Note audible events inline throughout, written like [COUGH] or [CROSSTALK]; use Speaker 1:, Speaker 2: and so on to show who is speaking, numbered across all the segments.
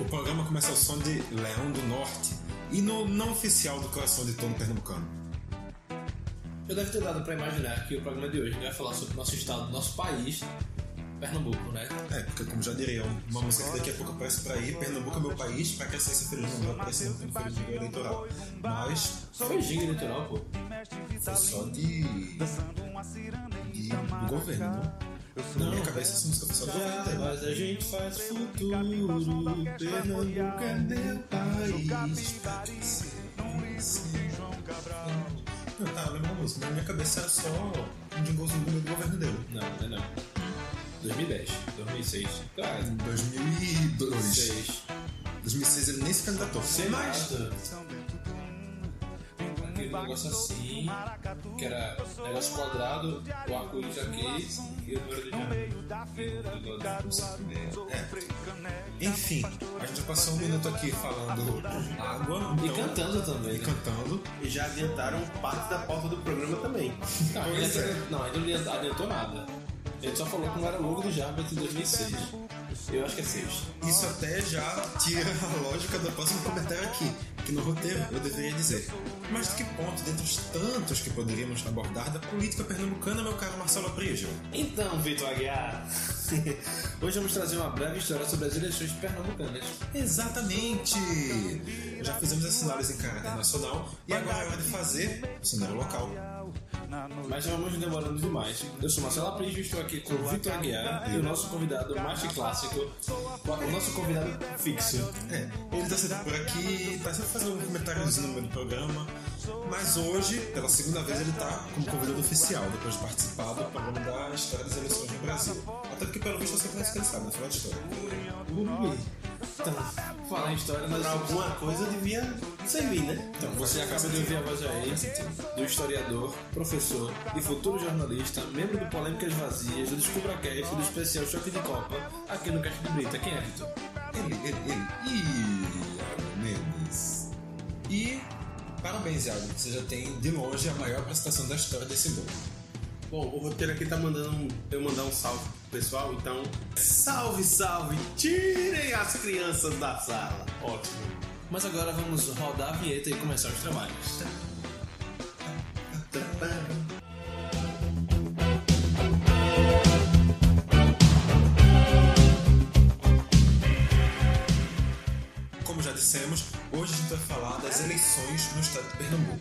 Speaker 1: O programa começa ao som de Leão do Norte e no não oficial do coração de Tom Pernambucano.
Speaker 2: Eu deve ter dado pra imaginar que o programa de hoje vai falar sobre o nosso estado, nosso país, Pernambuco, né?
Speaker 1: É, porque como já diria, uma música que daqui a pouco aparece por aí, Pernambuco é meu país, pra crescer esse feliz não vai aparecer no feliz eleitoral. Mas
Speaker 2: Foi ginga eleitoral, pô.
Speaker 1: foi só de. de do governo, não? Na minha cabeça essa música foi só do governo.
Speaker 2: Mas a gente faz futuro, Pernambuco é meu país.
Speaker 1: Não, tá, eu lembro da música, mas na minha cabeça era só um jingozinho do governo dele.
Speaker 2: Não, não é não. 2010, 2006. Claro.
Speaker 1: Em 2002.
Speaker 2: 2006.
Speaker 1: 2006 ele nem se candidatou. É. Mas,
Speaker 2: Aquele negócio assim, que era negócio quadrado, o arco-íris aqui e o número de diamante.
Speaker 1: enfim, a gente já passou um minuto aqui falando água
Speaker 2: E
Speaker 1: então,
Speaker 2: cantando também. né?
Speaker 1: e cantando.
Speaker 3: E já adiantaram parte da pauta do programa também.
Speaker 2: Não, ainda,
Speaker 1: Pois é.
Speaker 2: não, ainda não adiantou nada. Ele só falou que não era logo do Java entre 2006. Eu acho que é 6.
Speaker 1: Isso até já tira a lógica do próximo comentário aqui, que no roteiro eu deveria dizer. Mas de que ponto, dentre os tantos que poderíamos abordar da política pernambucana, meu caro Marcelo Aprijo?
Speaker 2: Então, Vitor Aguiar, [LAUGHS] hoje vamos trazer uma breve história sobre as eleições pernambucanas.
Speaker 1: Exatamente! Já fizemos as cenários em cara internacional e agora é hora de fazer o cenário local.
Speaker 2: Mas já vamos demorando demais. Eu sou Marcelo Aprígio, estou aqui com o Vitor Aguiar e o nosso convidado mais clássico, o nosso convidado fixo.
Speaker 1: É, ele tá sempre por aqui, tá sempre fazendo um comentáriozinho no meio do programa, mas hoje, pela segunda vez, ele tá como convidado oficial, depois de participar do programa da História das Eleições no Brasil. Até porque, pelo visto, você conhece quem sabe, né? Fala de história.
Speaker 2: Ui. Então, falar em história, mas
Speaker 3: Pra alguma coisa devia servir, né?
Speaker 2: Então, você acaba de ouvir a voz aí do historiador, professor e futuro jornalista, membro do Polêmicas Vazias, do DescubraCast e do especial Choque de Copa, aqui no Caixa de Brita. Quem é, Vitor?
Speaker 1: Ele, ele, ele. Iago Mendes. E parabéns, Iago, você já tem, de longe, a maior apresentação da história desse mundo.
Speaker 3: Bom, o roteiro aqui tá mandando um- eu mandar um salve pro pessoal, então. Salve, salve! Tirem as crianças da sala! Ótimo!
Speaker 2: Mas agora vamos rodar a vinheta e começar os trabalhos.
Speaker 1: Como já dissemos, hoje a gente vai falar das eleições no estado de Pernambuco,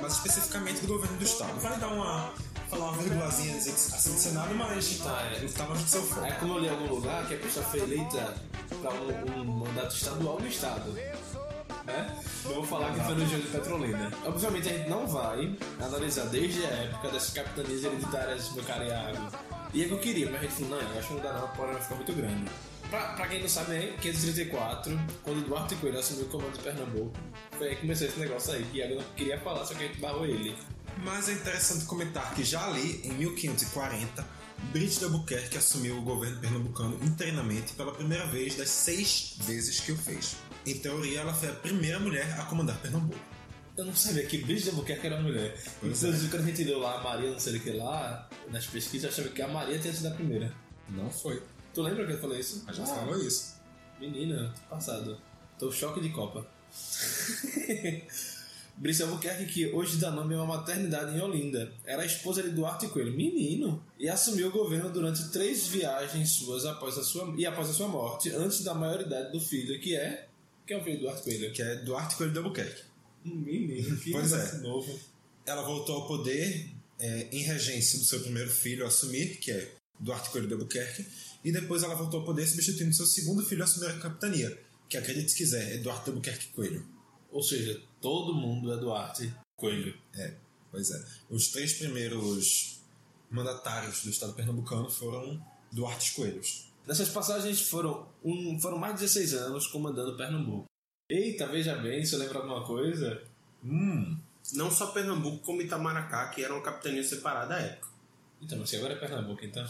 Speaker 1: mas especificamente do governo do estado. Vai dar uma. falar uma virgulazinha assim do cenário, mas
Speaker 2: Tá, é.
Speaker 1: não tá mais do seu foco.
Speaker 2: Aí, como eu li em algum lugar, que a pessoa foi eleita para um, um mandato estadual no estado. Né? Não vou falar que foi no Gênero de Petrolina. Obviamente, a gente não vai analisar desde a época das capitanias hereditárias do Cariago. E é que eu queria, mas a gente falou, não, eu acho que não dá não, o problema ficou muito grande. Pra, pra quem não sabe, né, em 534, quando Duarte Coelho assumiu o comando de Pernambuco, foi aí que começou esse negócio aí, que Iago não queria falar, só que a gente barrou ele.
Speaker 1: Mas é interessante comentar que já ali, em 1540, Brígida Albuquerque assumiu o governo pernambucano internamente pela primeira vez das seis vezes que o fez. Em teoria, ela foi a primeira mulher a comandar Pernambuco.
Speaker 2: Eu não sabia que Brígida Albuquerque era mulher.
Speaker 1: Pois é.
Speaker 2: Inclusive, quando a gente leu lá a Maria, não sei o que lá, nas pesquisas, eu achava que a Maria tinha sido a primeira.
Speaker 1: Não foi.
Speaker 2: Tu lembra que eu falei isso?
Speaker 1: A gente falou isso.
Speaker 2: Menina, passado. Tô choque de copa. [LAUGHS] Brígida Albuquerque, que hoje dá nome a uma maternidade em Olinda, era a esposa de Duarte Coelho, menino, e assumiu o governo durante três viagens suas após a sua, e após a sua morte, antes da maioridade do filho, que é... Quem é o filho de Duarte Coelho?
Speaker 1: Que é Duarte Coelho de Albuquerque.
Speaker 2: Um menino, que
Speaker 1: Pois é.
Speaker 2: negócio novo.
Speaker 1: Ela voltou ao poder é, em regência do seu primeiro filho a assumir, que é Duarte Coelho de Albuquerque, e depois ela voltou ao poder substituindo seu segundo filho a assumir a capitania, que acredite se quiser, é Duarte de Albuquerque Coelho.
Speaker 2: Ou seja, todo mundo é Duarte Coelho.
Speaker 1: É, pois é. Os três primeiros mandatários do estado pernambucano foram Duarte Coelhos.
Speaker 2: Nessas passagens foram, um, foram mais de 16 anos comandando Pernambuco. Eita, veja bem, se eu lembro alguma coisa.
Speaker 1: Hum,
Speaker 3: Não só Pernambuco, como Itamaracá, que era uma capitania separada à época.
Speaker 2: Então, mas se agora é Pernambuco, então.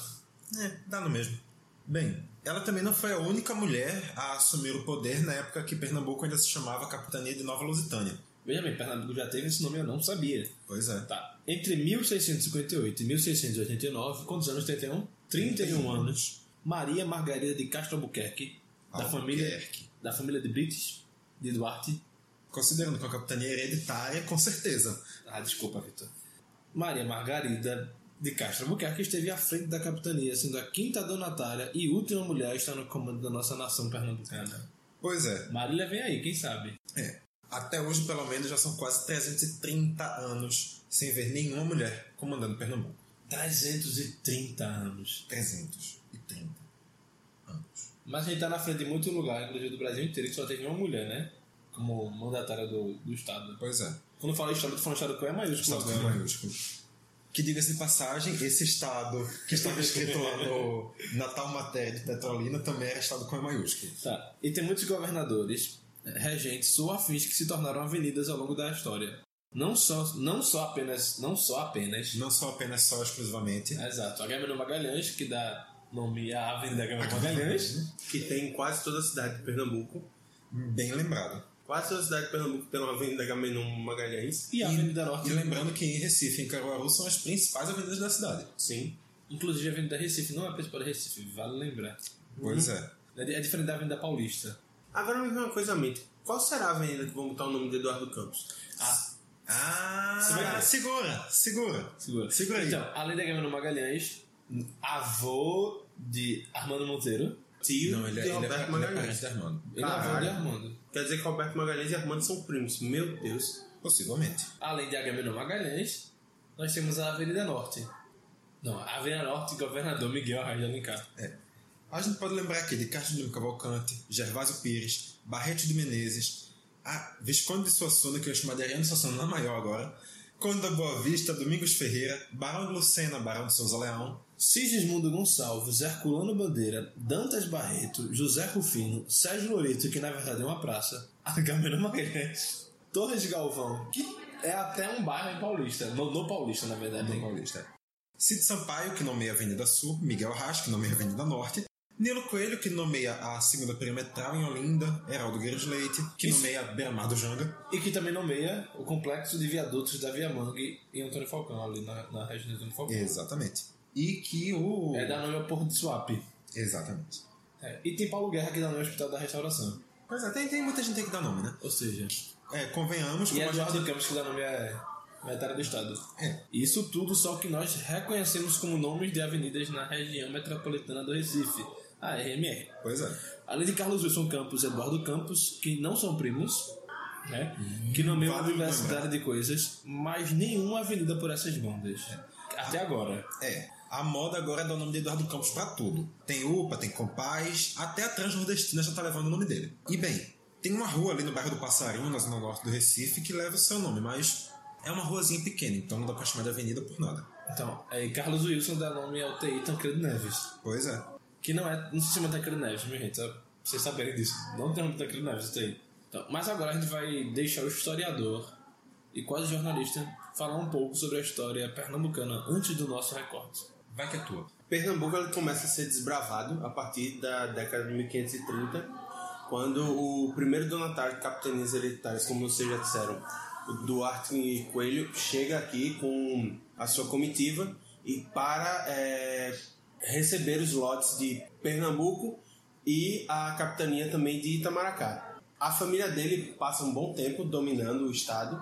Speaker 1: é, dá no mesmo. Bem, ela também não foi a única mulher a assumir o poder na época que Pernambuco ainda se chamava Capitania de Nova Lusitânia.
Speaker 2: Veja bem, Pernambuco já teve esse nome, eu não sabia.
Speaker 1: Pois é.
Speaker 2: Tá. Entre 1658 e 1689, quantos anos tem? 31? 31 anos. Maria Margarida de Castro Albuquerque, da família
Speaker 1: Albuquerque.
Speaker 2: da família de Brites, de Duarte.
Speaker 1: Considerando que a capitania é hereditária, com certeza.
Speaker 2: Ah, desculpa, Vitor. Maria Margarida de Castro Albuquerque esteve à frente da capitania, sendo a quinta donatária e última mulher a estar no comando da nossa nação pernambucana.
Speaker 1: Pois é.
Speaker 2: Marília vem aí, quem sabe?
Speaker 1: É. Até hoje, pelo menos, já são quase 330 anos sem ver nenhuma mulher comandando Pernambuco.
Speaker 2: 330 anos.
Speaker 1: 330 anos.
Speaker 2: Mas a gente tá na frente de muito lugar, inclusive do Brasil inteiro, que só teve uma mulher, né? Como mandatária do, do Estado.
Speaker 1: Pois é.
Speaker 2: Quando eu falo Estado, tu fala Estado com E maiúsculo. né?
Speaker 1: Estado com
Speaker 2: agora.
Speaker 1: maiúsculo. tá Que diga-se de passagem, esse estado que estava escrito lá no Natal Matéria de Petrolina também era estado com E maiúsculo.
Speaker 2: Tá. E tem muitos governadores, eh, regentes ou afins que se tornaram avenidas ao longo da história. Não só, não só apenas, não só apenas.
Speaker 1: Não só apenas só exclusivamente. é
Speaker 2: Exato. Agamemnon Magalhães, que dá nome à Avenida Agamemnon Magalhães.
Speaker 3: Que tem quase toda a cidade de Pernambuco.
Speaker 1: Bem lembrado.
Speaker 3: Quase toda a cidade de Pernambuco tem uma avenida Gamenon Magalhães.
Speaker 2: E a Avenida Norte.
Speaker 1: E lembrando que em Recife e em Caruaru são as principais avenidas da cidade.
Speaker 3: Sim.
Speaker 2: Inclusive a Avenida Recife não é a principal da Recife, vale lembrar.
Speaker 1: Pois é.
Speaker 2: É di- é diferente da Avenida Paulista.
Speaker 3: Agora me vem uma coisa à mente. Qual será a avenida que vão botar o nome de Eduardo Campos?
Speaker 2: Ah,
Speaker 1: Ah,
Speaker 2: Você vai ver.
Speaker 1: segura, segura.
Speaker 2: segura.
Speaker 1: Segura aí.
Speaker 2: Então, além da Agamemnon Magalhães, avô de Armando Monteiro.
Speaker 3: Tio
Speaker 1: Não, ele,
Speaker 3: de
Speaker 1: é- ele é, ele
Speaker 3: Roberto
Speaker 1: é parente
Speaker 3: Magalhães.
Speaker 1: de Armando.
Speaker 2: Ele é avô de
Speaker 3: Caralho.
Speaker 2: Armando.
Speaker 3: Quer dizer que Roberto Magalhães e Armando são primos. Meu Deus.
Speaker 1: Possivelmente.
Speaker 2: Além de Agamemnon Magalhães, nós temos a Avenida Norte. Não, a Avenida Norte, governador Miguel Arraes de Alencar.
Speaker 1: É. A gente pode lembrar aqui de Castro de Cavalcante, Gervásio Pires, Barreto de Menezes, a Visconde de Suassuna, que eu chamo de Ariano Suassuna na maior agora, Conde da Boa Vista, Domingos Ferreira, Barão de Lucena, Barão de Souza Leão,
Speaker 2: Sigismundo Gonçalves, Herculano Bandeira, Dantas Barreto, José Rufino, Sérgio Loreto, que na verdade é uma praça, Agamemnon Magalhães, Torres Galvão, que é até um bairro em Paulista, no, no Paulista, na verdade.
Speaker 1: Antônio Paulista. Cid Sampaio, que nomeia a Avenida Sul, Miguel Arras, que nomeia a Avenida Norte, Nilo Coelho, que nomeia a segunda perimetral em Olinda, Heraldo Guerreiro de Leite, que
Speaker 2: Isso.
Speaker 1: nomeia Beira-Mar do Janga.
Speaker 2: E que também nomeia o complexo de viadutos da Via Mangue e Antônio Falcão, ali na, na região de Antônio Falcão.
Speaker 1: Exatamente. E que o...
Speaker 2: É, dá nome ao Porto de Suape.
Speaker 1: Exatamente.
Speaker 2: É, E tem Paulo Guerra, que dá nome ao Hospital da Restauração.
Speaker 1: Pois é, tem, tem muita gente aí que dá nome, né?
Speaker 2: Ou seja,
Speaker 1: É, convenhamos,
Speaker 2: e
Speaker 1: como a gente
Speaker 2: Eduardo Campos, que dá nome à metade do Estado.
Speaker 1: É.
Speaker 2: Isso tudo só que nós reconhecemos como nomes de avenidas na região metropolitana do Recife, a RMR.
Speaker 1: Pois é.
Speaker 2: Além de Carlos Wilson Campos e Eduardo Campos, que não são primos, né? que nomeiam
Speaker 1: vale
Speaker 2: a diversidade de coisas, mas nenhuma avenida por essas bandas. Até agora.
Speaker 1: É. A moda agora é dar o nome de Eduardo Campos pra tudo. Tem UPA, tem Compaz, até a Transnordestina já tá levando o nome dele. E bem, tem uma rua ali no bairro do Passarinho, na zona norte do Recife, que leva o seu nome, mas é uma ruazinha pequena, então não dá pra chamar de avenida por nada.
Speaker 2: Então, aí Carlos Wilson dá nome ao TI Tancredo Neves,
Speaker 1: Pois é.
Speaker 2: que não é, não se chama Tancredo Neves, minha gente, só pra vocês saberem disso. Não tem um nome Tancredo Neves, isso aí. Então, mas agora a gente vai deixar o historiador e quase jornalista falar um pouco sobre a história pernambucana antes do nosso recorte.
Speaker 1: Vai que é tua.
Speaker 3: Pernambuco ele começa a ser desbravado a partir da década de 1530, quando o primeiro donatário de capitanias hereditárias, como vocês já disseram, o Duarte Coelho, chega aqui com a sua comitiva e para eh, receber os lotes de Pernambuco e a capitania também de Itamaracá. A família dele passa um bom tempo dominando o estado,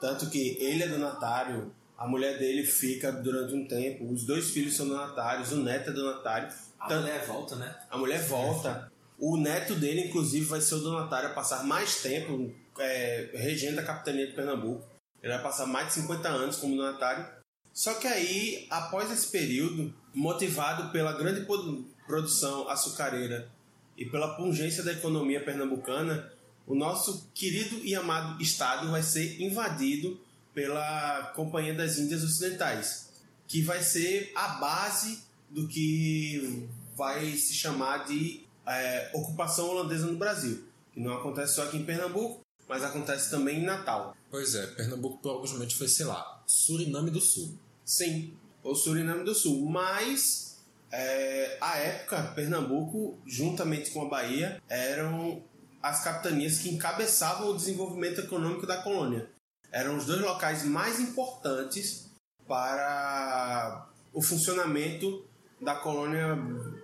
Speaker 3: tanto que ele é donatário, a mulher dele fica durante um tempo, os dois filhos são donatários, o neto é donatário. Tan-
Speaker 2: volta, né?
Speaker 3: a mulher volta. O neto dele, inclusive, vai ser o donatário a passar mais tempo é, regendo a capitania de Pernambuco. Ele vai passar mais de 50 anos como donatário. Só que aí, após esse período, motivado pela grande produ- produção açucareira e pela pungência da economia pernambucana, o nosso querido e amado estado vai ser invadido pela Companhia das Índias Ocidentais, que vai ser a base do que vai se chamar de é, ocupação holandesa no Brasil, que não acontece só aqui em Pernambuco, mas acontece também em Natal.
Speaker 1: Pois é, Pernambuco por alguns momentos foi, sei lá, Suriname do Sul.
Speaker 3: Sim, o Suriname do Sul. Mas, é, à época, Pernambuco, juntamente com a Bahia, eram as capitanias que encabeçavam o desenvolvimento econômico da colônia. Eram os dois locais mais importantes para o funcionamento da colônia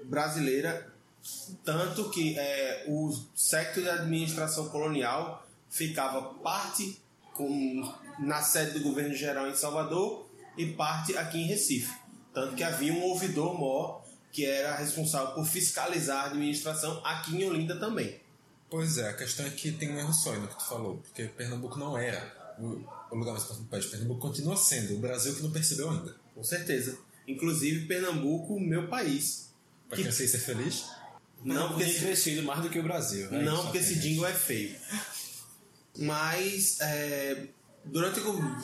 Speaker 3: brasileira Tanto que é, o secto de administração colonial ficava parte com, na sede do governo geral em Salvador e parte aqui em Recife. Tanto que havia um ouvidor maior que era responsável por fiscalizar a administração aqui em Olinda também.
Speaker 1: Pois é, a questão é que tem um erro só no que tu falou, porque Pernambuco não era o o lugar mais próximo do país. Pernambuco continua sendo, o Brasil que não percebeu ainda.
Speaker 3: Com certeza. Inclusive Pernambuco, meu país.
Speaker 1: Pra
Speaker 3: Que-
Speaker 1: quem sei ser feliz,
Speaker 3: Não porque
Speaker 2: tem crescido mais do que o Brasil. né?
Speaker 3: Não,
Speaker 2: Só
Speaker 3: porque
Speaker 2: tem
Speaker 3: esse
Speaker 2: isso.
Speaker 3: jingle é feio. Mas é, durante o,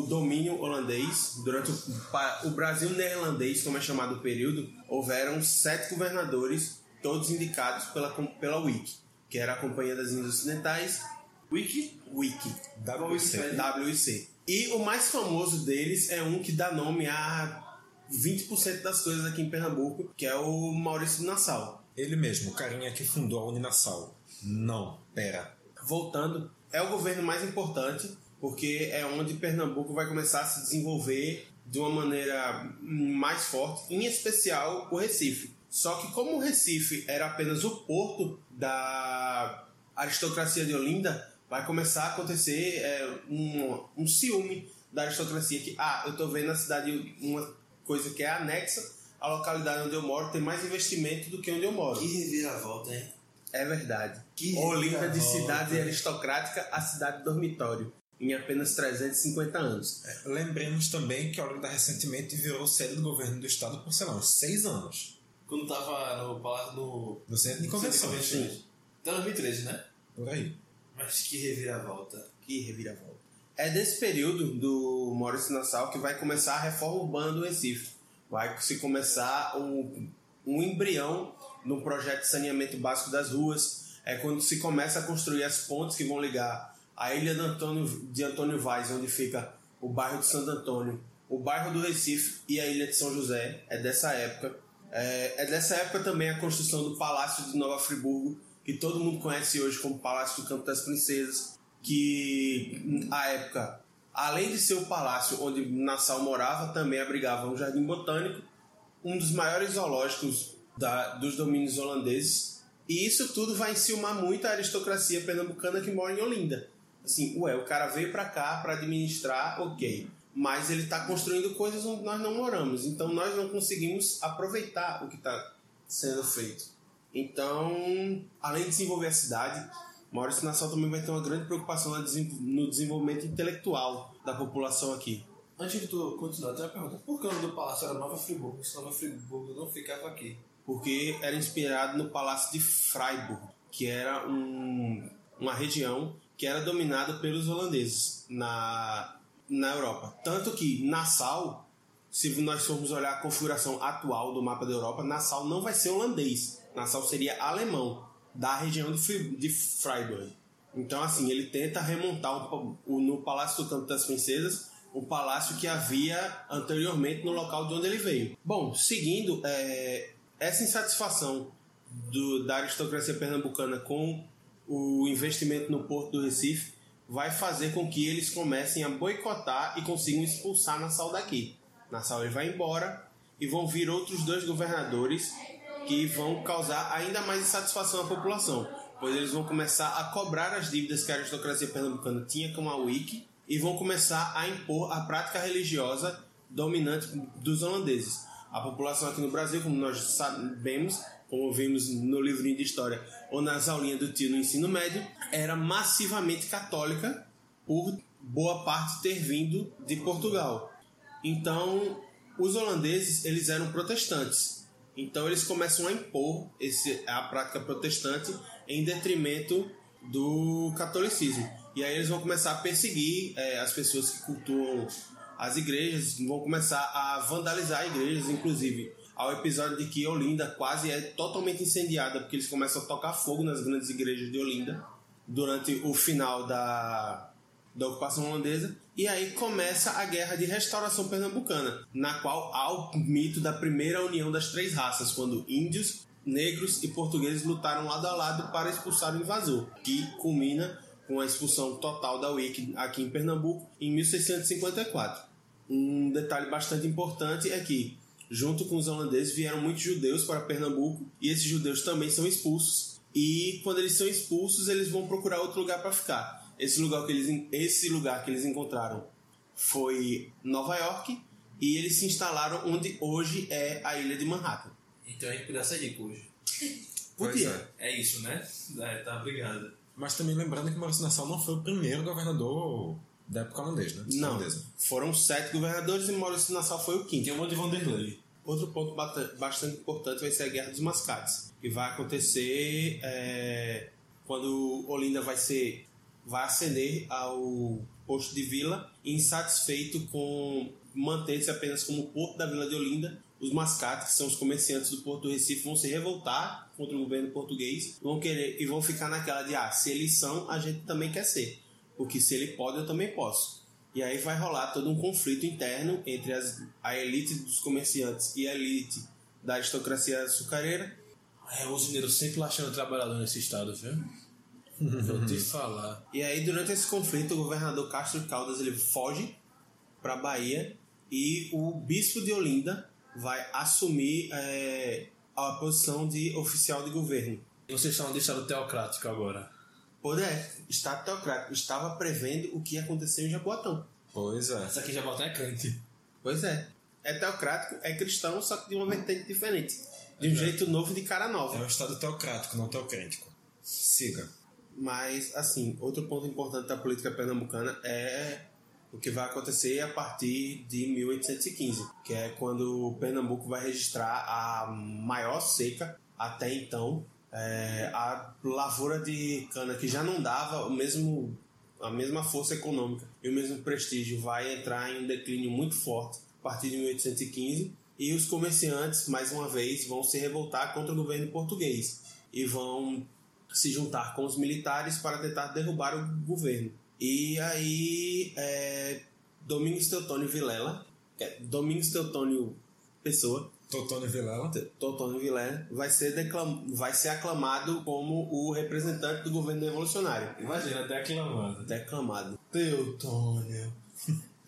Speaker 3: o domínio holandês, durante o, pa- o Brasil neerlandês, como é chamado o período, houveram sete governadores, todos indicados pela, com- pela WIC, que era a Companhia das Índias Ocidentais. WIC? WIC. É,
Speaker 1: WIC.
Speaker 3: WIC. E o mais famoso deles é um que dá nome a 20% das coisas aqui em Pernambuco, que é o Maurício do Nassau.
Speaker 1: ele mesmo, o carinha que fundou a Uninassal. Não, pera.
Speaker 3: voltando, é o governo mais importante, porque é onde Pernambuco vai começar a se desenvolver de uma maneira mais forte, em especial o Recife. Só que como o Recife era apenas o porto da aristocracia de Olinda, vai começar a acontecer é, um, um ciúme da aristocracia que, ah, eu tô vendo na cidade uma coisa que é anexa, à localidade onde eu moro tem mais investimento do que onde eu moro.
Speaker 4: Que reviravolta, hein?
Speaker 3: É verdade.
Speaker 4: Que
Speaker 3: Olinda de
Speaker 4: reviravolta.
Speaker 3: cidade aristocrática a cidade dormitório, em apenas 350 anos.
Speaker 1: É, Lembremos também que a Olinda recentemente virou sede do governo do estado por, sei lá, uns seis anos.
Speaker 2: Quando tava no palácio no.
Speaker 1: No centro de
Speaker 2: no centro
Speaker 1: convenção.
Speaker 2: convenções. Até 2013, né?
Speaker 1: Por aí.
Speaker 4: Mas que reviravolta.
Speaker 3: Que reviravolta. É desse período do Maurício Nassau que vai começar a reforma urbana do Recife. Vai se começar um, um embrião no projeto de saneamento básico das ruas. É quando se começa a construir as pontes que vão ligar a ilha de Antônio, de Antônio Vaz, onde fica o bairro de Santo Antônio, o bairro do Recife e a ilha de São José. É dessa época. É, é dessa época também a construção do Palácio de Nova Friburgo, que todo mundo conhece hoje como Palácio do Campo das Princesas que à época, além de ser o palácio onde Nassau morava, também abrigava um jardim botânico, um dos maiores zoológicos da- dos domínios holandeses. E isso tudo vai enciumar muito a aristocracia pernambucana que mora em Olinda. Assim, ué, o cara veio pra cá pra administrar, ok. Mas ele tá construindo coisas onde nós não moramos. Então nós não conseguimos aproveitar o que tá sendo feito. Então, além de desenvolver a cidade, Maurício Nassau também vai ter uma grande preocupação na desenvol- no desenvolvimento intelectual da população aqui.
Speaker 2: Antes de tu continuar, eu tenho uma pergunta. Por que o nome do palácio era Nova Friburgo? Se Nova Friburgo não ficava aqui.
Speaker 3: Porque era inspirado no Palácio de Freiburg, que era um- uma região que era dominada pelos holandeses na, na Europa. Tanto que Nassau, se nós formos olhar a configuração atual do mapa da Europa, Nassau não vai ser holandês. Nassau seria alemão, da região de, Fri- de Freiburg. Então, assim, ele tenta remontar um pa- o- no Palácio do Campo das Princesas o palácio que havia anteriormente no local de onde ele veio. Bom, seguindo, é, essa insatisfação do- da aristocracia pernambucana com o investimento no Porto do Recife vai fazer com que eles comecem a boicotar e consigam expulsar Nassau daqui. Nassau ele vai embora e vão vir outros dois governadores que vão causar ainda mais insatisfação à população, pois eles vão começar a cobrar as dívidas que a aristocracia pernambucana tinha com a Wiki e vão começar a impor a prática religiosa dominante dos holandeses. A população aqui no Brasil, como nós sabemos, como vimos no livrinho de história ou nas aulinhas do tio no ensino médio, era massivamente católica por boa parte ter vindo de Portugal. Então, os holandeses eles eram protestantes. Então eles começam a impor esse, a prática protestante em detrimento do catolicismo. E aí eles vão começar a perseguir eh, as pessoas que cultuam as igrejas, vão começar a vandalizar igrejas, inclusive. Ao episódio de que Olinda quase é totalmente incendiada, porque eles começam a tocar fogo nas grandes igrejas de Olinda durante o final da, da ocupação holandesa. E aí começa a Guerra de Restauração Pernambucana, na qual há o mito da primeira união das três raças, quando índios, negros e portugueses lutaram lado a lado para expulsar o invasor, que culmina com a expulsão total da Wiki aqui em Pernambuco em 1654. Um detalhe bastante importante é que junto com os holandeses, vieram muitos judeus para Pernambuco e esses judeus também são expulsos. E quando eles são expulsos, eles vão procurar outro lugar para ficar. Esse lugar, que eles, en- esse lugar que eles encontraram foi Nova York e eles se instalaram onde hoje é a ilha de Manhattan.
Speaker 4: Então a gente podia sair de cujo.
Speaker 1: Pois
Speaker 3: Podia.
Speaker 1: é.
Speaker 4: É isso, né? É, tá, obrigado.
Speaker 1: Mas também lembrando que Maurício Nassau não foi o primeiro governador da época holandesa, né?
Speaker 3: Não,
Speaker 1: Holandesa.
Speaker 3: foram sete governadores e Maurício Nassau foi o quinto.
Speaker 2: Tem um monte de Vanderlei.
Speaker 3: Outro ponto bata- bastante importante vai ser a Guerra dos Mascates, que vai acontecer é, quando Olinda vai ser vai ascender ao posto de vila, insatisfeito com manter-se apenas como porto da vila de Olinda. Os mascates, que são os comerciantes do Porto do Recife, vão se revoltar contra o governo português vão querer, e vão ficar naquela de, ah, se eles são, a gente também quer ser. Porque se ele pode, eu também posso. E aí vai rolar todo um conflito interno entre as, a elite dos comerciantes e a elite da aristocracia açucareira.
Speaker 2: É, o usineiro sempre achando trabalhador nesse estado, viu? Vou te falar.
Speaker 3: E aí, durante esse conflito, o governador Castro Caldas ele foge para Bahia e o bispo de Olinda vai assumir eh, a posição de oficial de governo.
Speaker 2: Vocês estão de estado teocrático agora.
Speaker 3: Poder, Estado é, teocrático, estava prevendo o que ia acontecer em Jaboatão.
Speaker 1: Pois é.
Speaker 2: Essa aqui já bota é Kant.
Speaker 3: Pois é. É teocrático, é cristão, só que de uma vertente diferente. De um jeito novo e de cara nova.
Speaker 1: É um Estado teocrático, não teocrático. Siga.
Speaker 3: Mas, assim, outro ponto importante da política pernambucana é o que vai acontecer a partir de 1815, que é quando o Pernambuco vai registrar a maior seca até então. É, a lavoura de cana que já não dava o mesmo, a mesma força econômica e o mesmo prestígio vai entrar em um declínio muito forte a partir de 1815. E os comerciantes, mais uma vez, vão se revoltar contra o governo português e vão se juntar com os militares para tentar derrubar o governo. E aí, é, Domingos Teotônio Vilela, que é Domingos Teotônio Pessoa,
Speaker 1: Totônio Vilela.
Speaker 3: Te- Teotônio Vilela, vai ser, declam- vai ser aclamado como o representante do governo revolucionário.
Speaker 2: Imagina, declamando.
Speaker 3: Declamado.
Speaker 2: Teutônio.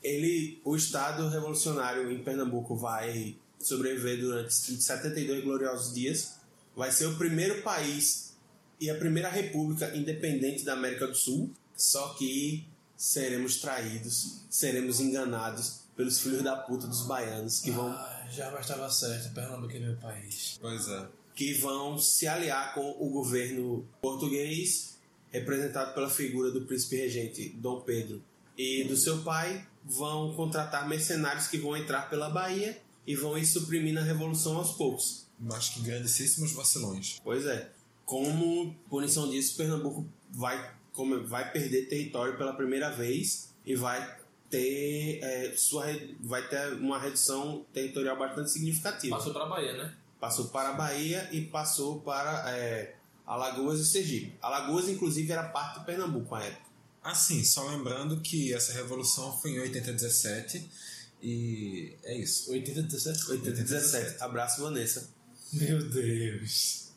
Speaker 3: Ele, o Estado Revolucionário em Pernambuco vai sobreviver durante 72 gloriosos dias. Vai ser o primeiro país e a primeira república independente da América do Sul. Só que seremos traídos, seremos enganados pelos filhos da puta dos baianos que vão,
Speaker 2: Ah, já bastava certo, Pernambuco é meu país.
Speaker 1: Pois é.
Speaker 3: que vão se aliar com o governo português, representado pela figura do príncipe regente Dom Pedro e do seu pai, vão contratar mercenários que vão entrar pela Bahia e vão ir suprimindo a revolução aos poucos.
Speaker 1: Mas que grandíssimos vacilões.
Speaker 3: Pois é. Como punição disso, Pernambuco vai, como- vai perder território pela primeira vez e vai ter, é, sua, re- vai ter uma redução territorial bastante significativa.
Speaker 2: Passou pra Bahia, né?
Speaker 3: Passou para a Bahia e passou para é, Alagoas e Sergipe. Alagoas, inclusive, era parte de Pernambuco na época.
Speaker 1: Assim, só lembrando que essa revolução foi em 8017 e é isso.
Speaker 2: 87?
Speaker 3: 1817. Abraço, Vanessa.
Speaker 2: Meu Deus.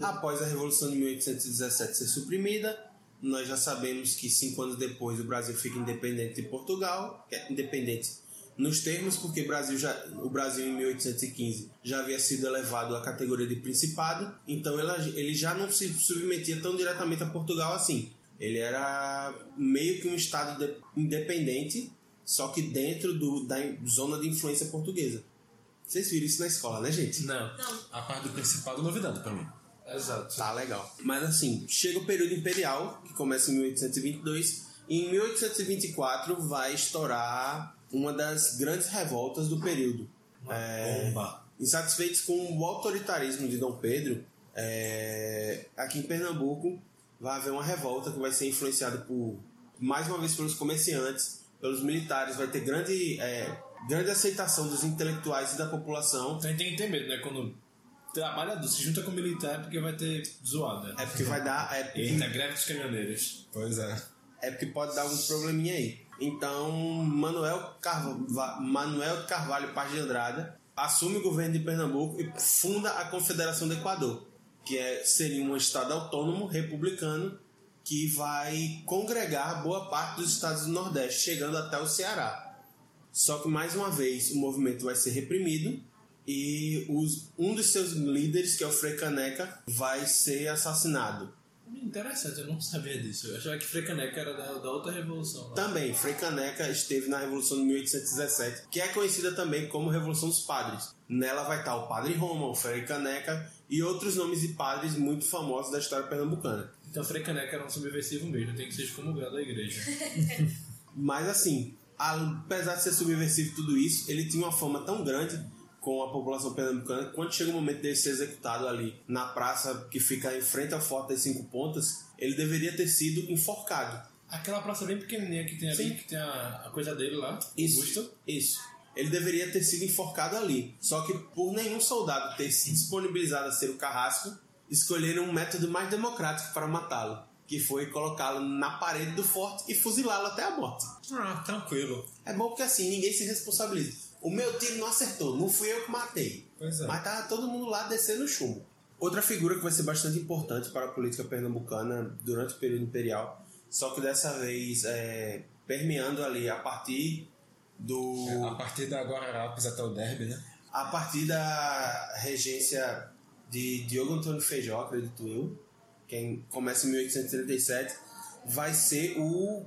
Speaker 3: Após a Revolução de 1817 ser suprimida, nós já sabemos que cinco anos depois o Brasil fica independente de Portugal, é, independente nos termos, porque o Brasil já, o Brasil em 1815 já havia sido elevado à categoria de principado, então ela- ele já não se submetia tão diretamente a Portugal assim. Ele era meio que um estado de- independente, só que dentro do- da in- zona de influência portuguesa. Vocês viram isso na escola, né, gente?
Speaker 2: Não.
Speaker 1: A parte do principado novidade pra mim.
Speaker 2: Exato.
Speaker 3: Tá legal. Mas assim, chega o período imperial, que começa em 1822, e em 1824 vai estourar uma das grandes revoltas do período. É,
Speaker 4: Bomba.
Speaker 3: insatisfeitos com o autoritarismo de Dom Pedro, é, aqui em Pernambuco vai haver uma revolta que vai ser influenciada por mais uma vez pelos comerciantes, pelos militares, vai ter grande, é, grande aceitação dos intelectuais e da população.
Speaker 2: Então a gente tem que ter medo, né? Quando trabalhador se junta com militar é porque vai ter zoada.
Speaker 3: É porque vai dar. É, porque
Speaker 2: Eita, greve dos caminhoneiros.
Speaker 1: Pois é.
Speaker 3: É porque pode dar algum probleminha aí. Então, Manuel, Carva... Manuel de Carvalho Paz de Andrada assume o governo de Pernambuco e funda a Confederação do Equador, que é, seria um estado autônomo republicano que vai congregar boa parte dos estados do Nordeste, chegando até o Ceará. Só que mais uma vez o movimento vai ser reprimido E os- um dos seus líderes, que é o Frei Caneca, vai ser assassinado.
Speaker 2: Interessante, eu não sabia disso. Eu achava que Frei Caneca era da, da outra revolução. né? lá.
Speaker 3: Também, Frei Caneca esteve na Revolução de 1817, que é conhecida também como Revolução dos Padres. Nela vai estar o Padre Roma, o Frei Caneca e outros nomes de padres muito famosos da história pernambucana.
Speaker 2: Então Frei Caneca era um subversivo mesmo, tem que ser excomungado da igreja.
Speaker 3: Mas assim, apesar de ser subversivo tudo isso, ele tinha uma fama tão grande com a população pernambucana, que quando chega o momento dele ser executado ali na praça que fica em frente à foto das cinco pontas, ele deveria ter sido enforcado.
Speaker 2: Aquela praça bem pequenininha que tem ali,
Speaker 3: Sim.
Speaker 2: que tem a, a coisa dele lá. Augusto.
Speaker 3: Isso. Ele deveria ter sido enforcado ali. Só que por nenhum soldado ter se disponibilizado a ser o carrasco, escolheram um método mais democrático para matá-lo, que foi colocá-lo na parede do forte e fuzilá-lo até a morte.
Speaker 1: Ah, tranquilo.
Speaker 3: É bom porque assim, ninguém se responsabiliza. O meu time não acertou, não fui eu que matei.
Speaker 1: Pois é.
Speaker 3: Mas tava todo mundo lá descendo o chumbo. Outra figura que vai ser bastante importante para a política pernambucana durante o período imperial, só que dessa vez é, permeando ali a partir do.
Speaker 1: É, A partir da Guararapes até o Derby, né?
Speaker 2: [LAUGHS]
Speaker 3: a partir da regência de Diogo Antônio Feijó, acredito eu, quem começa em 1837, vai ser o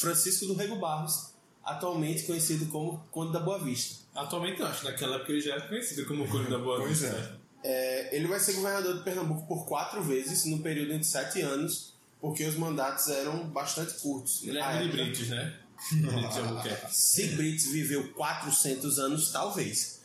Speaker 3: Francisco do Rego Barros, atualmente conhecido como Conde da Boa Vista.
Speaker 2: Atualmente eu acho, naquela época ele já era conhecido como o Conde da Boa
Speaker 1: Pois
Speaker 2: Vista.
Speaker 1: é.
Speaker 3: É, ele vai ser governador de Pernambuco por quatro vezes, num período de sete anos, porque os mandatos eram bastante curtos.
Speaker 2: Ele
Speaker 3: Na
Speaker 2: era de
Speaker 3: época,
Speaker 2: Brites, né? Brites Albuquerque.
Speaker 3: Se Brits viveu 400 anos, talvez.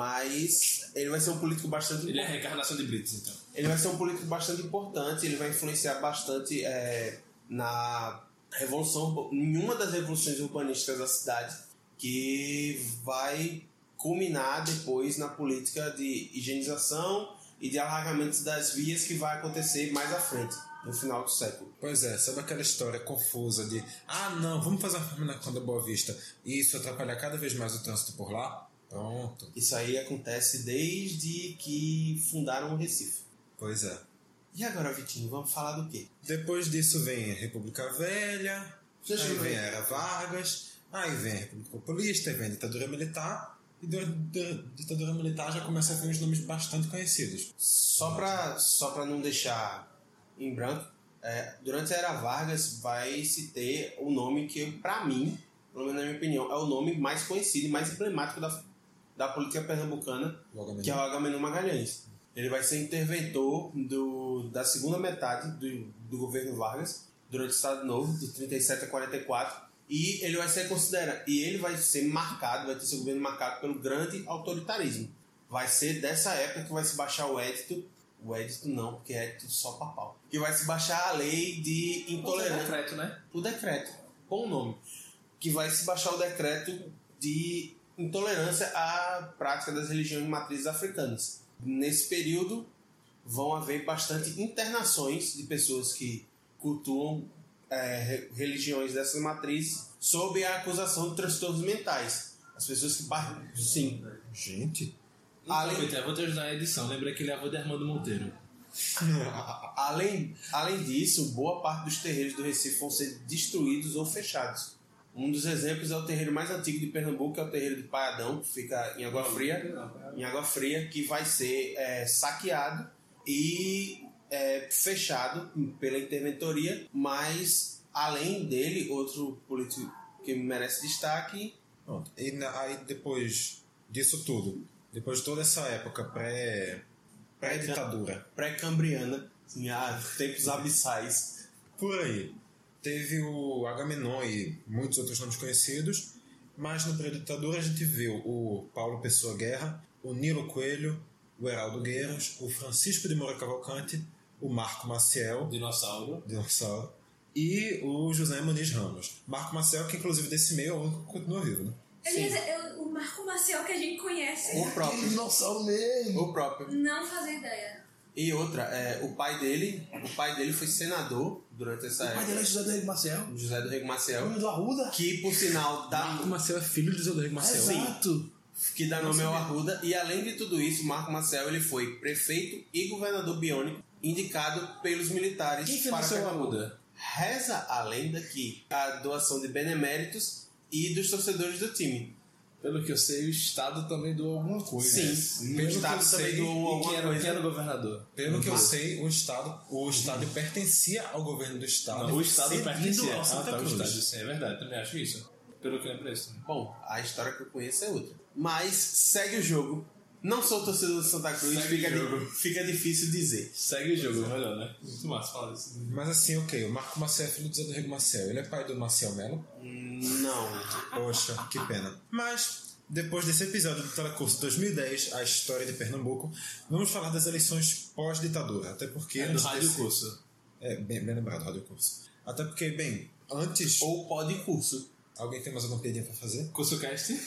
Speaker 3: Mas ele vai ser um político bastante
Speaker 2: Ele é a reencarnação de Brites, então.
Speaker 3: ele vai ser um político bastante importante, ele vai influenciar bastante é, na revolução, em uma das revoluções urbanísticas da cidade, que vai culminar depois na política de higienização e de alargamento das vias que vai acontecer mais à frente, no final do século.
Speaker 1: Pois é, sabe aquela história confusa de ah não, vamos fazer uma reforma na Conda Boa Vista e isso atrapalha cada vez mais o trânsito por lá? Pronto.
Speaker 3: Isso aí acontece desde que fundaram o Recife.
Speaker 1: Pois é.
Speaker 3: E agora, Vitinho, vamos falar do quê?
Speaker 1: Depois disso vem República Velha,
Speaker 3: Deixa
Speaker 1: aí
Speaker 3: eu
Speaker 1: vem
Speaker 3: ver.
Speaker 1: a Era Vargas, aí vem a República Populista, aí vem a ditadura militar, e durante a ditadura militar já começa a vir uns nomes bastante conhecidos.
Speaker 3: Só para só pra não deixar em branco, é, durante a Era Vargas vai se ter o nome que, para mim, pelo menos na minha opinião, é o nome mais conhecido e mais emblemático da, da política pernambucana,
Speaker 1: Logo menos.
Speaker 3: que é o Agamenon Magalhães. Ele vai ser interventor do, da segunda metade do, do governo Vargas, durante o Estado Novo, de 37 a 44, e ele vai ser considerado, e ele vai ser marcado, vai ter seu governo marcado pelo grande autoritarismo. Vai ser dessa época que vai se baixar o édito, o édito não, porque é édito só papal, que vai se baixar a lei de
Speaker 2: Tolerante.
Speaker 3: intolerância
Speaker 2: Concreto, né?
Speaker 3: o decreto, bom nome, que vai se baixar o decreto de intolerância à prática das religiões de matrizes africanas. Nesse período, vão haver bastante internações de pessoas que cultuam eh, re- religiões dessas matrizes sob a acusação de transtornos mentais. As pessoas que par- sim,
Speaker 1: Gente,
Speaker 3: Além-
Speaker 2: Além... Então, vou te ajudar na edição. Lembra que ele é avô de Armando Monteiro.
Speaker 3: [LAUGHS] Além, além disso, boa parte dos terreiros do Recife vão ser destruídos ou fechados. Um dos exemplos é o terreiro mais antigo de Pernambuco, que é o terreiro de Paiadão, que fica em Água Fria, em Água Fria, que vai ser é, saqueado e é, fechado pela interventoria. Mas além dele, outro político que merece destaque
Speaker 1: Pronto. E na- aí depois disso tudo, depois de toda essa época pré, pré-ditadura,
Speaker 3: pré-cambriana, em ah, tempos abissais.
Speaker 1: por aí, teve o Agamenon e muitos outros nomes conhecidos, mas no pré-ditadura a gente viu o Paulo Pessoa Guerra, o Nilo Coelho, o Heraldo Guerros, o Francisco de Moura Cavalcante, o Marco Maciel,
Speaker 2: Dinossauro.
Speaker 1: dinossauro, e o José Muniz Ramos. Marco Maciel, que inclusive desse meio é o único que continua vivo, né?
Speaker 5: Aliás, eu- o Marco Maciel que a gente conhece,
Speaker 3: O
Speaker 2: [LAUGHS]
Speaker 3: próprio.
Speaker 1: Dinossauro mesmo!
Speaker 3: O próprio.
Speaker 5: não fazia ideia.
Speaker 3: E outra, é, o pai dele, o pai dele foi senador durante essa época.
Speaker 2: José do Rego Marcel.
Speaker 3: José do Rego Maciel,
Speaker 2: do Arruda.
Speaker 3: que por sinal dá,
Speaker 2: Marcel é filho do José do Rego
Speaker 3: Exato. que dá nome ao Arruda, e além de tudo isso, Marco Maciel ele foi prefeito e governador biônico indicado pelos militares
Speaker 2: Quem
Speaker 3: para
Speaker 2: financiou o
Speaker 3: Pernambuco.
Speaker 2: Arruda?
Speaker 3: Reza a lenda que a doação de beneméritos e dos torcedores do time.
Speaker 2: Pelo que eu sei, o Estado também doou alguma coisa.
Speaker 3: Sim,
Speaker 1: Pelo
Speaker 3: o
Speaker 1: que
Speaker 3: Estado
Speaker 1: eu
Speaker 3: também
Speaker 1: sei,
Speaker 3: doou
Speaker 2: E quem
Speaker 3: alguma
Speaker 2: era, quem era
Speaker 3: coisa.
Speaker 2: o governador?
Speaker 1: Pelo que eu sei, o Estado, o estado pertencia ao governo do Estado.
Speaker 2: Uhum. o Estado
Speaker 1: cedido
Speaker 2: pertencia
Speaker 1: ao Santa
Speaker 2: tá, o
Speaker 1: Cruz.
Speaker 2: Estado, sim, é verdade, também acho isso. Pelo que eu lembro é isso.
Speaker 3: Bom, a história que eu conheço é outra. Mas segue o jogo. Não sou torcedor do Santa Cruz,
Speaker 2: Segue
Speaker 3: fica,
Speaker 2: o
Speaker 3: di-
Speaker 2: jogo.
Speaker 3: fica difícil dizer.
Speaker 2: Segue o jogo, melhor, né? Muito massa falar isso.
Speaker 1: Mas assim, ok, o Marco Maciel é filho do Zé do Rego Maciel. Ele é pai do Maciel Melo.
Speaker 3: Não.
Speaker 1: Poxa, que pena. Mas, depois desse episódio do Telecurso 2010, a história de Pernambuco, vamos falar das eleições pós-ditadura. Até porque.
Speaker 2: É do
Speaker 1: antes
Speaker 2: Rádio
Speaker 1: desse-
Speaker 2: Curso.
Speaker 1: É, bem, bem lembrado, Rádio Curso. Até porque, bem, antes.
Speaker 3: Ou pode curso.
Speaker 1: Alguém tem mais alguma piadinha pra fazer?
Speaker 2: CursoCast?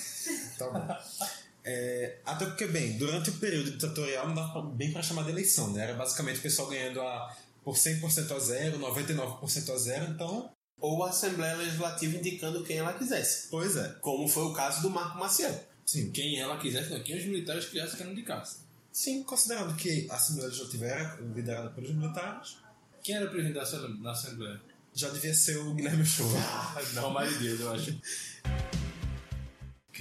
Speaker 1: Tá bom. É, até porque, bem, durante o período ditatorial não dava pra- bem pra chamar de eleição, né? Era basicamente o pessoal ganhando a, por 100% a zero, 99% a zero, então.
Speaker 3: Ou a Assembleia Legislativa indicando quem ela quisesse.
Speaker 1: Pois é.
Speaker 3: Como foi o caso do Marco Maciel.
Speaker 1: Sim.
Speaker 2: Quem ela quisesse, não. Quem os militares criassem que eram de casa.
Speaker 1: Sim, considerando que a Assembleia Legislativa era liderada pelos militares,
Speaker 2: Quem era presidente da Assembleia- da Assembleia?
Speaker 1: já devia ser o Guilherme Shoa.
Speaker 2: Não, mais de Deus, eu acho.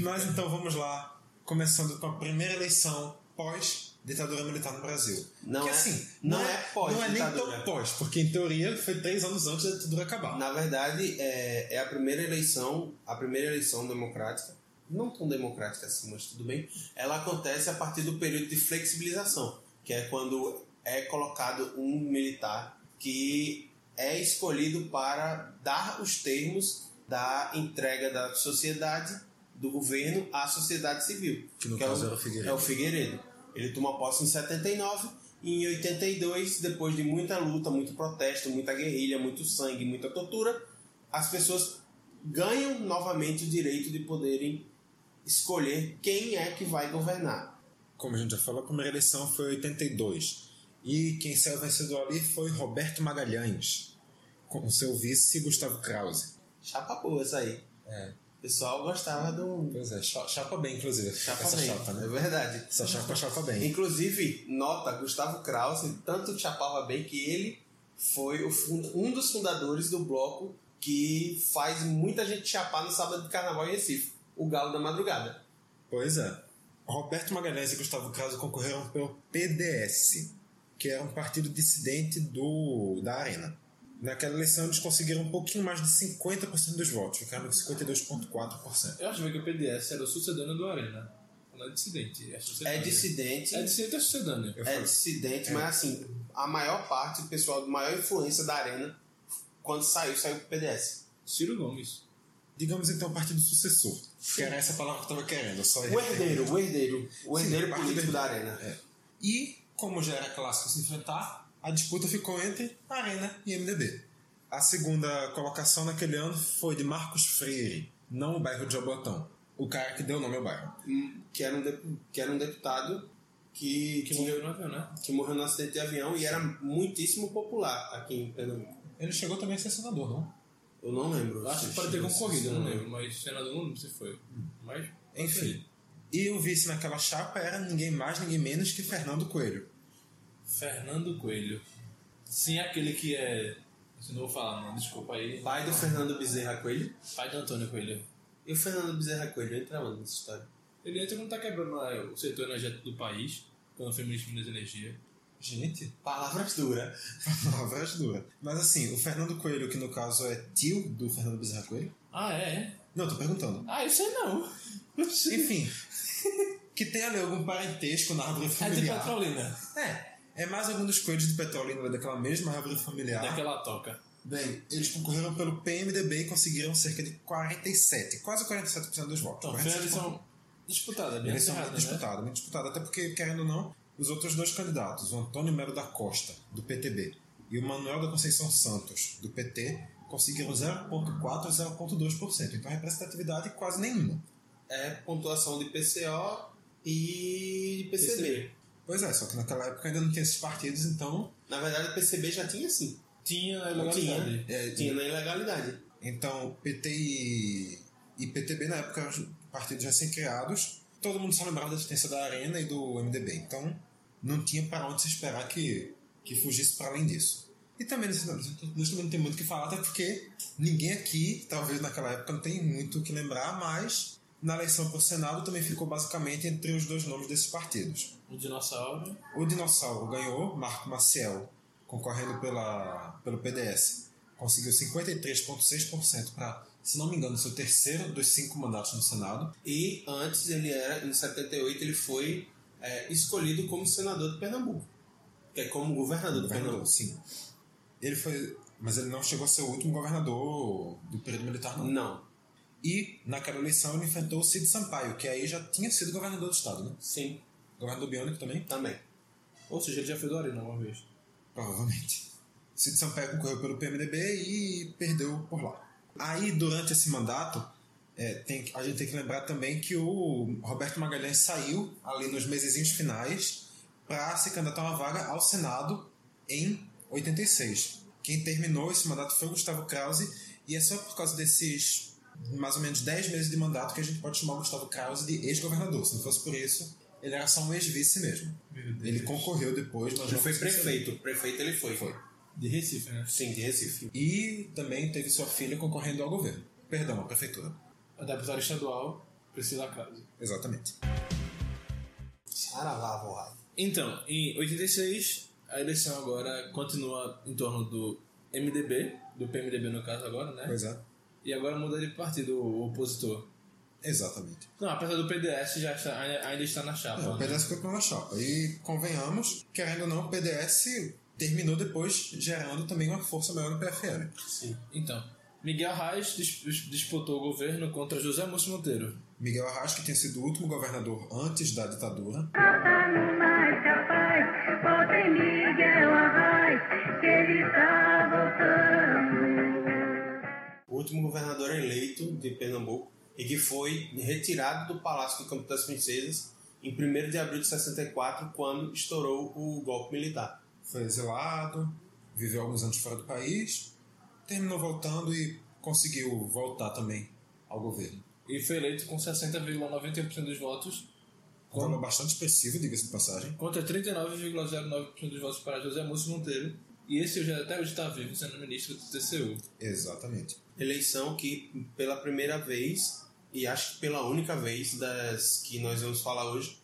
Speaker 1: Mas então vamos lá, começando com a primeira eleição pós ditadura militar no Brasil.
Speaker 3: Não
Speaker 1: que,
Speaker 3: é-
Speaker 1: assim,
Speaker 3: não é
Speaker 1: Não é nem
Speaker 3: pós-ditadura.
Speaker 1: tão pós, porque em teoria foi três anos antes da ditadura acabar.
Speaker 3: Na verdade, é, é a primeira eleição, a primeira eleição democrática, não tão democrática assim, mas tudo bem. Ela acontece a partir do período de flexibilização, que é quando é colocado um militar que é escolhido para dar os termos da entrega da sociedade, do governo à sociedade civil.
Speaker 1: Que no
Speaker 3: é
Speaker 1: caso era o Figueiredo.
Speaker 3: É o Figueiredo. Ele toma posse em 79 e em 82, depois de muita luta, muito protesto, muita guerrilha, muito sangue, muita tortura, as pessoas ganham novamente o direito de poderem escolher quem é que vai governar.
Speaker 1: Como a gente já falou, a primeira eleição foi em 82. E quem saiu vencedor ali foi Roberto Magalhães, com seu vice Gustavo Krause.
Speaker 3: Chapa boa essa aí.
Speaker 1: É.
Speaker 3: O pessoal gostava do
Speaker 1: Pois é, cha- chapa bem, inclusive.
Speaker 3: chapa
Speaker 1: essa
Speaker 3: bem.
Speaker 1: chapa,
Speaker 3: É
Speaker 1: né?
Speaker 3: verdade.
Speaker 1: Essa chapa chapa bem.
Speaker 3: Inclusive, nota, Gustavo Krause tanto chapava bem que ele foi o fun- um dos fundadores do bloco que faz muita gente chapar no sábado de carnaval em Recife, o Galo da Madrugada.
Speaker 1: Pois é. Roberto Magalhães e Gustavo Krause concorreram pelo PDS, que era um partido dissidente do, da Arena. Naquela eleição eles conseguiram um pouquinho mais de 50% dos votos, ficaram com 52,4%.
Speaker 2: Eu acho que o PDS era o sucedâneo do Arena. Não é dissidente, é
Speaker 3: É
Speaker 2: sucedâneo.
Speaker 3: dissidente,
Speaker 2: É dissidente, é sucedâneo.
Speaker 1: Eu
Speaker 3: é
Speaker 1: falo-
Speaker 3: dissidente, mas assim, a maior parte, o pessoal de maior influência da arena, quando saiu, saiu pro PDS.
Speaker 2: Ciro Gomes.
Speaker 1: Digamos então, o partido sucessor, que era essa palavra que eu estava querendo. eu Só
Speaker 3: O herdeiro, o herdeiro, o
Speaker 1: Sim,
Speaker 3: herdeiro É.
Speaker 1: parte
Speaker 3: político
Speaker 1: do-
Speaker 3: da arena.
Speaker 1: É. E, como já era clássico se enfrentar, a disputa ficou entre Arena e MDB. A segunda colocação naquele ano foi de Marcos Freire, não o bairro de Jabotão, o cara que deu o nome ao bairro.
Speaker 3: Que era um, de- que era um deputado que,
Speaker 2: Que
Speaker 3: tinha-
Speaker 2: morreu no avião, né?
Speaker 3: que morreu no acidente de avião e era muitíssimo popular aqui em Pernambuco.
Speaker 1: Ele chegou também a ser senador, não?
Speaker 3: Eu não lembro.
Speaker 2: Eu acho que pode ter concorrido, eu não lembro. Mas senador não lembro se foi. Mas...
Speaker 1: Enfim. E o vice naquela chapa era ninguém mais, ninguém menos que Fernando Coelho.
Speaker 2: Fernando Coelho. Sim, aquele que é... Assim, não vou falar, não. Desculpa aí.
Speaker 3: Pai do Fernando Bezerra Coelho.
Speaker 2: Pai de Antônio Coelho.
Speaker 3: E o Fernando Bezerra Coelho entra onde nessa história?
Speaker 2: Ele entra quando tá quebrando ah, o setor energético do país. Quando foi ministro das energias.
Speaker 1: Gente,
Speaker 3: Palavras duras.
Speaker 1: [LAUGHS] palavras duras. é Mas assim, o Fernando Coelho, que no caso é tio do Fernando Bezerra Coelho.
Speaker 2: Ah, é?
Speaker 1: Não, tô perguntando.
Speaker 2: Ah, eu sei não.
Speaker 1: Enfim, [LAUGHS] que tem ali algum parentesco na árvore
Speaker 2: É de
Speaker 1: familiar.
Speaker 2: Petrolina.
Speaker 1: É, é mais algum dos coelhos de Petrolina né, daquela mesma árvore familiar.
Speaker 2: Daquela toca.
Speaker 1: Bem, eles concorreram pelo PMDB e conseguiram cerca de 47, quase 47% dos votos.
Speaker 2: Então, foi uma
Speaker 1: 47%.
Speaker 2: eleição disputada, bem
Speaker 1: Eleição muito
Speaker 2: acirrada, né?
Speaker 1: disputada, muito disputada, até porque, querendo ou não, os outros dois candidatos, o Antônio Melo da Costa, do PTB, e o Manuel da Conceição Santos, do PT, conseguiram 0,4% e 0,2%. Então, representatividade quase nenhuma.
Speaker 3: É pontuação de PCO e de PCB.
Speaker 2: PCB.
Speaker 1: Pois é, só que naquela época ainda não tinha esses partidos, então.
Speaker 3: Na verdade, o PCB já tinha sim.
Speaker 2: Tinha
Speaker 3: Tinha,
Speaker 2: legalidade.
Speaker 1: é,
Speaker 3: tinha na ilegalidade.
Speaker 1: Então, PT e, e PTB na época eram os partidos recém-criados. Todo mundo só lembrava da existência da Arena e do MDB. Então, não tinha para onde se esperar que, que fugisse para além disso. E também, nesse- nós também não tem muito o que falar, até porque ninguém aqui, talvez naquela época, não tem muito o que lembrar, mas na eleição para o Senado também ficou basicamente entre os dois nomes desses partidos.
Speaker 2: O né? Um dinossauro.
Speaker 1: O Dinossauro ganhou, Marco Maciel, concorrendo pela, pelo PDS, conseguiu 53,6% para, se não me engano, seu terceiro dos cinco mandatos no Senado.
Speaker 3: E antes ele era, em 78, ele foi é, escolhido como senador de Pernambuco. Que é como governador de
Speaker 1: Governador,
Speaker 3: Pernambuco.
Speaker 1: sim. Ele foi. Mas ele não chegou a ser o último governador do período militar, não.
Speaker 3: Não.
Speaker 1: E naquela eleição ele enfrentou o Cid Sampaio, que aí já tinha sido governador do estado, né?
Speaker 3: Sim,
Speaker 1: Governador biônico também,
Speaker 3: também.
Speaker 2: Ou seja, ele já foi do Arena uma vez.
Speaker 1: provavelmente. Cid Sampaio concorreu pelo PMDB e perdeu por lá. Aí, durante esse mandato, é, tem que- a gente tem que lembrar também que o Roberto Magalhães saiu ali nos mesezinhos finais para se candidatar a uma vaga ao Senado em 86. Quem terminou esse mandato foi o Gustavo Krause, e é só por causa desses mais ou menos 10 meses de mandato que a gente pode chamar o Gustavo Krause de ex-governador. Se não fosse por isso, ele era só um ex-vice mesmo. Ele concorreu depois, mas
Speaker 3: Ele
Speaker 1: não
Speaker 3: foi
Speaker 1: conseguiu ser
Speaker 3: prefeito. Prefeito ele foi.
Speaker 1: Foi.
Speaker 2: De Recife, né?
Speaker 3: Sim, de Recife.
Speaker 1: e também teve sua filha concorrendo ao governo. Perdão, à prefeitura.
Speaker 2: A deputada estadual, Priscila Caso.
Speaker 1: Exatamente.
Speaker 3: Saravá, voai.
Speaker 2: Então, em 86, a eleição agora continua em torno do MDB, do PMDB no caso agora, né?
Speaker 1: Pois é.
Speaker 2: E agora muda de partido o opositor.
Speaker 1: Exatamente.
Speaker 2: Não, apesar do PDS já está, ainda ainda está na chapa.
Speaker 1: É, o
Speaker 2: né?
Speaker 1: PDS foi para uma chapa. E convenhamos, querendo ou não, o PDS terminou depois gerando também uma força maior no PFL.
Speaker 2: Então, Miguel Reis dis- dis- disputou o governo contra José Múcio Monteiro.
Speaker 1: Miguel Arras, que tinha sido o último governador antes da ditadura,
Speaker 6: Falta no mais capaz, votem Miguel Arraes, que ele tá voltando.
Speaker 3: O último governador eleito de Pernambuco e que foi retirado do Palácio do Campo das Princesas em 1 de abril de 64, quando estourou o golpe militar.
Speaker 1: foi exilado, viveu alguns anos fora do país, terminou voltando e conseguiu voltar também ao governo.
Speaker 2: E foi eleito com 60,91% dos votos
Speaker 1: Um valor bastante expressivo, diga-se de passagem.
Speaker 2: contra 39,09% dos votos para José Múcio Monteiro. E esse hoje, até hoje está vivo, sendo ministro do TCU.
Speaker 1: Exatamente.
Speaker 3: Eleição que, pela primeira vez, e acho que pela única vez das que nós vamos falar hoje,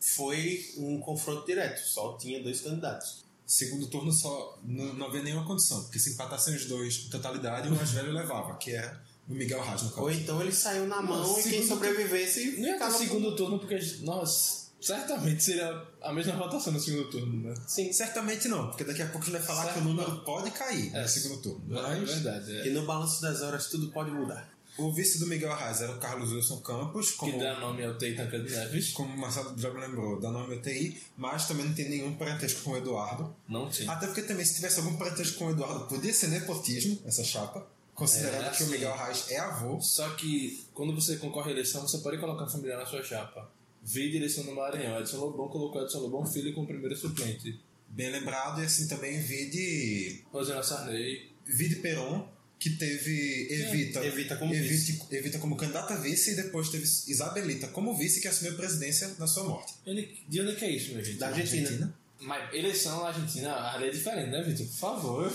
Speaker 3: foi um confronto direto, só tinha dois candidatos.
Speaker 1: Segundo turno só não, não havia nenhuma condição, porque se empatassem os dois em totalidade, o mais velho levava, que é o Miguel Arras no
Speaker 3: Ou
Speaker 1: caso.
Speaker 3: então ele saiu na mão e quem
Speaker 2: segundo
Speaker 3: sobrevivesse
Speaker 2: Não ia ter
Speaker 3: ficava
Speaker 2: segundo turno, porque, nossa, certamente seria a mesma votação no segundo turno, né?
Speaker 1: Sim, certamente não, porque daqui a pouco ele vai falar
Speaker 2: Certo.
Speaker 1: que o número pode cair
Speaker 2: É.
Speaker 1: no segundo turno.
Speaker 2: É
Speaker 1: Mas
Speaker 2: verdade, é.
Speaker 3: E no balanço das horas tudo pode mudar.
Speaker 1: o vice do Miguel Arras era o Carlos Wilson Campos, como,
Speaker 2: Que dá nome ao Teitan Pedro Neves.
Speaker 1: como o Marcelo já me lembrou, da nome UTI, mas também não tem nenhum parentesco com o Eduardo.
Speaker 2: Não tinha.
Speaker 1: Até porque também, se tivesse algum parentesco com o Eduardo, podia ser nepotismo, essa chapa, considerando
Speaker 2: É,
Speaker 1: que o
Speaker 2: sim.
Speaker 1: Miguel Arras é avô.
Speaker 2: Só que quando você concorre à eleição, você pode colocar um familiar na sua chapa. Vi direção do Maranhão. Edson Lobão colocou Edson Lobão filho como primeiro suplente.
Speaker 1: Bem lembrado, e assim também vi de
Speaker 2: Rosana Sarney.
Speaker 1: Vide Peron, que teve Evita,
Speaker 3: Evita como
Speaker 1: Evite- Evita como candidata a vice e depois teve Isabelita como vice que assumiu a presidência na sua morte.
Speaker 2: Ele- De onde é que é isso, meu gente?
Speaker 3: Da Argentina.
Speaker 2: Mas eleição na Argentina, a lei é diferente, né, Vitor? Por favor.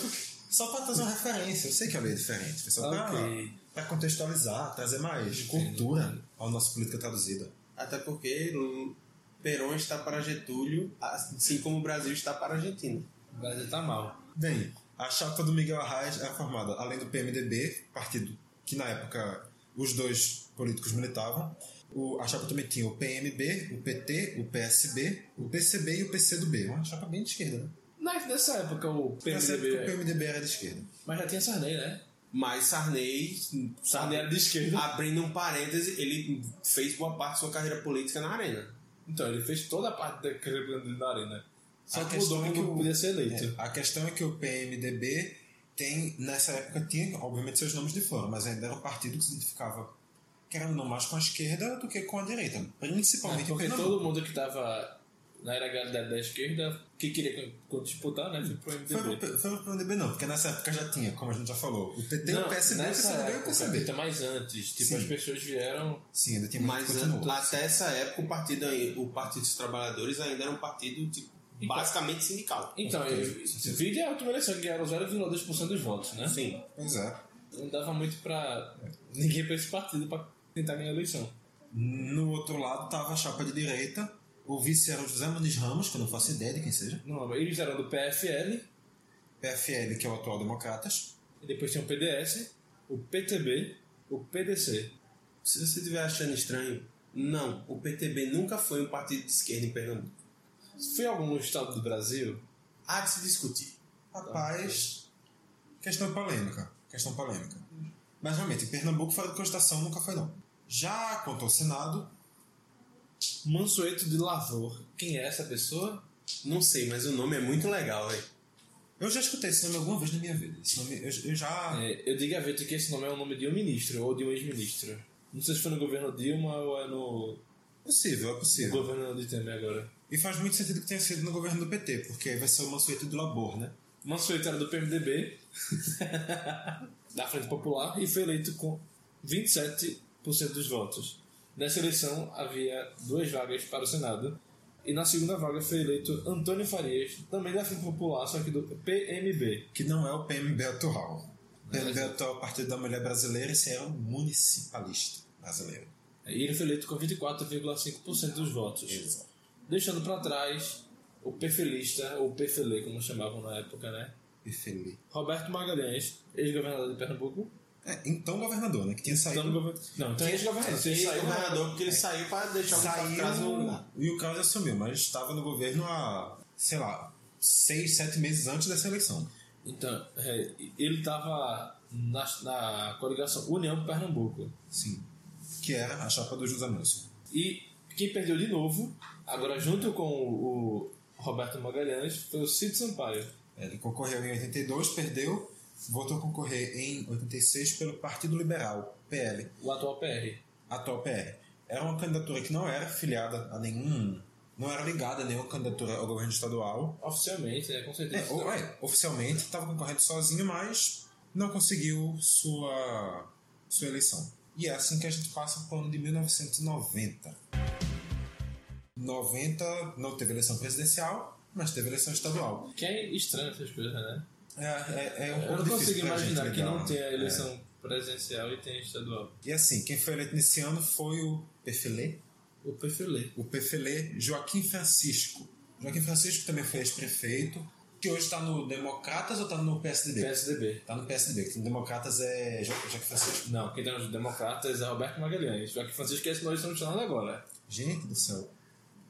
Speaker 1: Só para trazer uma referência, eu sei que a lei é diferente, foi só
Speaker 2: Ok.
Speaker 1: para contextualizar, trazer mais cultura ao nosso política traduzida.
Speaker 3: Até porque o Perón está para Getúlio, assim como o Brasil está para a Argentina.
Speaker 2: O Brasil tá mal.
Speaker 1: Bem, a chapa do Miguel Arraes é formada, além do PMDB, partido que na época os dois políticos militavam, o- a chapa também tinha o PMB, o PT, o PSB, o PCB e o PCdoB. É Uma chapa bem de esquerda, né?
Speaker 2: Mas nessa época É o
Speaker 1: Nessa época, o
Speaker 2: PMDB...
Speaker 1: PMDB era de esquerda.
Speaker 2: é. Mas já tinha Sarney, né?
Speaker 3: Mas Sarney,
Speaker 2: Sarney era de esquerda.
Speaker 3: abrindo um parêntese, ele fez boa parte de sua carreira política na arena.
Speaker 2: Então, ele fez toda a parte da carreira dele na arena. Só
Speaker 1: A
Speaker 2: que
Speaker 1: questão
Speaker 2: mudou
Speaker 1: é que
Speaker 2: que
Speaker 1: o-
Speaker 2: podia ser eleito.
Speaker 1: A questão é que o PMDB tem, nessa época, tinha, obviamente, seus nomes de fora, mas ainda era um partido que se identificava, querendo ou não, mais com a esquerda do que com a direita,
Speaker 3: Ah,
Speaker 1: principalmente
Speaker 2: É, porque
Speaker 1: em Pernambuco.
Speaker 2: todo mundo que tava na era da esquerda, que queria con- disputar, né, foi pro
Speaker 1: Foi
Speaker 2: MDB.
Speaker 1: pro, foi pro PMDB não, porque nessa época já tinha, como a gente já falou, o PT,
Speaker 2: Não,
Speaker 1: o PSB, o
Speaker 2: nessa
Speaker 1: PCdoB e o
Speaker 2: época,
Speaker 1: PCB.
Speaker 2: Até mais antes. Tipo,
Speaker 1: Sim.
Speaker 2: as pessoas vieram...
Speaker 1: Sim, ainda tinha muito
Speaker 3: Mas
Speaker 2: é
Speaker 1: que continuou.
Speaker 3: até essa época o partido, o partido dos Trabalhadores ainda era um partido tipo,
Speaker 2: Então-
Speaker 3: basicamente sindical.
Speaker 2: Então, vídeo é a última eleição que ganharam 0,2% dos votos, né?
Speaker 3: Sim.
Speaker 1: Pois é.
Speaker 2: Não dava muito pra ninguém pra esse partido pra tentar ganhar a eleição.
Speaker 1: No outro lado tava a chapa de direita. O vice era o José Muniz Ramos, que eu não faço ideia de quem seja.
Speaker 2: Não lembro. Eles eram do PFL,
Speaker 1: PFL, que é o atual Democratas.
Speaker 2: e depois tinha o PDS, o PTB, o PDC.
Speaker 3: Se você estiver achando estranho, não, o PTB nunca foi um partido de esquerda em Pernambuco.
Speaker 2: Foi algum estado do Brasil?
Speaker 3: Há de se discutir.
Speaker 1: Rapaz, questão polêmica. Questão polêmica. Mas realmente, em Pernambuco fora de constação nunca foi não. Já quanto ao Senado,
Speaker 2: Mansueto de Lavor. Quem é essa pessoa?
Speaker 3: Não sei, mas o nome é muito legal, velho.
Speaker 1: eu já escutei esse nome alguma vez na minha vida. Esse nome, eu, eu já.
Speaker 2: É, eu digo a Vitor que esse nome é o nome de um ministro ou de um ex-ministro. Não sei se foi no governo Dilma ou é no
Speaker 1: É possível, é possível.
Speaker 2: governo de Temer agora.
Speaker 1: E faz muito sentido que tenha sido no governo do PT, porque aí vai ser o Mansueto do Labor, né?
Speaker 2: Mansueto era do PMDB, [LAUGHS] da Frente Popular, e foi eleito com 27% dos votos. Nessa eleição havia duas vagas para o Senado, e na segunda vaga foi eleito Antônio Farias, também da Frente Popular, só que do PMB.
Speaker 1: que não é o PMB atual. O PMB atual é o Partido da Mulher Brasileira e esse era o municipalista brasileiro.
Speaker 2: E ele foi eleito com 24,5% dos votos. Deixando para trás o PFLista, ou PFLE, como chamavam na época, né?
Speaker 1: E Felipe.
Speaker 2: Roberto Magalhães, ex-governador de Pernambuco.
Speaker 1: É, então governador, né? Que tinha
Speaker 2: Então, no
Speaker 1: saído.
Speaker 2: gover- Não, então ex-governador.
Speaker 3: Ele
Speaker 2: ex-
Speaker 3: saiu governador porque ele saiu para deixar o Gustavo Cruz no lugar.
Speaker 1: E o Carlos assumiu, mas estava no governo há, sei lá, seis, sete meses antes dessa eleição.
Speaker 2: Então, é, ele estava na, na coligação União Pernambuco.
Speaker 1: Sim. Que era a chapa do José Múcio.
Speaker 2: E quem perdeu de novo, agora junto com o, o Roberto Magalhães, foi o Cid Sampaio.
Speaker 1: Ele concorreu em 82, perdeu, voltou a concorrer em 86 pelo Partido Liberal, PL.
Speaker 2: O atual PR.
Speaker 1: atual PR. Era É uma candidatura que não era filiada a nenhum. Não era ligada a nenhuma candidatura ao governo estadual.
Speaker 2: Oficialmente, né? Com certeza.
Speaker 1: É, ou- é, oficialmente estava concorrendo sozinho, mas não conseguiu sua, sua eleição. E é assim que a gente passa para o ano de 1990. 90 não teve eleição presidencial, mas teve eleição estadual.
Speaker 2: Que é estranho essas coisas, né?
Speaker 1: É, é, é um pouco
Speaker 2: Eu não consigo
Speaker 1: difícil pra gente
Speaker 2: imaginar que
Speaker 1: lidar,
Speaker 2: não tenha
Speaker 1: né?
Speaker 2: eleição presencial e tenha estadual.
Speaker 1: É. E assim, quem foi eleito nesse ano foi o Perfilê,
Speaker 2: O PFLE.
Speaker 1: o PFLE Joaquim Francisco. Joaquim Francisco também foi ex-prefeito, que hoje está no Democratas ou está no PSDB?
Speaker 2: PSDB.
Speaker 1: Está Tá no PSDB, que no Democratas é Jo- Joaquim Francisco.
Speaker 2: Não, quem tá nos democratas é Roberto Magalhães. Já que Francisco é esse que nós estamos falando agora.
Speaker 1: Gente do céu.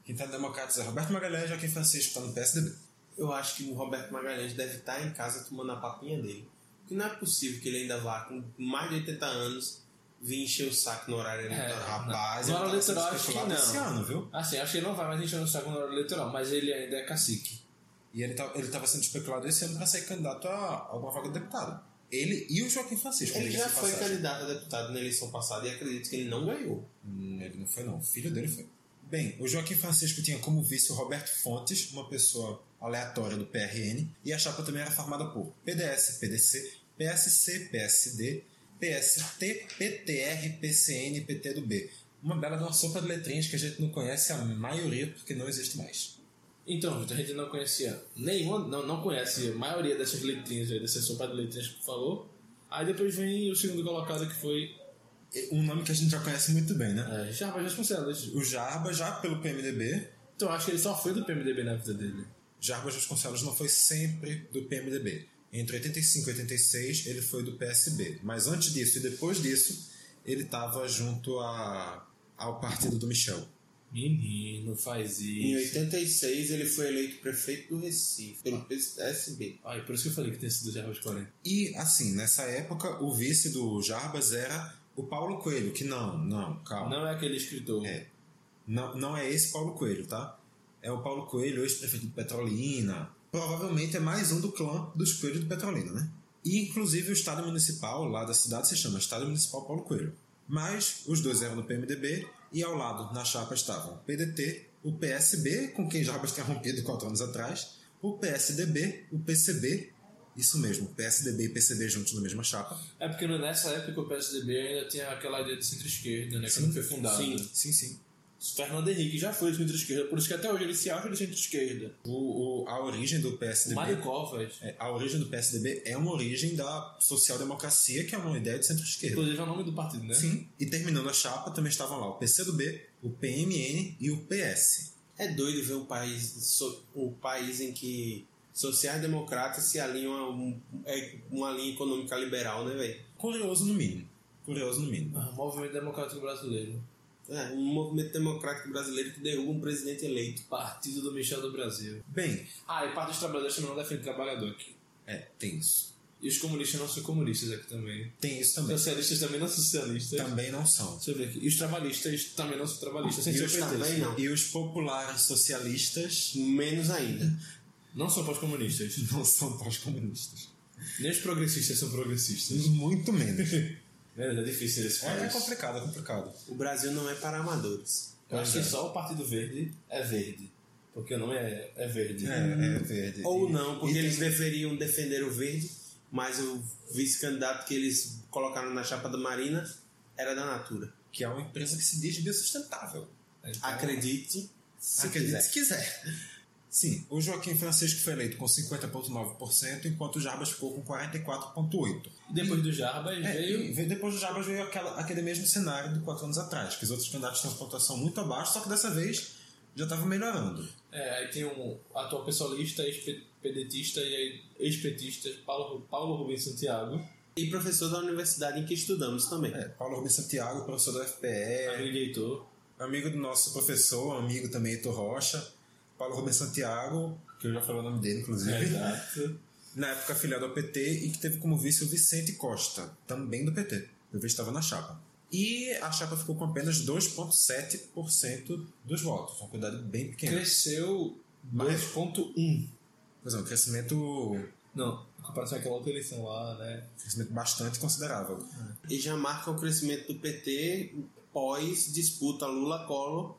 Speaker 1: Quem está no Democratas é Roberto Magalhães, Joaquim Francisco está no PSDB.
Speaker 3: Eu acho que o Roberto Magalhães deve estar em casa tomando a papinha dele. Porque não é possível que ele ainda vá com mais de 80 anos vir encher o saco no horário
Speaker 2: Então,
Speaker 3: eleitoral. tá
Speaker 1: Rapaz,
Speaker 2: É, Na
Speaker 1: ele
Speaker 2: hora
Speaker 1: tava sendo
Speaker 2: eleitoral, acho que
Speaker 1: especulado
Speaker 2: não.
Speaker 1: esse ano, viu?
Speaker 2: Assim, acho que ele não vai mais encher no saco na hora eleitoral, mas ele ainda é cacique.
Speaker 1: E ele tá, ele tava sendo especulado esse ano para ser candidato a alguma vaga de deputado. Ele e o Joaquim Francisco.
Speaker 3: Ele
Speaker 1: diga-se
Speaker 3: já
Speaker 1: de
Speaker 3: foi
Speaker 1: passagem.
Speaker 3: candidato a deputado na eleição passada e acredito que ele não ganhou.
Speaker 1: Hum, Ele não foi, não. O filho dele foi. Bem, o Joaquim Francisco tinha como vice o Roberto Fontes, uma pessoa aleatória do PRN, e a chapa também era formada por PDS, PDC, PSC, PSD, PST, PTR, PCN e PTdoB. Uma bela de uma sopa de letrinhas que a gente não conhece a maioria porque não existe mais.
Speaker 2: Então, Vitor, a gente não conhecia nenhuma, não, não conhece a maioria dessas letrinhas aí, dessa sopa de letrinhas que tu falou. Aí depois vem o segundo colocado que foi
Speaker 1: E Um nome que a gente já conhece muito bem, né?
Speaker 2: é, Jarbas Vasconcelos.
Speaker 1: O Jarba, já pelo PMDB,
Speaker 2: Então acho que ele só foi do PMDB na vida dele.
Speaker 1: Jarbas Vasconcelos não foi sempre do PMDB. Entre 85 e 86 ele foi do PSB. Mas antes disso e depois disso, ele estava junto a, ao partido do Michel.
Speaker 2: Menino, faz
Speaker 3: Em
Speaker 2: isso.
Speaker 3: 86 ele foi eleito prefeito do Recife pelo PSB.
Speaker 2: Ai, por isso que eu falei que tem sido Jarbas 40.
Speaker 1: E assim, nessa época, o vice do Jarbas era o Paulo Coelho, que não, não, calma.
Speaker 2: Não é aquele escritor.
Speaker 1: Ah. É. Não, não é esse Paulo Coelho, tá? É o Paulo Coelho, ex-prefeito de Petrolina. Provavelmente é mais um do clã dos Coelho de Petrolina, né? E, inclusive, o estádio municipal lá da cidade se chama Estádio Municipal Paulo Coelho. Mas os dois eram do PMDB e ao lado, na chapa, estavam o PDT, o PSB, com quem Jarbas tinha rompido quatro anos atrás, o PSDB, o PCB, isso mesmo, PSDB e PCB juntos na mesma chapa.
Speaker 2: É porque nessa época o PSDB ainda tinha aquela ideia de centro-esquerda, né? Quando foi fundado.
Speaker 1: Sim, sim.
Speaker 2: Fernando Henrique já foi de centro-esquerda, por isso que até hoje ele se acha de centro-esquerda.
Speaker 1: O, o- a origem do PSDB.
Speaker 2: Mário Covas,
Speaker 1: é, A origem do PSDB é uma origem da social-democracia, que é uma ideia de centro-esquerda.
Speaker 2: inclusive é o nome do partido, né?
Speaker 1: Sim. E terminando a chapa, também estavam lá o PCdoB, o PMN e o PS.
Speaker 3: É doido ver o país, so- o país em que sociais-democratas se alinham a um- é uma linha econômica liberal, né, velho?
Speaker 1: Curioso no mínimo. Curioso no mínimo.
Speaker 2: Ah, Movimento Democrático Brasileiro.
Speaker 3: É, um movimento democrático brasileiro que derruba um presidente eleito.
Speaker 2: Partido do Michel do Brasil.
Speaker 1: Bem,
Speaker 2: Ah, e parte dos trabalhadores também não defende trabalhador aqui.
Speaker 1: é, tem isso.
Speaker 2: E os comunistas não são comunistas aqui também.
Speaker 1: Tem isso também.
Speaker 2: Socialistas também não são socialistas.
Speaker 1: Também não são.
Speaker 2: Deixa eu ver aqui. E os trabalhistas também não são trabalhistas. Sem
Speaker 1: E
Speaker 2: ser
Speaker 1: os,
Speaker 2: ofendido.
Speaker 3: também não.
Speaker 1: e os populares socialistas
Speaker 3: Menos ainda.
Speaker 2: Não são pós-comunistas.
Speaker 1: [LAUGHS] não são pós-comunistas.
Speaker 2: Nem os progressistas são progressistas.
Speaker 1: Muito menos.
Speaker 2: É, é difícil esse
Speaker 1: [LAUGHS] É, é
Speaker 2: país.
Speaker 1: complicado, é complicado.
Speaker 3: O Brasil não é para amadores.
Speaker 2: Eu acho que
Speaker 1: Pois é.
Speaker 2: só o Partido Verde é verde. Porque o nome é, é verde.
Speaker 1: É, é verde.
Speaker 3: Ou
Speaker 1: E-
Speaker 3: não, porque
Speaker 1: e
Speaker 3: eles
Speaker 1: tem-
Speaker 3: deveriam defender o verde, mas o vice-candidato que eles colocaram na chapa da Marina era da Natura.
Speaker 1: Que é uma empresa que se diz biosustentável.
Speaker 2: Então,
Speaker 3: Acredite se
Speaker 1: Acredite
Speaker 3: quiser.
Speaker 1: Ah, se quiser. Sim, o Joaquim Francisco foi eleito com 50,9%, enquanto o Jarbas ficou com 44,8%.
Speaker 2: Depois do Jarbas
Speaker 1: É, e
Speaker 2: veio.
Speaker 1: veio- depois do Jarbas veio aquela- aquele mesmo cenário de quatro anos atrás, que os outros candidatos tinham pontuação muito abaixo, só que dessa vez já estava melhorando.
Speaker 2: É, aí tem um atual pessoalista, ex-pedetista e aí ex-petista Paulo, Paulo Rubens Santiago.
Speaker 3: E professor da universidade em que estudamos também.
Speaker 1: É, Paulo Rubens Santiago, professor da
Speaker 2: É.
Speaker 1: FPE,
Speaker 2: Agricultor.
Speaker 1: amigo do nosso professor, amigo também, Heitor Rocha. Paulo Rubens Santiago, que eu já falei o nome dele,
Speaker 2: É
Speaker 1: inclusive.
Speaker 2: Exato.
Speaker 1: na época afiliado ao PT e que teve como vice o Vicente Costa, também do PT. Eu vi estava na chapa. E a chapa ficou com apenas 2,7% dos votos, uma quantidade bem pequena.
Speaker 2: Cresceu
Speaker 1: Mas-
Speaker 2: 2.1.
Speaker 1: Pois é, um crescimento,
Speaker 2: Não, em comparação é àquela outra eleição lá, né?
Speaker 1: crescimento bastante considerável.
Speaker 3: E já marca o crescimento do PT pós disputa Lula-Colo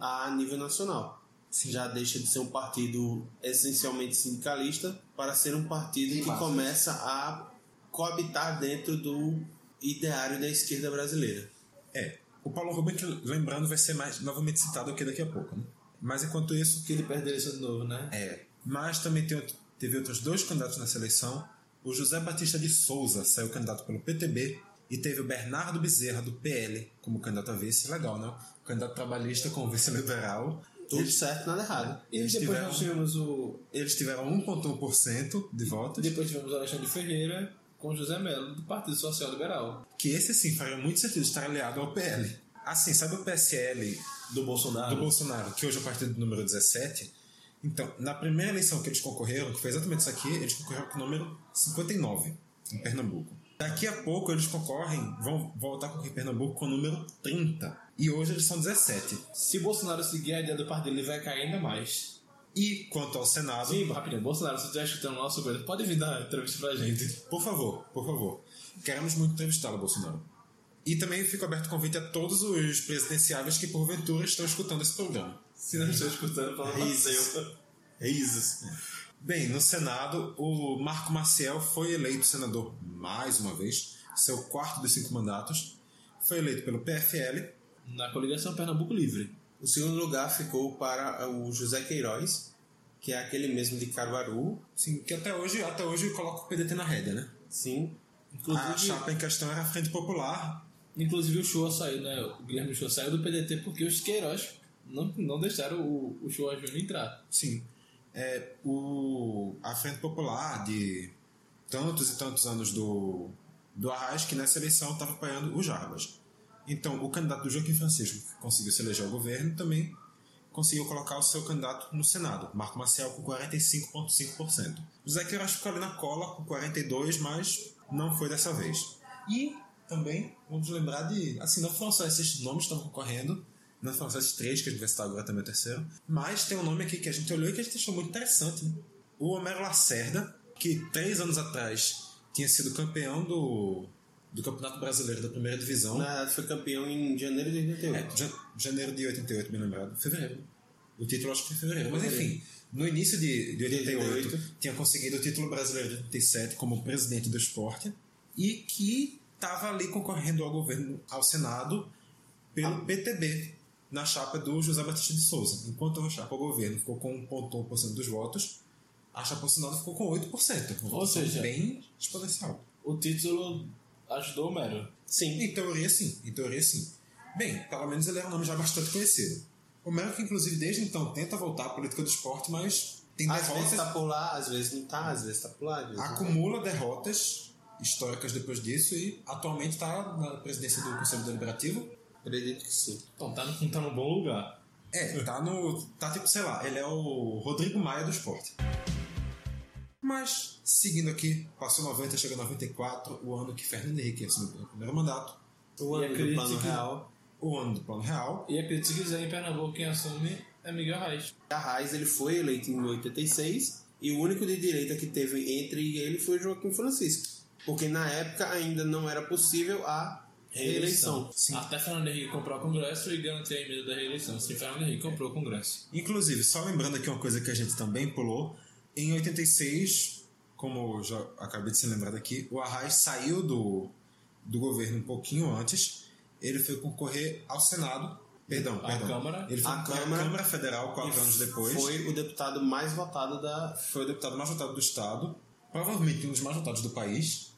Speaker 3: a nível nacional. Já deixa de ser um partido essencialmente sindicalista para ser um partido que começa a coabitar dentro do ideário da esquerda brasileira.
Speaker 1: É, o Paulo Rubens, que, lembrando, vai ser mais novamente citado aqui daqui a pouco. Né? Mas enquanto isso,
Speaker 2: Que ele perde a eleição de novo, né?
Speaker 1: É. Mas também tem outro- teve outros dois candidatos nessa eleição. O José Batista de Souza saiu candidato pelo PTB e teve o Bernardo Bezerra, do PL, como candidato a vice. Legal, né? Candidato trabalhista com vice liberal.
Speaker 3: Tudo certo, nada errado.
Speaker 2: E depois
Speaker 1: tiveram-
Speaker 2: nós tivemos o.
Speaker 1: Eles tiveram 1,1% de votos,
Speaker 2: Depois tivemos o Alexandre Ferreira com José Melo, do Partido Social Liberal.
Speaker 1: que esse sim faria muito sentido estar aliado ao PL. Assim, sabe o PSL
Speaker 2: Do Bolsonaro.
Speaker 1: do Bolsonaro, que hoje é o partido número 17? Então, na primeira eleição que eles concorreram, que foi exatamente isso aqui, eles concorreram com o número 59, em Pernambuco. Daqui a pouco eles concorrem, vão voltar a concorrer em Pernambuco com o número 30. E hoje eles são 17.
Speaker 2: Se Bolsonaro seguir a ideia do partido, ele vai cair ainda mais.
Speaker 1: E quanto ao Senado,
Speaker 2: Sim, rapidinho. Bolsonaro, se tu estiver escutando o nosso governo, pode vir dar entrevista pra gente.
Speaker 1: por favor, por favor, queremos muito entrevistá-lo, Bolsonaro. E também fica aberto o convite a todos os presidenciáveis que porventura estão escutando esse programa.
Speaker 2: Se não estiver escutando, fala pra eu.
Speaker 1: Risos. Bem, no Senado, o Marco Maciel foi eleito senador mais uma vez, seu quarto dos cinco mandatos. Foi eleito pelo PFL.
Speaker 2: Na coligação Pernambuco Livre.
Speaker 3: O segundo lugar ficou para o José Queiroz, que é aquele mesmo de Caruaru.
Speaker 1: Sim, que até hoje, até hoje coloca o PDT na rédea, né?
Speaker 3: Sim,
Speaker 1: A
Speaker 2: Inclusive,
Speaker 1: Ah, chapa em questão era a Frente Popular.
Speaker 2: inclusive o show saiu, né? O Guilherme Show saiu do PDT porque os Queiroz não, não deixaram o, o show Júnior entrar.
Speaker 1: Sim. É, o, a Frente Popular de tantos e tantos anos do, do Arras, que nessa eleição estava apoiando o Jarbas. Então, o candidato do Joaquim Francisco, que conseguiu se eleger ao governo, também conseguiu colocar o seu candidato no Senado, Marco Maciel, com 45,5%. José Queiroz ficou ali na cola, com 42%, mas não foi dessa vez. E também vamos lembrar de. Assim, não foram só esses nomes que estavam concorrendo, não foram só esses três que a gente vai citar agora também o terceiro, mas tem um nome aqui que a gente olhou e que a gente achou muito interessante. né? O Homero Lacerda, que três anos atrás tinha sido campeão do, do Campeonato Brasileiro da Primeira Divisão.
Speaker 3: na verdade foi campeão em janeiro de um.
Speaker 1: É,
Speaker 3: 88.
Speaker 1: jan- janeiro de 88, me lembrado. Fevereiro. O título acho que foi fevereiro. Mas enfim, no início de, de 88,
Speaker 3: 88.
Speaker 1: tinha conseguido o título brasileiro de 87 como presidente do esporte e que estava ali concorrendo ao governo, ao Senado, pelo PTB. na chapa do José Batista de Souza. Enquanto a chapa ao governo ficou com 1,1% dos votos, a chapa Senado ficou com 8%. Uma
Speaker 2: Ou
Speaker 1: votação
Speaker 2: seja-
Speaker 1: bem exponencial.
Speaker 2: O título ajudou o Mero.
Speaker 3: Sim.
Speaker 1: Em teoria, sim. Em teoria, sim. Bem, pelo menos ele era um nome já bastante conhecido. O Melo que, inclusive, desde então tenta voltar à política do esporte, mas tem
Speaker 3: Às vezes
Speaker 1: derrotas,
Speaker 3: tá por lá, às vezes não tá, às vezes tá por lá. Às vezes não tá.
Speaker 1: acumula derrotas históricas depois disso e atualmente está na presidência do Conselho Deliberativo.
Speaker 3: Acredito que sim.
Speaker 2: Então tá, no- tá num bom lugar.
Speaker 1: É, tá no. tá tipo, sei lá, ele é o Rodrigo Maia do esporte. Mas, seguindo aqui, passou 90, chega 94, o ano que Fernando Henrique assumiu pelo primeiro mandato,
Speaker 3: O
Speaker 2: E
Speaker 3: ano do
Speaker 2: acredito
Speaker 3: Plano
Speaker 2: que-
Speaker 3: Real.
Speaker 1: o ano do Plano Real,
Speaker 2: E acredito se quiser, em Pernambuco quem assume é Miguel Reis.
Speaker 3: A Raiz ele foi eleito em 86 e o único de direita que teve entre ele foi Joaquim Francisco. Porque na época ainda não era possível a reeleição.
Speaker 2: Até Fernando Henrique comprou o Congresso e Gano tem medo da reeleição. Se Fernando Henrique comprou o Congresso.
Speaker 1: Inclusive, só lembrando aqui uma coisa que a gente também pulou, em 86, como eu já acabei de ser lembrado aqui, o Arraes saiu do, do governo um pouquinho antes, ele foi concorrer ao Senado, perdão,
Speaker 2: À
Speaker 1: perdão.
Speaker 2: Câmara.
Speaker 1: Ele foi
Speaker 3: À
Speaker 1: concorrer à Câmara,
Speaker 3: Câmara.
Speaker 1: Federal quatro anos depois, foi.
Speaker 3: Foi o deputado mais votado da.
Speaker 1: o deputado mais votado do Estado, provavelmente um dos mais votados do país,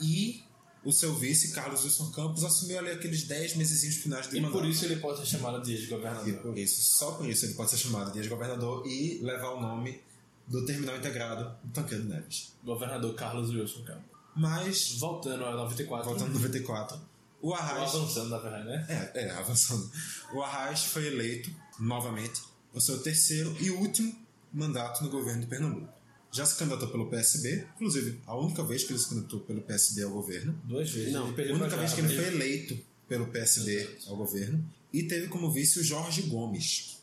Speaker 1: e o seu vice, Carlos Wilson Campos, assumiu ali aqueles 10 mesezinhos finais de
Speaker 2: E
Speaker 1: mandato.
Speaker 2: por isso ele pode ser chamado de
Speaker 1: E
Speaker 2: governador.
Speaker 1: por Tipo, isso, só por isso ele pode ser chamado de ex-governador e levar o nome do terminal integrado do Tancredo Neves.
Speaker 2: Governador Carlos Wilson Campos.
Speaker 1: Mas,
Speaker 2: Voltando a 94.
Speaker 1: voltando em 94, o
Speaker 2: Ou
Speaker 1: Arraes...
Speaker 2: avançando, na verdade, né?
Speaker 1: É, é, avançando. O Arraes foi eleito, novamente, o seu terceiro e último mandato no governo de Pernambuco. Já se candidatou pelo PSB, inclusive a única vez que ele se candidatou pelo PSB ao governo.
Speaker 2: Duas vezes.
Speaker 3: Não,
Speaker 2: Ele
Speaker 1: A
Speaker 2: perdeu
Speaker 1: única
Speaker 2: pra
Speaker 1: vez que
Speaker 2: Java.
Speaker 1: ele foi eleito pelo PSB ao governo. E teve como vice o Jorge Gomes,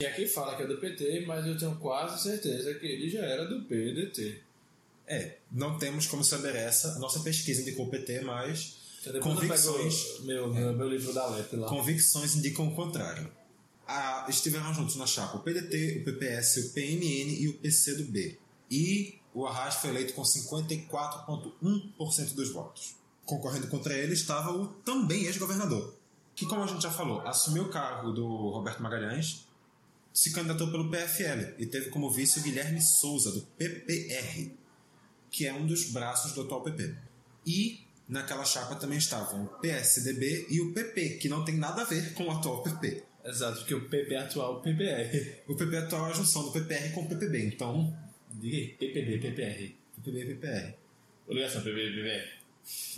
Speaker 2: E aqui fala que é do PT, mas eu tenho quase certeza que ele já era do PDT.
Speaker 1: É, não temos como saber essa. A nossa pesquisa indicou o PT, mas
Speaker 2: Então, depois eu
Speaker 1: convicções,
Speaker 2: pego Meu, meu, meu livro da LEP lá.
Speaker 1: convicções indicam o contrário. Ah, estiveram juntos na chapa o PDT, o PPS, o PMN e o PCdoB. E o Arras foi eleito com 54,1% dos votos. Concorrendo contra ele estava o também ex-governador, que, como a gente já falou, assumiu o cargo do Roberto Magalhães, se candidatou pelo PFL e teve como vice o Guilherme Souza, do PPR, que é um dos braços do atual PP. E naquela chapa também estavam o PSDB e o PP, que não tem nada a ver com o atual PP.
Speaker 2: Exato, porque o PP atual é o PPR.
Speaker 1: O PP atual é a junção do PPR com o PPB, então
Speaker 2: Diga aí, PPB, PPR.
Speaker 1: PPB e PPR.
Speaker 2: Ou ligação, PPB, PPR.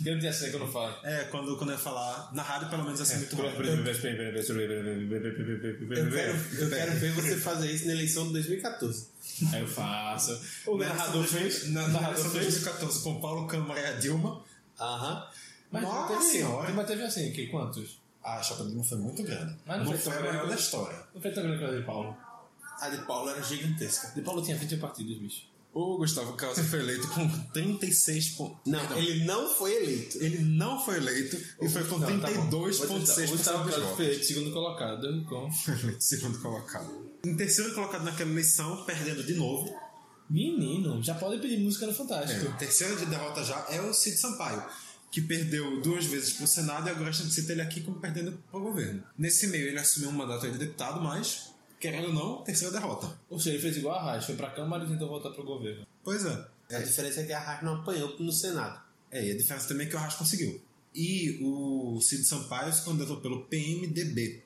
Speaker 2: Eu não tinha assim que eu não falo.
Speaker 1: É, quando, quando eu falar na rádio, pelo menos assim, muito rápido.
Speaker 3: Eu quero, eu quero ver você fazer isso na eleição de 2014.
Speaker 2: Aí eu faço. O
Speaker 1: Na
Speaker 2: narrador
Speaker 1: eleição de-
Speaker 2: fez.
Speaker 1: Na,
Speaker 2: O
Speaker 1: na
Speaker 2: narrador
Speaker 1: eleição de
Speaker 2: fez.
Speaker 1: 2014, com Paulo Câmara e a Dilma,
Speaker 3: Aham.
Speaker 2: Mas
Speaker 1: Nossa
Speaker 2: teve,
Speaker 1: Senhora.
Speaker 2: Mas teve assim, que quantos?
Speaker 1: a chapa da Dilma foi muito grande.
Speaker 2: Mas não
Speaker 1: não
Speaker 2: foi
Speaker 1: foi a
Speaker 2: tão
Speaker 1: maior
Speaker 2: grande.
Speaker 1: da história.
Speaker 2: Não foi tão grande quanto a de Paulo.
Speaker 3: A de Paulo era gigantesca.
Speaker 2: De Paulo tinha 20 partidos, bicho.
Speaker 1: O Gustavo Causa foi eleito com 36 pontos.
Speaker 3: Não, ele não foi eleito.
Speaker 1: Ele não foi eleito e foi com
Speaker 2: Não, tá bom. Vou tentar.
Speaker 1: 32,6%
Speaker 2: O Gustavo
Speaker 1: dos
Speaker 2: Cláudio
Speaker 1: votos.
Speaker 2: foi eleito segundo colocado com.
Speaker 1: [LAUGHS] Em segundo colocado. Em terceiro colocado naquela eleição, perdendo de novo.
Speaker 2: Menino, já pode pedir música no
Speaker 1: É,
Speaker 2: Fantástico.
Speaker 1: o terceiro de derrota já é o Cid Sampaio, que perdeu duas vezes pro Senado e agora a gente cita ele aqui como perdendo pro governo. Nesse meio ele assumiu um mandato aí de deputado, mas, querendo ou não, terceira derrota.
Speaker 2: Ou seja, ele fez igual a Raiz, foi pra Câmara e tentou voltar pro governo.
Speaker 1: Pois é.
Speaker 3: A diferença é que a Raiz não apanhou no Senado.
Speaker 1: É, e a diferença também é que o Arras conseguiu. E o Cid Sampaio se candidatou pelo PMDB,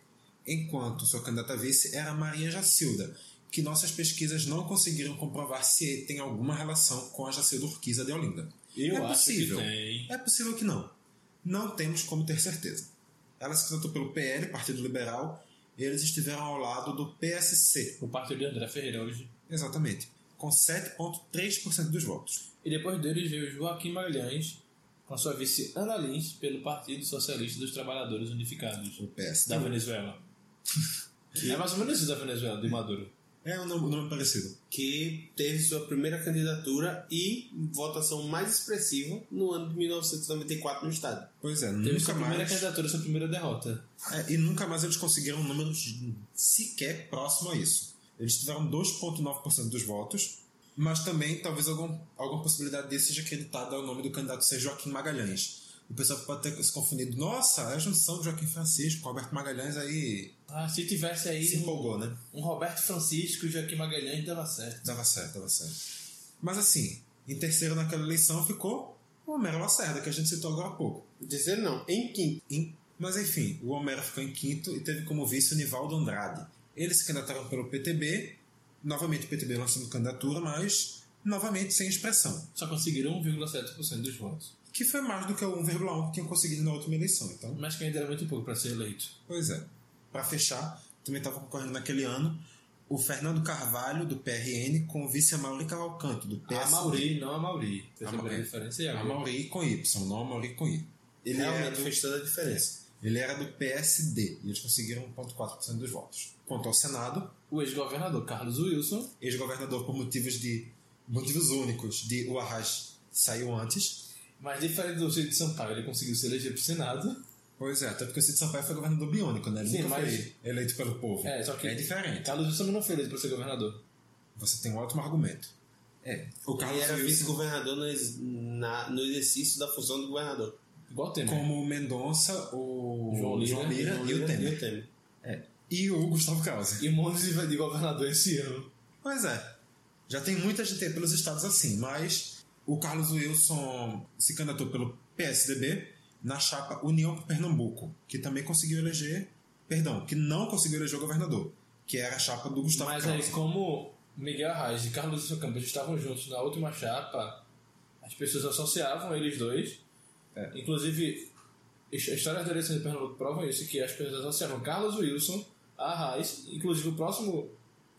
Speaker 1: enquanto sua candidata a vice era Maria Jacilda, que nossas pesquisas não conseguiram comprovar se tem alguma relação com a Jacilda Urquiza de Olinda.
Speaker 2: Eu
Speaker 1: é
Speaker 2: acho
Speaker 1: possível.
Speaker 2: que tem.
Speaker 1: É possível que não. Não temos como ter certeza. Ela se candidatou pelo PL, Partido Liberal, e eles estiveram ao lado do PSC.
Speaker 2: O partido de André Ferreira hoje.
Speaker 1: Exatamente. Com 7,3% dos votos.
Speaker 2: E depois deles veio Joaquim Magalhães, com a sua vice Ana Lins, pelo Partido Socialista dos Trabalhadores Unificados.
Speaker 1: O PS.
Speaker 2: Da Venezuela. É mais ou menos isso da Venezuela, de Maduro.
Speaker 1: É um nome nome parecido.
Speaker 3: que teve sua primeira candidatura e votação mais expressiva no ano de 1994 no estado.
Speaker 1: Pois é,
Speaker 2: Teve
Speaker 1: nunca
Speaker 2: sua primeira
Speaker 1: mais.
Speaker 2: candidatura, sua primeira derrota.
Speaker 1: É, e nunca mais eles conseguiram números sequer próximo a isso. Eles tiveram 2,9% dos votos, mas também talvez algum, alguma possibilidade disso seja acreditada ao nome do candidato ser Joaquim Magalhães, O pessoal pode ter se confundido. Nossa, é a junção de Joaquim Francisco com Alberto Magalhães aí
Speaker 2: Ah, se tivesse aí
Speaker 1: se empolgou, né?
Speaker 2: um, um Roberto Francisco e Joaquim Magalhães, dava certo.
Speaker 1: Dava certo, dava certo. Mas assim, em terceiro naquela eleição ficou o Homero Lacerda, que a gente citou agora há pouco.
Speaker 3: Dizer não, em quinto.
Speaker 1: Em- Mas enfim, o Homero ficou em quinto e teve como vice o Nivaldo Andrade. Eles se candidataram pelo PTB, novamente o PTB lançando candidatura, mas novamente sem expressão.
Speaker 2: Só conseguiram 1,7% dos votos.
Speaker 1: Que foi mais do que o 1,1 que tinham conseguido na última eleição. Então,
Speaker 2: Mas que ainda era muito pouco para ser eleito.
Speaker 1: Pois é. Pra fechar, também estava concorrendo naquele ano o Fernando Carvalho, do PRN, com o vice Amaury Cavalcanto, do
Speaker 2: A
Speaker 1: PS.
Speaker 2: Mauri, não a Mauri. Percebeu a
Speaker 1: Amauri.
Speaker 2: diferença? E agora?
Speaker 1: Amaury É, com Y, não Amaury com I. Ele era
Speaker 3: Realmente
Speaker 1: do,
Speaker 3: fez toda a diferença.
Speaker 1: ele era do PSD e eles conseguiram 1,4% dos votos. Quanto ao Senado,
Speaker 2: O ex-governador Carlos Wilson.
Speaker 1: ex-governador por motivos de motivos únicos de o Arras saiu antes.
Speaker 2: Mas diferente do Cid Sampaio, ele conseguiu se eleger pro Senado.
Speaker 1: Pois é, até porque o Cid Sampaio foi governador biônico, né? Ele
Speaker 2: Sim,
Speaker 1: nunca
Speaker 2: mas-
Speaker 1: foi eleito pelo povo.
Speaker 2: É, só que-
Speaker 1: é diferente.
Speaker 2: Carlos Wilson também não foi eleito para ser governador.
Speaker 1: Você tem um ótimo argumento. É, o
Speaker 3: Ele era
Speaker 1: Wilson-
Speaker 3: vice-governador no, ex- na- no exercício da função do governador.
Speaker 2: Igual Temer.
Speaker 1: como o Mendonça, o
Speaker 2: né? João Lira,
Speaker 1: Lira e o
Speaker 3: E
Speaker 1: Temer.
Speaker 3: o Temer.
Speaker 1: É. E o Gustavo Krause.
Speaker 2: E um monte de de governador esse ano.
Speaker 1: Pois é. Já tem muita gente aí pelos estados assim, mas o Carlos Wilson se candidatou pelo PSDB na chapa União por Pernambuco, que também conseguiu eleger, perdão, que não conseguiu eleger o governador, que era a chapa do Gustavo
Speaker 2: Mas
Speaker 1: Krause.
Speaker 2: aí, como Miguel Arraes e Carlos Wilson Campos estavam juntos na última chapa, as pessoas associavam eles dois.
Speaker 1: É.
Speaker 2: Inclusive, his- histórias da eleição de Pernambuco provam isso, que as pessoas associavam Carlos Wilson a Arraes. Inclusive, o próximo,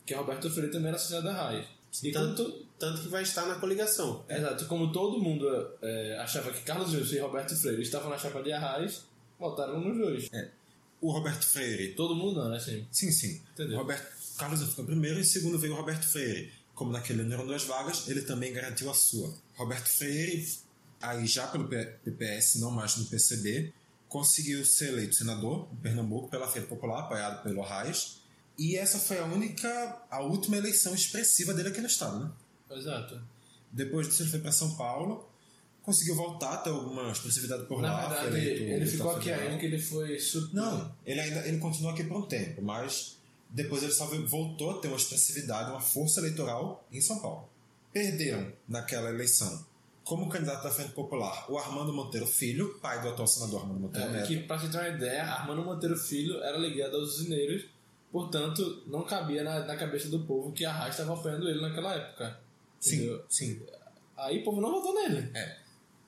Speaker 2: que é Roberto Freire, também era associado a Arraes. E
Speaker 1: então-
Speaker 3: Tanto, tanto que vai estar na coligação.
Speaker 2: Exato, como todo mundo é, achava que Carlos Wilson e Roberto Freire estavam na chapa de Arraes, votaram nos dois.
Speaker 1: É. O Roberto Freire.
Speaker 2: Todo mundo não, né? Assim,
Speaker 1: Sim, sim.
Speaker 2: Entendeu.
Speaker 1: Roberto Carlos Wilson foi o primeiro e segundo veio o Roberto Freire. Como naquele ano eram duas vagas, ele também garantiu a sua. Roberto Freire, aí já pelo P- PPS, não mais no PCB, conseguiu ser eleito senador em Pernambuco pela Frente Popular, apoiado pelo Arraes. E essa foi a única, a última eleição expressiva dele aqui no estado, né?
Speaker 2: exato.
Speaker 1: Depois disso ele foi para São Paulo, conseguiu voltar, ter alguma expressividade por
Speaker 2: Na
Speaker 1: lá. foi
Speaker 2: verdade,
Speaker 1: eleito
Speaker 2: ele ficou
Speaker 1: deputado
Speaker 2: aqui
Speaker 1: federal.
Speaker 2: ainda que ele foi super.
Speaker 1: tá Não, ele ainda ele continua aqui por um tempo, mas depois ele só veio- voltou a ter uma expressividade, uma força eleitoral em São Paulo. Perderam naquela eleição, como candidato da Frente Popular, o Armando Monteiro Filho, pai do atual senador Armando Monteiro
Speaker 2: É,
Speaker 1: Neto.
Speaker 2: que, pra você ter uma ideia, Armando Monteiro Filho era ligado aos usineiros, portanto, não cabia na, na cabeça do povo que Arraes estava apoiando ele naquela época.
Speaker 1: Sim,
Speaker 2: entendeu?
Speaker 1: sim.
Speaker 2: Aí o povo não votou nele.
Speaker 1: É.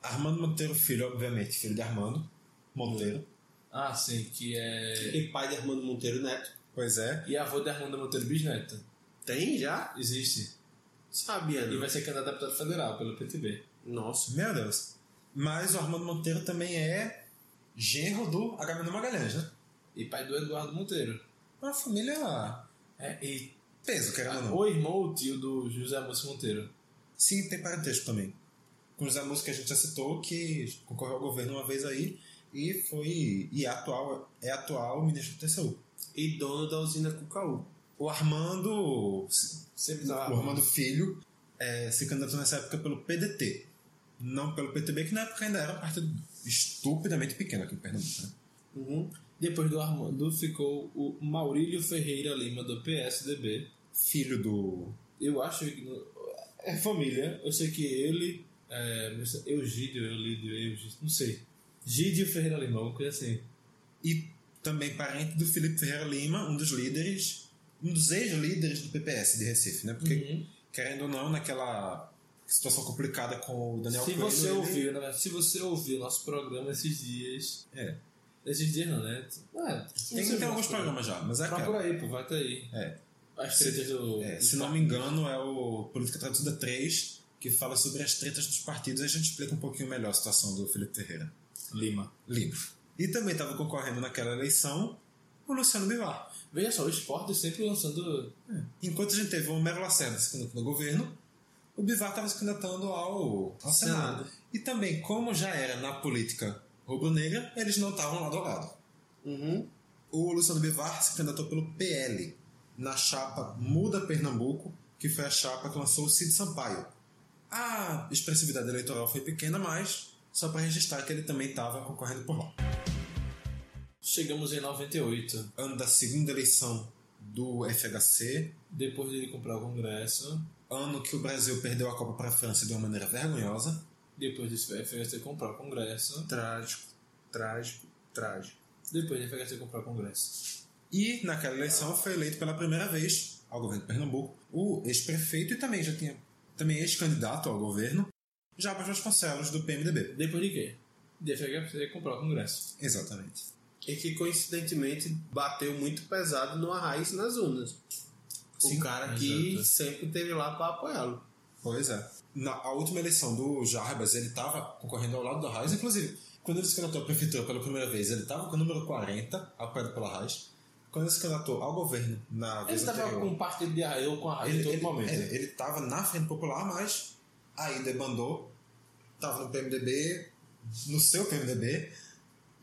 Speaker 1: Armando Monteiro Filho, obviamente, filho de Armando Monteiro.
Speaker 2: Ah, sim, que é.
Speaker 3: E pai de Armando Monteiro Neto.
Speaker 1: Pois é.
Speaker 2: E avô de Armando Monteiro Bisneto.
Speaker 3: Tem já?
Speaker 2: Existe.
Speaker 3: Sabia,
Speaker 2: E
Speaker 3: não.
Speaker 2: vai ser candidato a deputado federal pelo PTB.
Speaker 3: Nossa.
Speaker 1: Meu Deus. Mas o Armando Monteiro também é genro do Agamemnon Magalhães, né?
Speaker 2: E pai do Eduardo Monteiro.
Speaker 1: Uma família
Speaker 2: É, e
Speaker 1: peso, querendo ou não.
Speaker 2: o irmão ou tio do José Múcio Monteiro.
Speaker 1: Sim, tem parentesco também. Com José Múcio que a gente já citou, que concorreu ao governo uma vez aí e foi. e é atual, é atual ministro do TCU.
Speaker 3: E dono da usina Cucaú.
Speaker 1: O Armando.
Speaker 2: Sempre
Speaker 1: O
Speaker 2: tava.
Speaker 1: Armando Filho eh, se candidatou nessa época pelo PDT. Não pelo PTB, que na época ainda era um partido estupidamente pequeno aqui em Pernambuco. Né?
Speaker 2: Uhum. Depois do Armando ficou o Maurílio Ferreira Lima do PSDB.
Speaker 1: Filho do.
Speaker 2: Eu acho que. no- É família. Eu sei que ele. É, mas Eugídio, Eulídio, Eugídio, não sei. Gídio Ferreira Lima, alguma coisa assim.
Speaker 1: e também parente do Felipe Ferreira Lima, um dos líderes. um dos ex-líderes do PPS de Recife, né? Porque
Speaker 2: Uhum.
Speaker 1: querendo ou não, naquela situação complicada com o Daniel
Speaker 2: Se
Speaker 1: Coelho.
Speaker 2: você
Speaker 1: ele-
Speaker 2: ouviu, na verdade, se você ouviu nosso programa esses dias.
Speaker 1: É.
Speaker 2: Esses dias não, né? Ah,
Speaker 1: Tem, tem alguns programas já, mas é
Speaker 2: Procura
Speaker 1: aquela.
Speaker 2: aí, pô, vai até aí.
Speaker 1: É.
Speaker 2: As tretas do.
Speaker 1: É,
Speaker 2: do-
Speaker 1: se não me engano, é o Política Traduzida 3, que fala sobre as tretas dos partidos. A gente explica um pouquinho melhor a situação do Felipe Ferreira
Speaker 2: Lima.
Speaker 1: Lima. E também estava concorrendo naquela eleição o Luciano Bivar.
Speaker 2: Veja só, o esporte sempre lançando.
Speaker 1: Enquanto a gente teve o Homero Lacerda se candidatando ao governo, o Bivar estava se candidatando ao, ao Senado. E também, como já era na política rubro-negra, eles não estavam lado a lado. O Luciano Bivar se candidatou pelo PL na chapa Muda Pernambuco, que foi a chapa que lançou o Cid Sampaio. A expressividade eleitoral foi pequena, mas só pra registrar que ele também tava concorrendo por lá.
Speaker 2: Chegamos em 98.
Speaker 1: Ano da segunda eleição do FHC,
Speaker 2: Depois dele comprar o Congresso,
Speaker 1: ano que o Brasil perdeu a Copa pra França de uma maneira vergonhosa.
Speaker 2: depois disso vai FHC comprar o Congresso,
Speaker 1: Trágico, trágico, trágico.
Speaker 2: depois de FHC comprar o Congresso.
Speaker 1: E naquela eleição foi eleito pela primeira vez ao governo de Pernambuco o ex-prefeito e também já tinha também ex-candidato ao governo, Jarbas Vasconcelos do PMDB.
Speaker 2: Depois de quê? De FHC comprar o Congresso.
Speaker 1: Exatamente.
Speaker 3: E que coincidentemente bateu muito pesado no Arraiz nas urnas.
Speaker 1: Sim,
Speaker 3: o cara que
Speaker 2: exato.
Speaker 3: sempre esteve lá pra apoiá-lo.
Speaker 1: Pois é. Na a última eleição do Jarbas, ele estava concorrendo ao lado da Raiz, inclusive. Quando ele se candidatou à prefeitura pela primeira vez, ele estava com o número 40, apoiado pela Raiz. Quando ele se candidatou ao governo na
Speaker 2: Ele
Speaker 1: vez
Speaker 2: estava
Speaker 1: anterior,
Speaker 2: com um partido de arraio com a raiz em
Speaker 1: ele,
Speaker 2: todo
Speaker 1: ele,
Speaker 2: momento.
Speaker 1: é, ele tava na frente popular, mas aí debandou, estava no PMDB, no seu PMDB,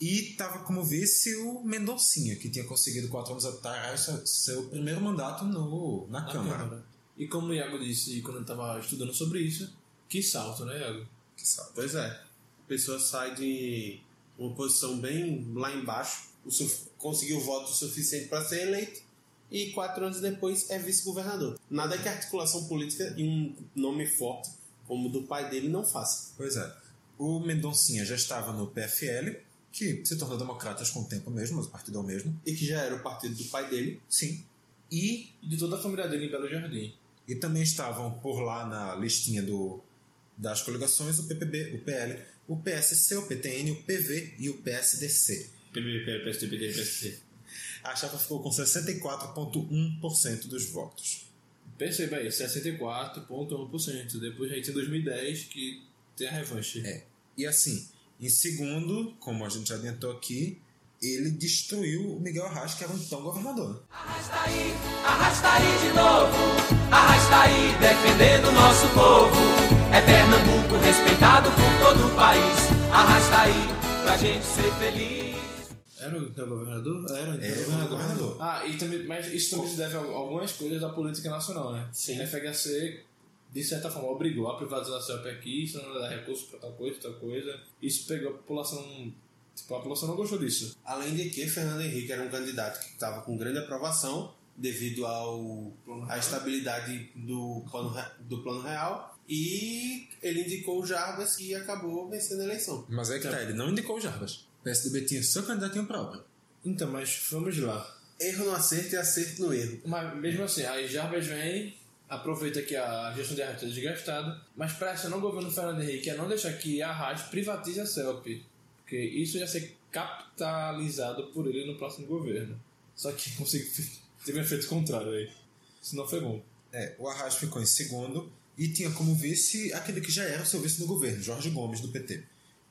Speaker 1: e estava como vice o Mendoncinha, que tinha conseguido quatro anos atrás seu- seu primeiro mandato no, na,
Speaker 2: na
Speaker 1: Câmara.
Speaker 2: Câmara. E como o Iago disse quando eu estava estudando sobre isso, que salto, né, Iago?
Speaker 1: Que sabe.
Speaker 3: Pois é. A pessoa sai de uma posição bem lá embaixo, o su- conseguiu voto suficiente para ser eleito e quatro anos depois é vice-governador. Nada que a articulação política e um nome forte como o do pai dele não faça.
Speaker 1: Pois é. O Mendoncinha já estava no PFL, que se tornou democratas com o tempo mesmo, mas o partido é o mesmo.
Speaker 3: E que já era o partido do pai dele.
Speaker 1: Sim. E,
Speaker 2: E de toda a família dele em Belo Jardim.
Speaker 1: e também estavam por lá na listinha do, das coligações o PPB, o PL, o PSC, o PTN, o PV e o PSDC.
Speaker 2: PBP, PSDB, PSC.
Speaker 1: A chapa ficou com 64,1% dos votos.
Speaker 2: Perceba aí, 64,1%. Depois aí tem 2010, que tem a revanche.
Speaker 1: É. E assim, em segundo, como a gente já adiantou aqui, ele destruiu o Miguel Arras, que era o então governador.
Speaker 7: Arrasta aí, arrasta aí de novo, arrasta aí, defendendo o nosso povo. É Pernambuco respeitado por todo o país. Arrasta aí, pra gente ser feliz.
Speaker 2: Era o então governador? Era o então
Speaker 1: Era o
Speaker 2: governador.
Speaker 1: governador.
Speaker 2: Ah, e também, mas isso também se deve a algumas coisas da política nacional, né? Sim. A FHC, de certa forma, obrigou a privatização da aqui, isso não dá recurso pra tal coisa, tal coisa. Isso pegou a população. Tipo, a população não gostou disso.
Speaker 3: Além de que Fernando Henrique era um candidato que estava com grande aprovação devido ao à estabilidade do plano, re- do plano real e ele indicou o Jarbas e acabou vencendo a eleição.
Speaker 1: Mas é que tá, ele não indicou o Jarbas. O PSDB tinha seu candidatinho próprio.
Speaker 2: Então, mas vamos lá.
Speaker 3: Erro no acerto e acerto no erro.
Speaker 2: Mas mesmo assim, aí Jarbas vem, aproveita que a gestão de Arras está desgastada, mas pressionou o governo Fernando Henrique a não deixar que a Arras privatize a CELP, porque isso ia ser capitalizado por ele no próximo governo. Só que conseguiu teve um efeito contrário aí. Isso não foi bom.
Speaker 1: É, o Arras ficou em segundo e tinha como vice aquele que já era o seu vice do governo, Jorge Gomes, do PT.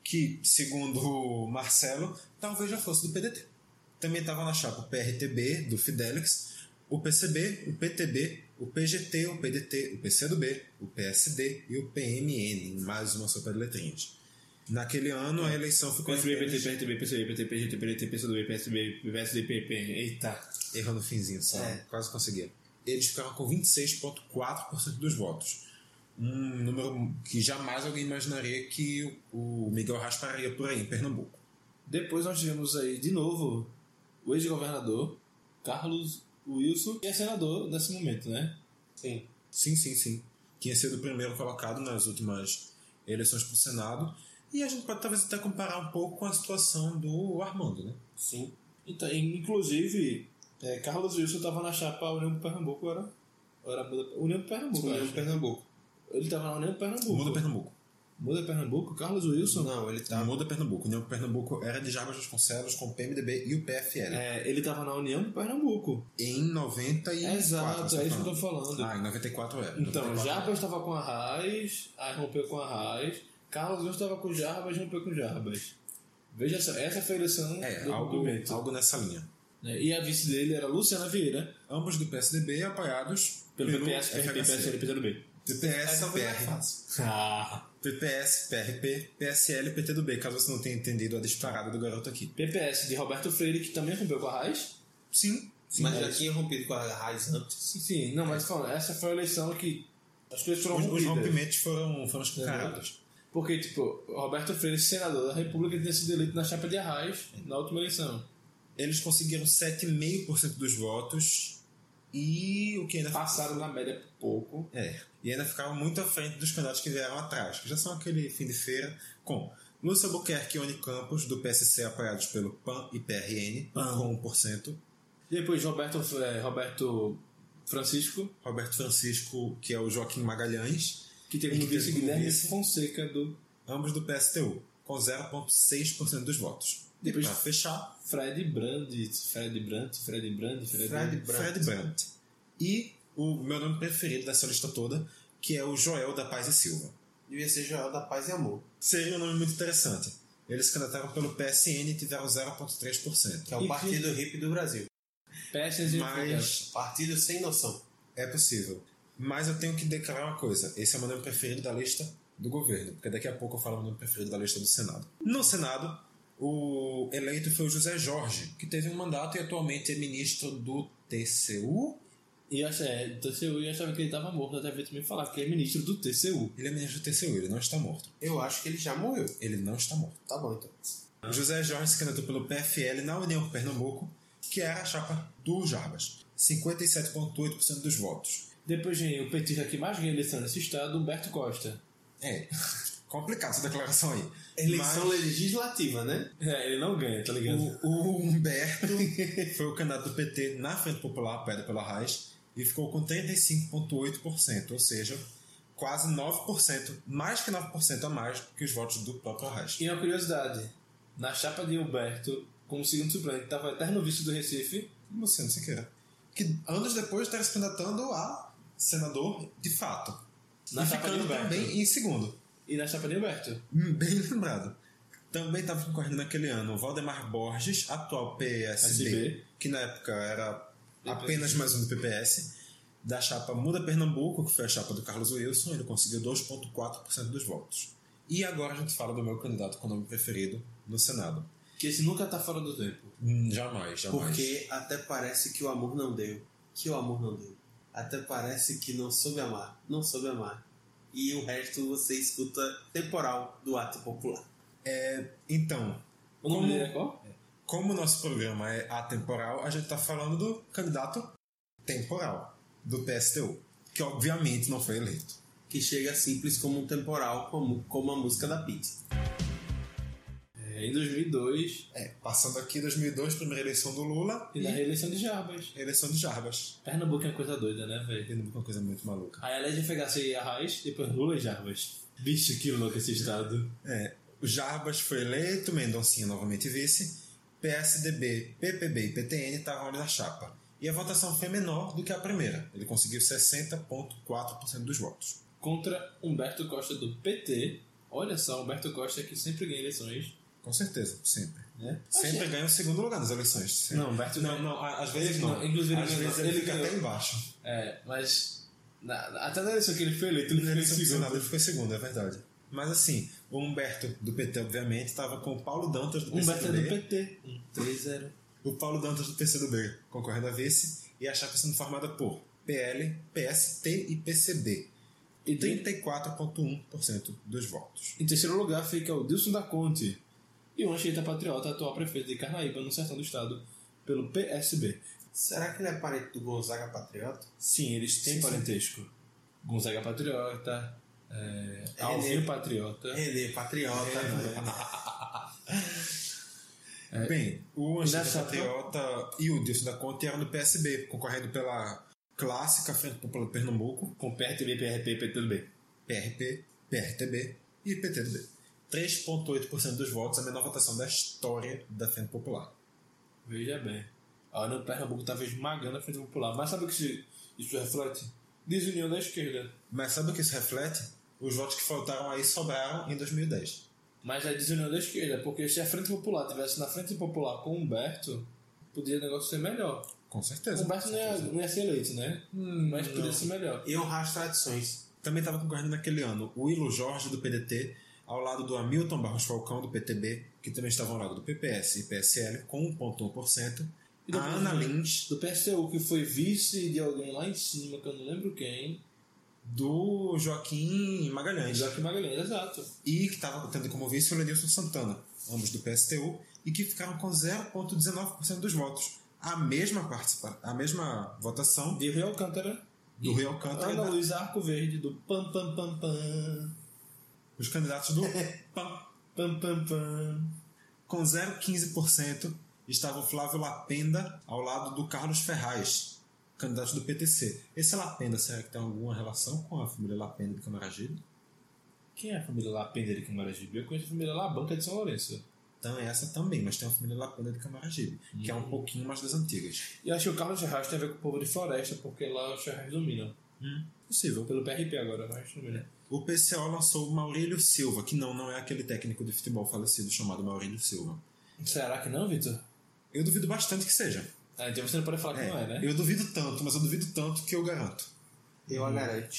Speaker 1: Que, segundo o Marcelo, talvez já fosse do PDT. Também estava na chapa o PRTB, do Fidelix, o PCB, o PTB, o PGT, o PDT, o PCdoB, o PSD e o PMN, em mais uma sopa de letrinhas. Naquele ano, a eleição ficou em apenas-
Speaker 2: PRTB, PCB, PTP, GTP, PCdoB, PSB, PSDP, eita.
Speaker 1: Errou no finzinho, só.
Speaker 3: É.
Speaker 1: Quase conseguia. Eles ficaram com 26,4% dos votos. Um número que jamais alguém imaginaria que o Miguel rasparia por aí, em Pernambuco.
Speaker 2: Depois nós tivemos aí, de novo, o ex-governador Carlos Wilson, que é senador nesse momento, né?
Speaker 3: Sim.
Speaker 1: Sim, sim, sim. Tinha sido o primeiro colocado nas últimas eleições para o Senado. E a gente pode talvez até comparar um pouco com a situação do Armando, né?
Speaker 3: Sim.
Speaker 2: Então, inclusive, é, Carlos Wilson estava na chapa União do Pernambuco, era? era Muda- União do Pernambuco, eu
Speaker 3: União
Speaker 2: acho.
Speaker 3: de Pernambuco.
Speaker 2: Ele estava na União do Pernambuco.
Speaker 1: Muda Pernambuco.
Speaker 2: Muda Pernambuco? Carlos Wilson?
Speaker 3: Não, ele tá.
Speaker 1: Muda Pernambuco. União Pernambuco era de Jarbas Vasconcelos com o PMDB e o PFL.
Speaker 2: É, ele estava na União do Pernambuco.
Speaker 1: Em 94.
Speaker 2: Exato,
Speaker 1: você
Speaker 2: é
Speaker 1: tá
Speaker 2: isso que eu tô falando.
Speaker 1: Ah, em 94 era.
Speaker 2: Então,
Speaker 1: 94
Speaker 2: Jarbas estava com a Raiz, aí rompeu com a Raiz. Carlos Wilson estava com Jarbas, rompeu com Jarbas. Veja só, essa foi a eleição
Speaker 1: É,
Speaker 2: do
Speaker 1: algo,
Speaker 2: momento.
Speaker 1: algo nessa linha.
Speaker 2: né? E a vice dele era Luciana Vieira,
Speaker 1: Ambos do PSDB apoiados
Speaker 2: pelo PPS, PRP,
Speaker 1: FHC.
Speaker 2: PSL, PTB.
Speaker 1: PPS,
Speaker 3: Essa foi mais
Speaker 1: PR,
Speaker 3: fácil.
Speaker 2: Ah...
Speaker 1: PPS, PRP,
Speaker 2: É,
Speaker 1: PSL e PTdoB, caso você não tenha entendido a disparada do garoto aqui.
Speaker 2: PPS de Roberto Freire, que também rompeu com a Raiz.
Speaker 1: Sim, sim.
Speaker 3: Mas já tinha rompido com a raiz antes.
Speaker 2: Sim, não, mas falando, essa foi a eleição que as coisas foram
Speaker 1: os, os
Speaker 2: rompidas.
Speaker 1: rompimentos foram, foram escancarados.
Speaker 2: Porque, tipo, Roberto Freire, senador da República, tinha sido eleito na chapa de Arraes na última eleição.
Speaker 1: Eles conseguiram 7,5% dos votos e o que ainda
Speaker 2: Passaram na média pouco.
Speaker 1: É. E ainda ficavam muito à frente dos candidatos que vieram atrás, que já são aquele fim de feira com Lúcio Albuquerque e Oni Campos, do PSC, apoiados pelo PAN e PRN, com 1%.
Speaker 2: Depois Roberto, eh, Roberto Francisco,
Speaker 1: Roberto Francisco, que é o Joaquim Magalhães,
Speaker 2: que teve
Speaker 1: E
Speaker 2: no
Speaker 1: que
Speaker 2: vice
Speaker 1: teve como
Speaker 2: Guilherme
Speaker 1: vice.
Speaker 2: Fonseca do
Speaker 1: ambos do PSTU, com 0,6% dos votos. E
Speaker 2: Depois-
Speaker 1: para fechar,
Speaker 2: Fred Brandt. Fred Brandt, Fred Brandt, Fred,
Speaker 1: Fred Brandt. E o meu nome preferido dessa lista toda, que é o Joel da Paz e Silva.
Speaker 3: Devia ser Joel da Paz e Amor,
Speaker 1: Seria um nome muito interessante. Eles se candidataram pelo PSN e tiveram 0,3%.
Speaker 3: que é o
Speaker 2: E que-
Speaker 3: partido hippie do Brasil.
Speaker 2: Pestes e
Speaker 1: Mas
Speaker 3: Partido sem noção.
Speaker 1: é possível. Mas eu tenho que declarar uma coisa: esse é o meu nome preferido da lista do governo, porque daqui a pouco eu falo o meu nome preferido da lista do Senado. No Senado, o eleito foi o José Jorge, que teve um mandato e atualmente é ministro do TCU.
Speaker 2: E eu achava, é, do TCU e eu achava que ele tava morto até ver tu me falar, porque ele é ministro do TCU.
Speaker 1: Ele é ministro do TCU, ele não está morto.
Speaker 3: Eu acho que ele já morreu.
Speaker 1: Ele não está morto.
Speaker 3: Tá bom, então.
Speaker 1: O José Jorge se candidatou pelo PFL na União Pernambuco, que era a chapa do Jarbas. 57,8% dos votos.
Speaker 2: Depois vem o petista que mais ganha eleição nesse estado, Humberto Costa.
Speaker 1: É, [LAUGHS] complicado essa declaração aí.
Speaker 3: Eleição
Speaker 1: Mas-
Speaker 3: legislativa, né?
Speaker 2: É, ele não ganha, tá ligado?
Speaker 1: O, o Humberto [LAUGHS] foi o candidato do PT na Frente Popular, Pedra pela Raiz, e ficou com 35,8%, ou seja, quase 9%, mais que 9% a mais que os votos do próprio Raiz.
Speaker 2: E uma curiosidade, na chapa de Humberto, como segundo suplente, tava o eterno vice do Recife,
Speaker 1: E Luciano Siqueira, que anos depois está se candidatando a senador de fato.
Speaker 2: Na
Speaker 1: e
Speaker 2: chapa de
Speaker 1: ficando
Speaker 2: Humberto.
Speaker 1: também em segundo.
Speaker 2: e na chapa de Humberto.
Speaker 1: Hum, Bem lembrado. Também estava concorrendo naquele ano o Valdemar Borges, atual PSB,
Speaker 2: PSB.
Speaker 1: que na época era apenas mais um do PPS, da chapa Muda Pernambuco, que foi a chapa do Carlos Wilson, ele conseguiu 2,4% dos votos. E agora a gente fala do meu candidato com o nome preferido no Senado.
Speaker 2: Que esse nunca tá fora do tempo.
Speaker 1: Hum, Jamais, jamais.
Speaker 3: Porque até parece que o amor não deu. Que o amor não deu. Até parece que não soube amar. Não soube amar. E o resto você escuta temporal do ato popular.
Speaker 1: Então,
Speaker 2: O nome
Speaker 1: Como-
Speaker 2: dele é qual?
Speaker 1: como o nosso programa é atemporal, a gente está falando do candidato temporal, do PSTU, que obviamente não foi eleito.
Speaker 3: Que chega simples como um temporal, como, como a música da Pete.
Speaker 2: É, em 2002,
Speaker 1: É, passando aqui 2002, primeira eleição do Lula
Speaker 2: e na reeleição de Jarbas.
Speaker 1: eleição de Jarbas.
Speaker 2: Pernambuco é uma coisa doida, né, velho?
Speaker 1: Pernambuco é uma coisa muito maluca.
Speaker 2: Aí além de FHC e Arraiz, depois Lula e Jarbas. Bicho, que louco esse estado.
Speaker 1: É, o Jarbas foi eleito, Mendoncinha novamente vice, PSDB, PPB e PTN estavam ali na chapa. E a votação foi menor do que a primeira. Ele conseguiu 60,4% dos votos.
Speaker 2: Contra Humberto Costa do PT. Olha só, Humberto Costa que sempre ganha eleições.
Speaker 1: Com certeza, sempre.
Speaker 2: Né?
Speaker 1: Sempre ganha o segundo lugar nas eleições. sempre.
Speaker 2: Não, Humberto
Speaker 1: Não, não, a- às vezes
Speaker 2: Ele-
Speaker 1: não.
Speaker 2: não, inclusive
Speaker 1: às
Speaker 2: ele-
Speaker 1: vezes ele,
Speaker 2: ele
Speaker 1: fica
Speaker 2: ganhou.
Speaker 1: até embaixo.
Speaker 2: É, mas na- na- até na eleição que ele foi eleito, ele
Speaker 1: Na
Speaker 2: foi
Speaker 1: eleição do Senado
Speaker 2: segundo.
Speaker 1: ele ficou em segundo, é verdade. Mas assim, o Humberto do PT, obviamente, estava com o Paulo Dantas do
Speaker 2: Humberto é do
Speaker 1: PCdoB.
Speaker 2: PT. 3-0.
Speaker 1: o Paulo Dantas do PCdoB concorrendo a vice e a chapa é sendo formada por PL, PST e PCB.
Speaker 2: E tem-
Speaker 1: 34,1% dos votos.
Speaker 2: em terceiro lugar fica o Dilson da Conte. E o Anchieta Patriota, atual prefeito de Carnaíba, no sertão do estado, pelo PSB.
Speaker 3: Será que ele é parente do Gonzaga Patriota?
Speaker 2: Sim, eles têm
Speaker 3: Sim, sim.
Speaker 2: parentesco. Gonzaga Patriota, é, Alvino Patriota.
Speaker 3: René é Patriota. né?
Speaker 1: Bem, o Anchieta
Speaker 2: Nessa-
Speaker 1: Patriota e o Dilson da Conte eram do PSB, concorrendo pela clássica Frente Popular do Pernambuco,
Speaker 2: Com PRTB, PRP e PTB.
Speaker 1: PRP, PRTB e PTB. 3,8% dos votos, a menor votação da história da Frente Popular.
Speaker 2: Veja bem. A União do Pernambuco estava esmagando a frente popular. Mas sabe o que isso, isso reflete? Desunião da esquerda.
Speaker 1: Mas sabe o que isso reflete? Os votos que faltaram aí sobraram em 2010.
Speaker 2: Mas é desunião da esquerda, porque se a frente popular tivesse na frente popular com Humberto, podia o negócio ser melhor.
Speaker 1: Com certeza.
Speaker 2: Humberto não ia, não ia ser eleito, né? Mas podia ser melhor.
Speaker 3: E honrar as tradições.
Speaker 1: Também estava concorrendo naquele ano o Ilo Jorge, do PDT, ao lado do Hamilton Barros Falcão, do PTB, que também estavam ao lado do PPS e PSL, com 1,1%.
Speaker 2: E
Speaker 1: A
Speaker 2: depois
Speaker 1: Ana
Speaker 2: do-
Speaker 1: Lins,
Speaker 2: Do PSTU, que foi vice de alguém lá em cima, que eu não lembro quem.
Speaker 1: do Joaquim Magalhães.
Speaker 2: Joaquim Magalhães, exato.
Speaker 1: E que estava tendo como vice o Lenilson Santana, ambos do PSTU, e que ficaram com 0,19% dos votos. A mesma participa a mesma votação
Speaker 2: De Rio Alcântara.
Speaker 1: do Rio Alcântara,
Speaker 2: Ana
Speaker 1: da-
Speaker 2: Luiz Arco Verde, do Pam Pam Pam Pam. É,
Speaker 1: os candidatos
Speaker 2: [LAUGHS]
Speaker 1: do PAN.
Speaker 2: Pam Pam Pam.
Speaker 1: Com 0,15% estava o Flávio Lapenda ao lado do Carlos Ferraz, candidato do PTC. Esse Lapenda, será que tem alguma relação com a família Lapenda de Camaragibe?
Speaker 2: Quem é a família lá, Pender de Camaragibe? Eu conheço a família lá, Banca de São Lourenço.
Speaker 1: Então é essa também, mas tem a família Lapenda de Camaragibe, que é
Speaker 2: Hum.
Speaker 1: um pouquinho mais das antigas.
Speaker 2: E eu acho que o Carlos Ferraz tem a ver com o povo de floresta, porque lá os Ferraz dominam.
Speaker 1: Possível.
Speaker 2: Pelo PRP agora, mas né? domina.
Speaker 1: O PCO lançou o Maurílio Silva, que não, não é aquele técnico de futebol falecido chamado Maurílio Silva.
Speaker 2: Será que não, Vitor?
Speaker 1: Eu duvido bastante que seja.
Speaker 2: Ah, então você não pode falar que
Speaker 1: É,
Speaker 2: não é, né?
Speaker 1: Eu duvido tanto, mas eu duvido tanto que eu garanto.
Speaker 3: Eu a garanto.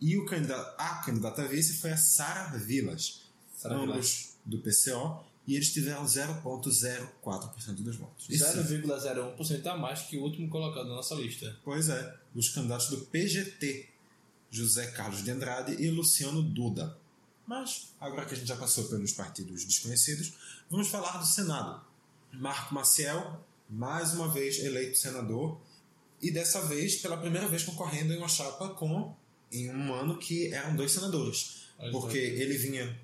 Speaker 1: E o candidato, a candidata a vice foi a Sara Vilas,
Speaker 2: Sara
Speaker 1: ambos
Speaker 2: Vilas.
Speaker 1: do PCO, e eles tiveram 0,04% dos votos. E sim,
Speaker 2: 0,01% a mais que o último colocado na nossa lista.
Speaker 1: Pois é, os candidatos do PGT, José Carlos de Andrade e Luciano Duda. Mas, agora que a gente já passou pelos partidos desconhecidos, vamos falar do Senado. Marco Maciel, mais uma vez eleito senador, e dessa vez, pela primeira vez, concorrendo em uma chapa com em um ano que eram dois senadores.
Speaker 2: Olha só.
Speaker 1: Porque ele vinha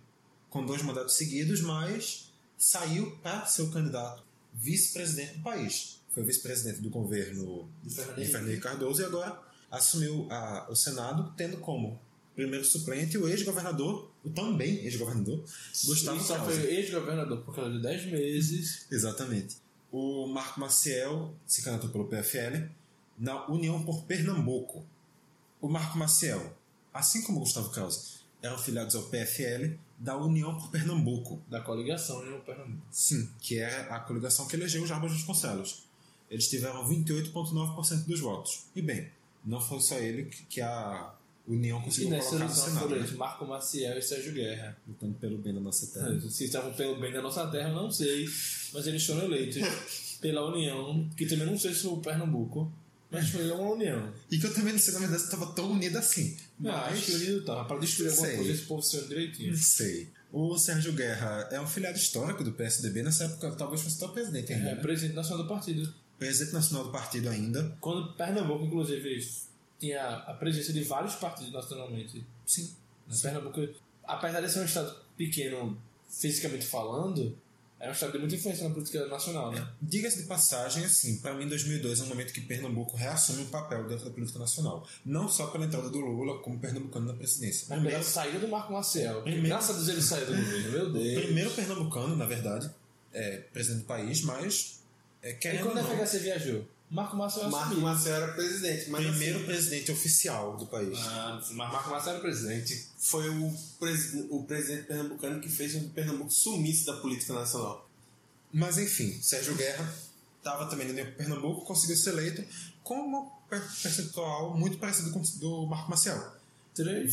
Speaker 1: com dois mandatos seguidos, mas saiu para ser o candidato vice-presidente do país. Foi vice-presidente do governo de Fernando Cardoso e agora assumiu a- o Senado, tendo como primeiro suplente o ex-governador, o também ex-governador, Gustavo
Speaker 2: Ele só
Speaker 1: Krause.
Speaker 2: foi ex-governador por causa de 10 meses.
Speaker 1: Exatamente. O Marco Maciel se candidatou pelo PFL na União por Pernambuco. O Marco Maciel, assim como o Gustavo Krause, eram filiados ao PFL da União por Pernambuco.
Speaker 2: Da coligação, né? o Pernambuco.
Speaker 1: Sim, que era a coligação que elegeu os Jarbas Vasconcelos. Eles tiveram 28,9% dos votos. E bem, não foi só ele que que a União
Speaker 2: E
Speaker 1: conseguiu
Speaker 2: nessa
Speaker 1: colocar no
Speaker 2: eleição
Speaker 1: Senado.
Speaker 2: foram eles,
Speaker 1: né?
Speaker 2: Marco Maciel e Sérgio Guerra.
Speaker 1: Lutando pelo bem da nossa terra.
Speaker 2: Se estavam pelo bem da nossa terra, eu não sei. Mas eles foram eleitos pela União, que também não sei se foi o Pernambuco, mas foi uma União.
Speaker 1: E que eu também não sei, na verdade, se estava tão unida assim.
Speaker 2: Não,
Speaker 1: Mas-
Speaker 2: acho que o Unido tava. Pra destruir alguma
Speaker 1: Sei.
Speaker 2: coisa, esse povo se une direitinho.
Speaker 1: Não sei. O Sérgio Guerra é um filiado histórico do PSDB, nessa época talvez fosse até o presidente ainda.
Speaker 2: É,
Speaker 1: né?
Speaker 2: presidente nacional do partido.
Speaker 1: Presidente nacional do partido ainda.
Speaker 2: Quando Pernambuco, inclusive, tinha a presença de vários partidos nacionalmente.
Speaker 1: Sim.
Speaker 2: Mas Pernambuco, apesar de ser um estado pequeno, fisicamente falando, é um estado de muita influência na política nacional, né?
Speaker 1: Diga-se de passagem, assim, para mim 2002 é um momento que Pernambuco reassume um papel dentro da política nacional. Não só pela entrada do Lula como pernambucano na presidência.
Speaker 2: Mas pela
Speaker 1: Primeiro,
Speaker 2: saída do Marco Maciel. que
Speaker 1: Primeiro-
Speaker 2: Graças a Deus ele saiu do governo, meu Deus.
Speaker 1: primeiro pernambucano, na verdade, é presidente do país, mas é,
Speaker 2: E
Speaker 1: querendo ou
Speaker 2: quando a
Speaker 1: não,
Speaker 2: FHC viajou? Marco Maciel é
Speaker 3: Marco
Speaker 2: assumiu.
Speaker 3: Marcel era presidente, mas
Speaker 1: primeiro
Speaker 3: assim,
Speaker 1: presidente oficial do país.
Speaker 2: Ah, mas Marco Maciel era presidente.
Speaker 3: assim, foi o, presi- o presidente pernambucano que fez com que Pernambuco sumisse da política nacional.
Speaker 1: Mas enfim, Sérgio Guerra estava também no Pernambuco, conseguiu ser eleito com um per- percentual muito parecido com o do Marco Maciel.
Speaker 2: Três.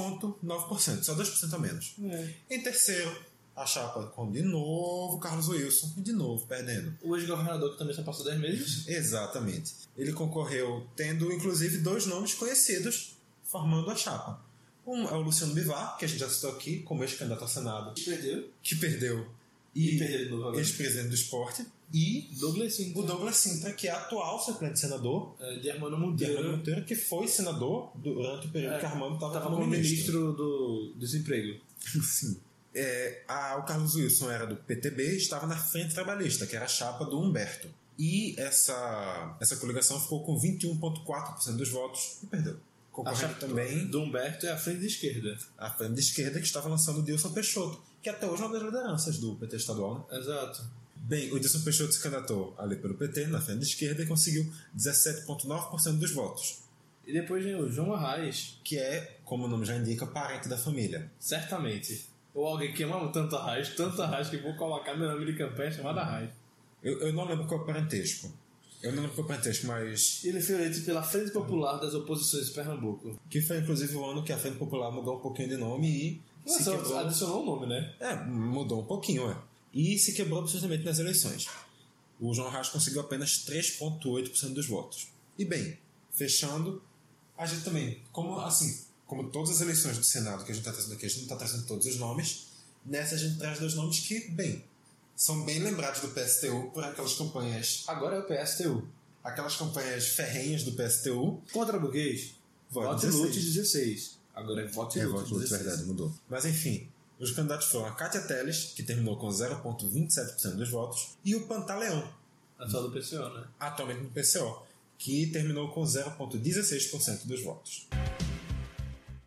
Speaker 1: 26,9%, só 2% a menos.
Speaker 2: É.
Speaker 1: Em terceiro, a chapa com de novo Carlos Wilson, e de novo perdendo.
Speaker 2: O ex-governador que também só passou 10 meses.
Speaker 1: Exatamente. Ele concorreu tendo inclusive dois nomes conhecidos formando a chapa. Um é o Luciano Bivar, que a gente já citou aqui, como ex-candidato ao Senado,
Speaker 2: Perdeu.
Speaker 1: que perdeu
Speaker 2: E perdeu de novo agora.
Speaker 1: ex-presidente do esporte, e
Speaker 2: Douglas Sim.
Speaker 1: o Douglas Sintra, que é atual suplente senador,
Speaker 2: é, De Armando
Speaker 1: de
Speaker 2: Monteiro.
Speaker 1: Armando Monteiro, que foi senador durante o período
Speaker 2: É,
Speaker 1: que Armando estava
Speaker 2: Tava
Speaker 1: como
Speaker 2: como
Speaker 1: ministro.
Speaker 2: ministro do desemprego.
Speaker 1: Então, Sim. É, a- o Carlos Wilson era do PTB estava na Frente Trabalhista, que era a chapa do Humberto. E essa, essa coligação ficou com 21,4% dos votos e perdeu.
Speaker 2: Tá
Speaker 1: Concorrendo também
Speaker 2: Do Humberto é a frente de esquerda.
Speaker 1: a frente de esquerda, que estava lançando o Dilson Peixoto, que até hoje é uma das lideranças do PT estadual. né?
Speaker 2: Exato.
Speaker 1: Bem, o Dilson Peixoto se candidatou ali pelo PT, na frente de esquerda, e conseguiu 17,9% dos votos.
Speaker 2: E depois vem o João Arraes,
Speaker 1: que é, como o nome já indica, parente da família.
Speaker 2: certamente. Ou alguém que ama tanto Arraes, tanto Arraes, que vou colocar meu nome de campanha chamado Arraes.
Speaker 1: Eu, eu não lembro qual é o parentesco. Eu não lembro qual é o parentesco, mas.
Speaker 2: Ele foi eleito pela Frente Popular das Oposições de Pernambuco.
Speaker 1: Que foi inclusive o ano que a Frente Popular mudou um pouquinho de nome e. Se
Speaker 2: Só
Speaker 1: quebrou.
Speaker 2: adicionou o nome, né?
Speaker 1: É, mudou um pouquinho, é. E se quebrou absolutamente nas eleições. O João Arras conseguiu apenas 3,8% dos votos. E bem, fechando, a gente também, como assim, como todas as eleições do Senado que a gente está trazendo aqui, a gente não está trazendo todos os nomes, nessa a gente traz dois nomes que, bem, são bem lembrados do PSTU por aquelas campanhas,
Speaker 2: Agora é o PSTU.
Speaker 1: aquelas campanhas ferrenhas do PSTU.
Speaker 2: Contra burguês.
Speaker 1: Vote
Speaker 2: Vote
Speaker 1: 16.
Speaker 2: Lute 16. Agora é vote
Speaker 1: É,
Speaker 2: Lute.
Speaker 1: voto útil,
Speaker 2: 16.
Speaker 1: verdade, mudou. Mas enfim, os candidatos foram a Kátia Teles, que terminou com 0,27% dos votos, e o Pantaleão,
Speaker 2: Atual do PCO, né?
Speaker 1: atualmente no PCO, que terminou com 0,16% dos votos.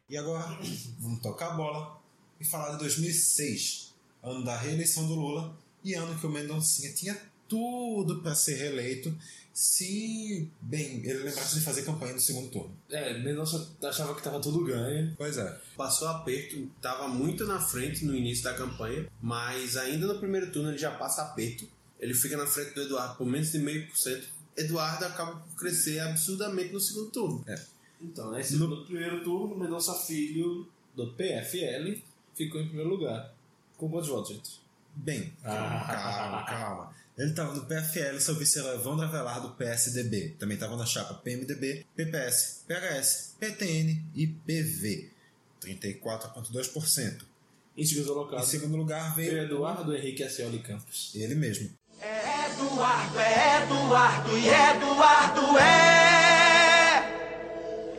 Speaker 1: E agora, [CLEARS THROAT] vamos tocar a bola e falar de 2006, ano da reeleição do Lula e ano que o Mendoncinha tinha tudo para ser reeleito se, bem, ele lembrasse de fazer campanha no segundo turno.
Speaker 2: É, Mendonça achava que tava tudo ganho.
Speaker 1: Pois é.
Speaker 3: Passou aperto, estava muito na frente no início da campanha, mas ainda no primeiro turno ele já passa aperto. Ele fica na frente do Eduardo por menos de meio por cento. Eduardo acaba por crescer absurdamente no segundo turno.
Speaker 2: Então, esse no... primeiro turno, Mendonça Filho, do PFL, ficou em primeiro lugar. Com quantos votos, gente?
Speaker 1: Bem, calma, calma, calma. Ele estava no PFL, seu vice era Evandro Avelar do PSDB. Também estava na chapa PMDB, PPS, PHS, PTN e PV. 34,2%.
Speaker 2: Em segundo
Speaker 1: Em
Speaker 2: colocado,
Speaker 1: segundo lugar
Speaker 2: foi
Speaker 1: veio
Speaker 2: Eduardo Henrique Acioli Campos.
Speaker 1: ele mesmo.
Speaker 7: É Eduardo, é Eduardo e Eduardo é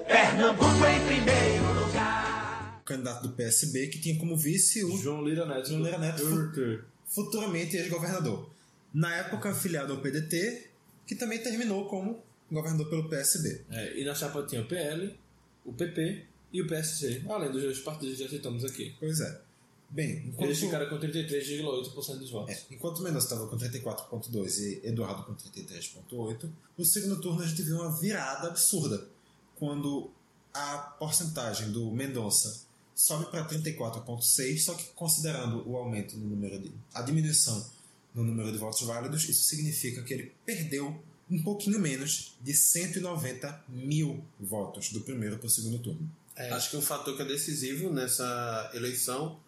Speaker 7: Pernambuco em primeiro lugar.
Speaker 1: O candidato do PSB que tinha como vice o
Speaker 2: João Lira Neto.
Speaker 1: João Lira Neto.
Speaker 2: Urter.
Speaker 1: futuramente ex-governador. Na época afiliado ao PDT, que também terminou como governador pelo PSB.
Speaker 2: É, e na chapa tinha o PL, o PP e o PSC, além dos dois partidos que já citamos aqui.
Speaker 1: Pois é. Bem, enquanto...
Speaker 2: Eles ficaram com 33,8% dos votos.
Speaker 1: É, enquanto o Mendonça estava com 34,2 e Eduardo com 33,8, no segundo turno a gente viu uma virada absurda, quando a porcentagem do Mendonça sobe para 34,6, só que considerando o aumento no número de. a diminuição no número de votos válidos, isso significa que ele perdeu um pouquinho menos de 190 mil votos do primeiro para o segundo turno.
Speaker 3: Acho que um fator que é decisivo nessa eleição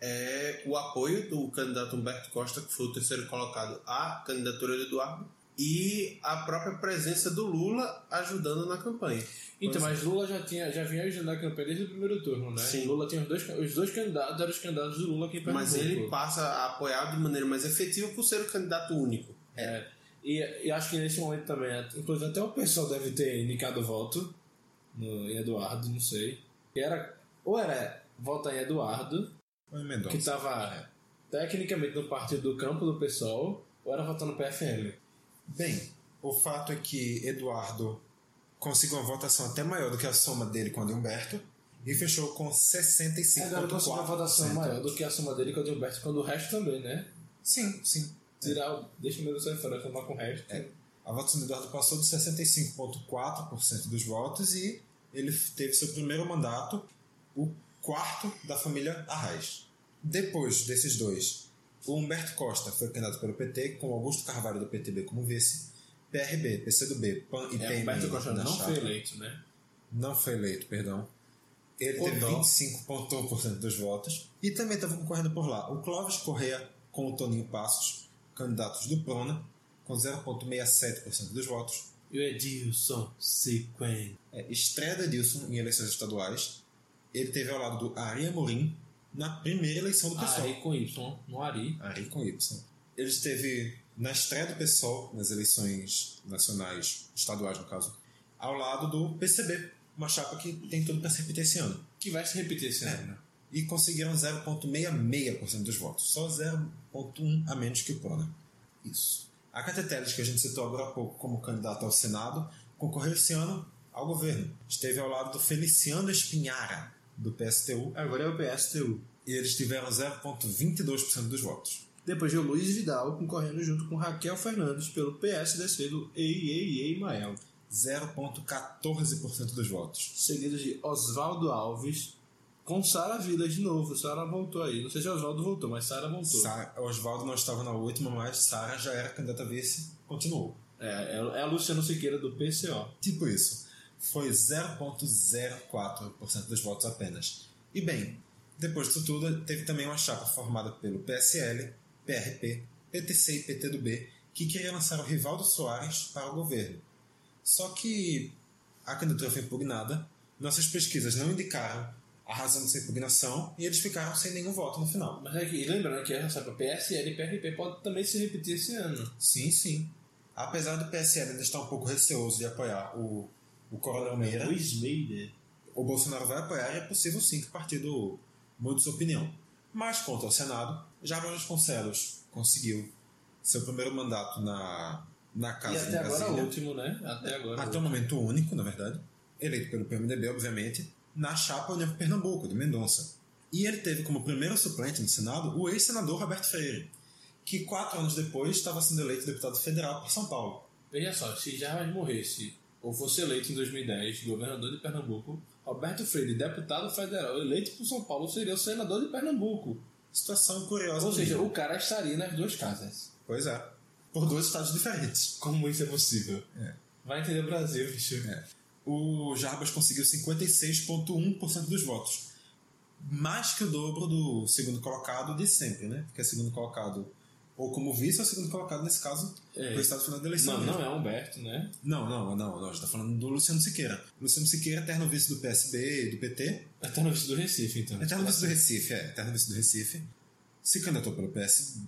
Speaker 3: é o apoio do candidato Humberto Costa, que foi o terceiro colocado à candidatura do Eduardo, e a própria presença do Lula ajudando na campanha.
Speaker 2: Então, mas Lula já, tinha, já vinha agendando a campanha desde o primeiro turno, né?
Speaker 3: Sim.
Speaker 2: Lula tinha os dois, os dois candidatos, eram os candidatos do Lula aqui em
Speaker 3: Mas ele
Speaker 2: Pernambuco.
Speaker 3: passa a apoiar de maneira mais efetiva por ser o candidato único.
Speaker 2: É. E, e acho que nesse momento também, né, inclusive até o pessoal deve ter indicado voto no em Eduardo, não sei. Que era, ou era votar em Eduardo,
Speaker 1: Foi
Speaker 2: que
Speaker 1: Mendonça.
Speaker 2: estava tecnicamente no partido do campo do PSOL, ou era votar no PFL.
Speaker 1: Bem, o fato é que Eduardo conseguiu uma votação até maior do que a soma dele com a de Humberto e fechou com
Speaker 2: É, Agora conseguiu uma votação é
Speaker 1: 65,4%.
Speaker 2: maior do que a soma dele com a de Humberto, quando o resto também, né?
Speaker 1: Sim, sim. É,
Speaker 2: Tirar, o- deixa o meu sair fora, tomar com o resto.
Speaker 1: A votação de Eduardo passou de 65,4% dos votos e ele teve seu primeiro mandato, o quarto da família Arraes. Depois desses dois, o Humberto Costa foi candidato pelo PT, com Augusto Carvalho do PTB como vice, PRB, PCdoB, PAN e
Speaker 2: É, o
Speaker 1: PMN
Speaker 2: Humberto Costa
Speaker 1: na
Speaker 2: não
Speaker 1: chapa.
Speaker 2: foi eleito, né?
Speaker 1: não foi eleito, perdão. Ele
Speaker 2: Ou
Speaker 1: teve
Speaker 2: não.
Speaker 1: 25,1% dos votos. E também estava concorrendo por lá o Clóvis Correa com o Toninho Passos, candidatos do Prona, com 0,67% dos votos.
Speaker 2: E o Edilson Sequen.
Speaker 1: É, estreia de Edilson em eleições estaduais. Ele teve ao lado do Ari Amorim na primeira eleição do PSOL.
Speaker 2: Ari com Y, no Ari.
Speaker 1: Ari com Y. Ele esteve na estreia do PSOL, nas eleições nacionais, estaduais no caso, ao lado do PCB, uma chapa que tem tudo para se repetir esse ano.
Speaker 2: Que vai se repetir esse ano, né?
Speaker 1: e conseguiram 0,66% dos votos. Só 0,1% a menos que o Prona. Isso. A Cátia Teles, que a gente citou agora há pouco como candidata ao Senado, concorreu esse ano ao governo. Esteve ao lado do Feliciano Espinhara, do PSTU,
Speaker 2: Agora é o PSTU.
Speaker 1: e eles tiveram 0,22% dos votos.
Speaker 2: Depois veio o Luiz Vidal concorrendo junto com Raquel Fernandes pelo PSDC do EIEIE Mael.
Speaker 1: 0,14% dos votos.
Speaker 2: seguidos de Oswaldo Alves, com Sara Vilas de novo. Sara voltou aí. Não sei se Oswaldo voltou, mas Sara voltou.
Speaker 1: Sa Oswaldo não estava na última, mas Sara já era candidata a vice, continuou.
Speaker 2: é, é, é a Luciano Siqueira do PCO.
Speaker 1: Tipo isso. Foi 0,04% dos votos apenas. E bem, depois disso tudo, teve também uma chapa formada pelo PSL, PRP, PTC e PTdoB, que queria lançar o Rivaldo Soares para o governo. Só que a candidatura foi impugnada, nossas pesquisas não indicaram a razão dessa impugnação e eles ficaram sem nenhum voto no final.
Speaker 2: Mas é que, e lembrando que essa para PSL e PRP pode também se repetir esse ano.
Speaker 1: Sim, sim. Apesar do PSL ainda estar um pouco receoso de apoiar o, o Coronel Meira,
Speaker 2: Smeida.
Speaker 1: o Bolsonaro vai apoiar e é possível sim que o partido mude sua opinião. Mas quanto ao Senado, Jair Vasconcelos conseguiu seu primeiro mandato na, na
Speaker 2: E
Speaker 1: Casa de
Speaker 2: até
Speaker 1: Brasília.
Speaker 2: agora o último, né? Até agora.
Speaker 1: Até
Speaker 2: o
Speaker 1: um momento único, na verdade, eleito pelo PMDB, obviamente, na chapa União por Pernambuco, do Mendonça. E ele teve como primeiro suplente no Senado o ex-senador Roberto Freire, que quatro anos depois estava sendo eleito deputado federal por São Paulo.
Speaker 2: Veja só, se Jarbas morresse ou fosse eleito em 2010 governador de Pernambuco, Roberto Freire, deputado federal eleito por São Paulo, seria o senador de Pernambuco.
Speaker 1: Situação curiosa.
Speaker 2: Ou
Speaker 1: no
Speaker 2: seja,
Speaker 1: Rio.
Speaker 2: o cara estaria nas duas casas.
Speaker 1: Pois é. Por dois estados diferentes.
Speaker 2: Como isso é possível?
Speaker 1: É.
Speaker 2: Vai entender o Brasil, bicho.
Speaker 1: O Jarbas conseguiu 56,1% dos votos. Mais que o dobro do segundo colocado de sempre, né? Porque é segundo colocado ou como vice ou segundo colocado, nesse caso,
Speaker 2: É.
Speaker 1: no estado final da eleição.
Speaker 2: Não,
Speaker 1: né?
Speaker 2: não é Humberto, né?
Speaker 1: Não, não, não, não, a gente tá falando do Luciano Siqueira. Luciano Siqueira, eterno vice do PSB e do PT.
Speaker 2: É Até no vice do Recife, então.
Speaker 1: Eterno vice do Recife, é, eterno vice do Recife. Se candidatou pelo PS,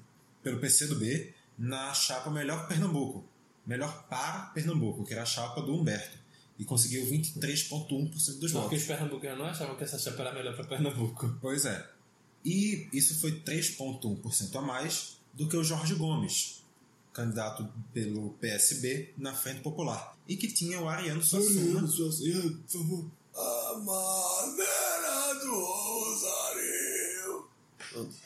Speaker 1: pelo PCdoB na chapa Melhor Pernambuco. Melhor para Pernambuco, que era a chapa do Humberto. E conseguiu 23,1% dos
Speaker 2: Porque
Speaker 1: votos.
Speaker 2: os pernambucanos não achavam que essa chapa era melhor para Pernambuco.
Speaker 1: Pois é. E isso foi 3,1% a mais do que o Jorge Gomes, candidato pelo PSB na Frente Popular. E que tinha o Ariano Suassuna
Speaker 3: A madeira do Rosário.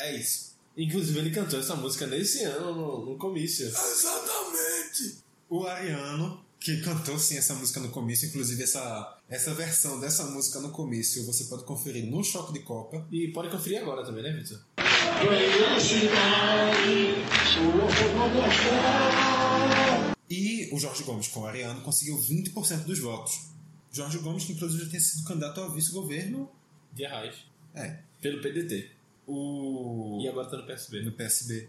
Speaker 3: É isso.
Speaker 2: Inclusive, ele cantou essa música nesse ano no, no comício.
Speaker 3: Exatamente.
Speaker 1: o Ariano, que cantou sim essa música no comício, inclusive essa, essa versão dessa música no comício você pode conferir no Choque de Copa.
Speaker 2: E pode conferir agora também, né, Vitor?
Speaker 1: E o Jorge Gomes com o Ariano conseguiu 20% dos votos. Jorge Gomes, que inclusive já tinha sido candidato a vice-governo.
Speaker 2: De Arraes.
Speaker 1: É.
Speaker 2: Pelo PDT.
Speaker 1: O.
Speaker 2: E agora tá no PSB.
Speaker 1: no PSB.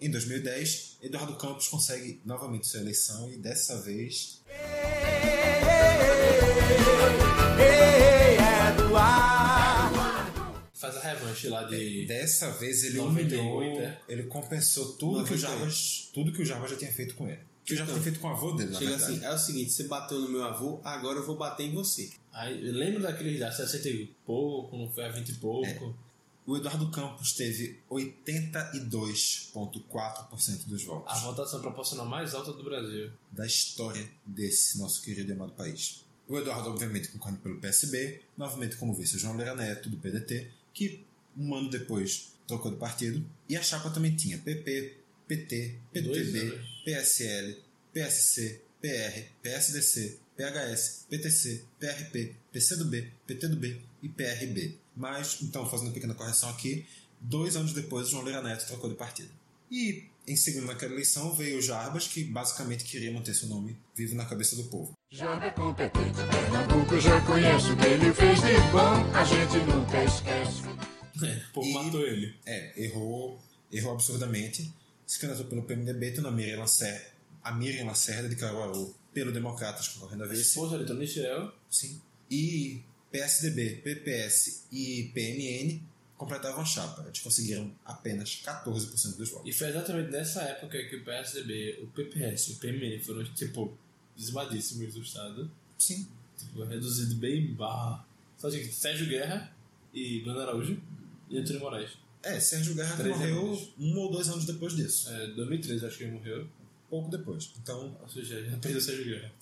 Speaker 1: Em 2010, Eduardo Campos consegue novamente sua eleição e dessa vez
Speaker 2: Faz a revanche lá de.
Speaker 1: Dessa vez ele
Speaker 2: 98,
Speaker 1: humilhou,
Speaker 2: é.
Speaker 1: ele compensou tudo que, o
Speaker 3: 98.
Speaker 1: Jarbas, Então, tudo que o Jarbas já tinha feito com ele. Que o Jarbas tinha feito com o avô dele, na
Speaker 3: Chega
Speaker 1: verdade.
Speaker 3: assim, é o seguinte, você bateu no meu avô, agora eu vou bater em você.
Speaker 2: Aí, lembra daqueles da 60 e um. pouco, não foi a 20 e pouco.
Speaker 1: O Eduardo Campos teve 82,4% dos votos
Speaker 2: A votação proporcional mais alta do Brasil.
Speaker 1: da história desse nosso querido e amado país. O Eduardo, obviamente, concorre pelo PSB, novamente como vice o João Leira Neto, do PDT, que um ano depois trocou de partido. E a chapa também tinha PP, PT,
Speaker 2: Dois
Speaker 1: PTB,
Speaker 2: anos. né?
Speaker 1: PSL, PSC, PR, PSDC, PHS, PTC, PRP, PCdoB, PTdoB e PRB. Mas, então, fazendo uma pequena correção aqui, dois anos depois o João Leira Neto trocou de partido. E, em segundo naquela eleição, veio o Jarbas, que basicamente queria manter seu nome vivo na cabeça do povo.
Speaker 8: Jovem é competente, Pernambuco já conhece o que ele fez de bom, a gente nunca esquece.
Speaker 2: O povo
Speaker 1: E-
Speaker 2: matou ele.
Speaker 1: É, errou, errou absurdamente. Se candidatou pelo PMDB, tendo a Miriam Lacerda, a Miriam Lacerda de Caruaru, pelo Democratas concorrendo a vice.
Speaker 2: Esposa de Tony Chirel.
Speaker 1: Sim. E PSDB, PPS e PMN completavam a chapa. Eles conseguiram apenas 14% dos votos.
Speaker 2: E foi exatamente nessa época que o PSDB, o PPS e o PMN foram, tipo, dizimadíssimos do Estado.
Speaker 1: Sim.
Speaker 2: Tipo, reduzido bem barra. Só assim, Sérgio Guerra e Bruno Araújo e Antônio Moraes.
Speaker 1: É, Sérgio Guerra
Speaker 2: Três
Speaker 1: morreu
Speaker 2: anos.
Speaker 1: um ou dois anos depois disso.
Speaker 2: É, 2013 acho que ele morreu.
Speaker 1: Pouco depois. Então,
Speaker 2: Ou seja, já perdeu o Sérgio Guerra.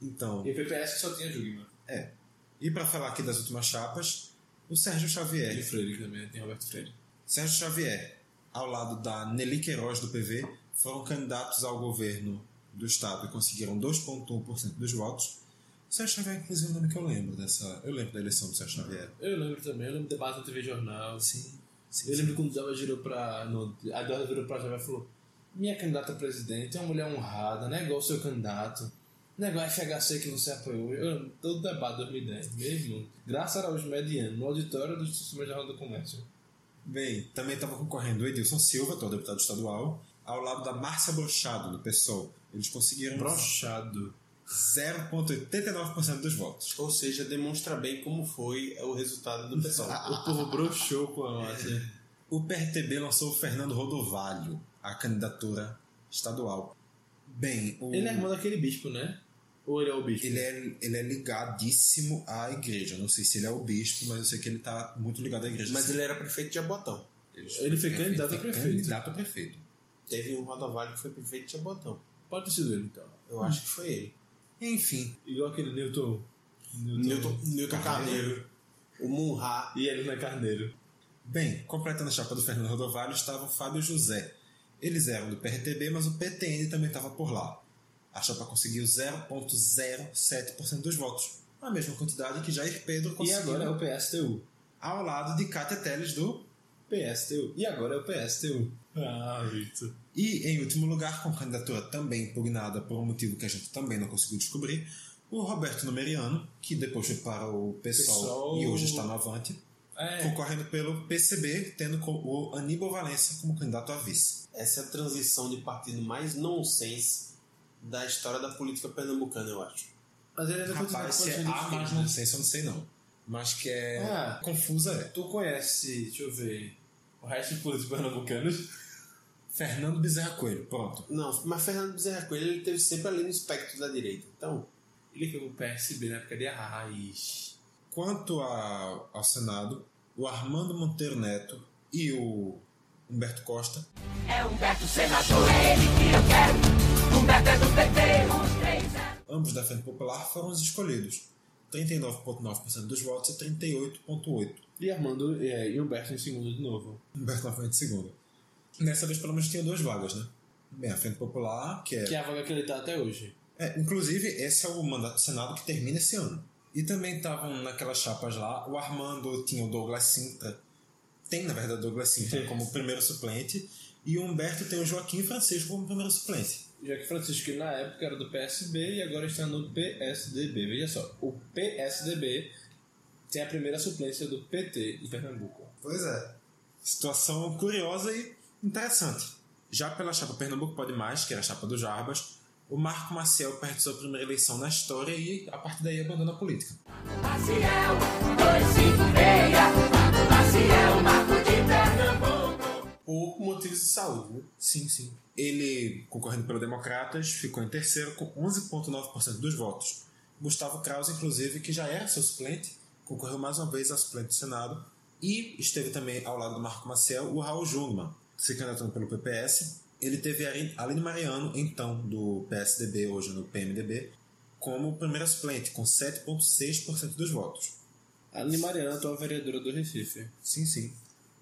Speaker 1: então
Speaker 2: E o PPS que só tinha Jugman.
Speaker 1: é. E para falar aqui das últimas chapas, o Sérgio
Speaker 2: E o
Speaker 1: Xavier.
Speaker 2: Freire também, né? tem Roberto Freire.
Speaker 1: Sérgio Xavier, ao lado da Nelly Queiroz do PV, foram candidatos ao governo do Estado e conseguiram 2,1% dos votos. Sérgio Xavier, inclusive, é um nome que eu lembro dessa. Eu lembro da eleição do Sérgio Xavier.
Speaker 2: Eu lembro também, eu lembro do debate na TV Jornal.
Speaker 1: Sim.
Speaker 2: Eu lembro quando o Dava girou pra. Não, a Dora virou pra Java e falou: Minha candidata a presidente é uma mulher honrada, não é igual o seu candidato. Não é igual a FHC que você apoiou. Eu lembro todo o debate de 2010, mesmo. Graça Araújo Mediano, no auditório do Sistema Jornal do Comércio.
Speaker 1: Bem, também estava concorrendo o Edilson Silva, atual deputado estadual, ao lado da Márcia Brochado, do PSOL. Eles conseguiram.
Speaker 2: Brochado.
Speaker 1: 0,89% dos votos.
Speaker 3: Ou seja, demonstra bem como foi o resultado do
Speaker 2: Ah,
Speaker 3: pessoal.
Speaker 1: O povo broxou com a nossa. O PRTB lançou o Fernando Rodovalho, a candidatura estadual. Bem, o-
Speaker 2: Ele é irmão daquele bispo, né? Ou ele é o bispo?
Speaker 1: ele é, ele é ligadíssimo à igreja. Eu Não sei se ele é o bispo, mas eu sei que ele tá muito ligado à igreja.
Speaker 3: Mas ele era prefeito de Abotão.
Speaker 2: Ele foi candidato a prefeito.
Speaker 1: Candidato a prefeito.
Speaker 3: Teve um Rodovalho que foi prefeito de Abotão.
Speaker 2: Pode ter sido ele, então.
Speaker 3: Eu acho que foi ele.
Speaker 1: Enfim,
Speaker 2: Igual aquele Newton.
Speaker 3: Newton, Newton Carneiro. O Munra.
Speaker 2: E ele não é carneiro.
Speaker 1: Bem, completando a chapa do Fernando Rodovalho estava o Fábio José. Eles eram do PRTB, mas o PTN também estava por lá. A chapa conseguiu 0,07% dos votos, a mesma quantidade que Jair Pedro
Speaker 2: E
Speaker 1: conseguiu
Speaker 2: agora é o PSTU.
Speaker 1: ao lado de Cátia Teles do...
Speaker 2: PSTU. E agora é o PSTU. Ah, Vitor.
Speaker 1: E, em último lugar, com candidatura também impugnada por um motivo que a gente também não conseguiu descobrir, o Roberto Numeriano, que depois foi para o PSOL,
Speaker 2: PSOL.
Speaker 1: e hoje está no Avante,
Speaker 2: É.
Speaker 1: concorrendo pelo PCB, tendo co- o Aníbal Valência como candidato a vice.
Speaker 3: Essa é a transição de partido mais nonsense da história da política pernambucana, eu acho.
Speaker 2: Mas ele ainda continua né?
Speaker 1: Rapaz, se é
Speaker 2: com
Speaker 1: A
Speaker 2: a
Speaker 1: mais
Speaker 2: Marginal.
Speaker 1: nonsense, eu não sei não. Mas que é
Speaker 2: Ah.
Speaker 1: confusa é.
Speaker 2: Tu conhece, deixa eu ver, o resto de políticos pernambucanos?
Speaker 1: Fernando Bezerra Coelho, pronto.
Speaker 3: Não, mas Fernando Bezerra Coelho ele teve sempre ali no espectro da direita. Então,
Speaker 2: Ele foi o PSB na época de raiz.
Speaker 1: Quanto a- ao Senado, o Armando Monteiro Neto e o Humberto Costa
Speaker 7: É Humberto Senador, é ele que eu quero. Humberto é do PT, os três é.
Speaker 1: ambos da Frente Popular foram os escolhidos. 39,9% dos votos e 38,8%.
Speaker 2: E Armando é, e Humberto em segundo de novo.
Speaker 1: Humberto na frente segunda. Nessa vez, pelo menos, tinha duas vagas, né? Bem, a Frente Popular, que é...
Speaker 2: Que é a vaga que ele tá até hoje.
Speaker 1: É, inclusive, esse é o mandato do Senado que termina esse ano. E também estavam naquelas chapas lá, o Armando tinha o Douglas Sintra, tem na verdade o Douglas Sintra como primeiro suplente, e o Humberto tem o Joaquim Francisco como primeiro suplente.
Speaker 2: Já que Francisco que na época era do PSB e agora está no PSDB. Veja só, o PSDB tem a primeira suplência do PT em Pernambuco.
Speaker 1: Pois é. Situação curiosa e interessante. Já pela chapa Pernambuco Pode Mais, que era a chapa do Jarbas, o Marco Maciel perde sua primeira eleição na história e, a partir daí, abandona a política.
Speaker 7: Maciel, dois, cinco, meia. Marco Maciel, Marco de Pernambuco.
Speaker 3: por motivos de saúde, né?
Speaker 1: Sim, sim. Ele, concorrendo pelo Democratas, ficou em terceiro com 11,9% dos votos. Gustavo Krause, inclusive, que já era seu suplente, concorreu mais uma vez a suplente do Senado e esteve também ao lado do Marco Maciel o Raul Jungmann, se candidatando pelo PPS. Ele teve a Aline Mariano, então do PSDB, hoje no PMDB, como primeira suplente, com 7,6% dos votos.
Speaker 2: A Aline Mariana, atual vereadora do Recife.
Speaker 1: Sim, sim.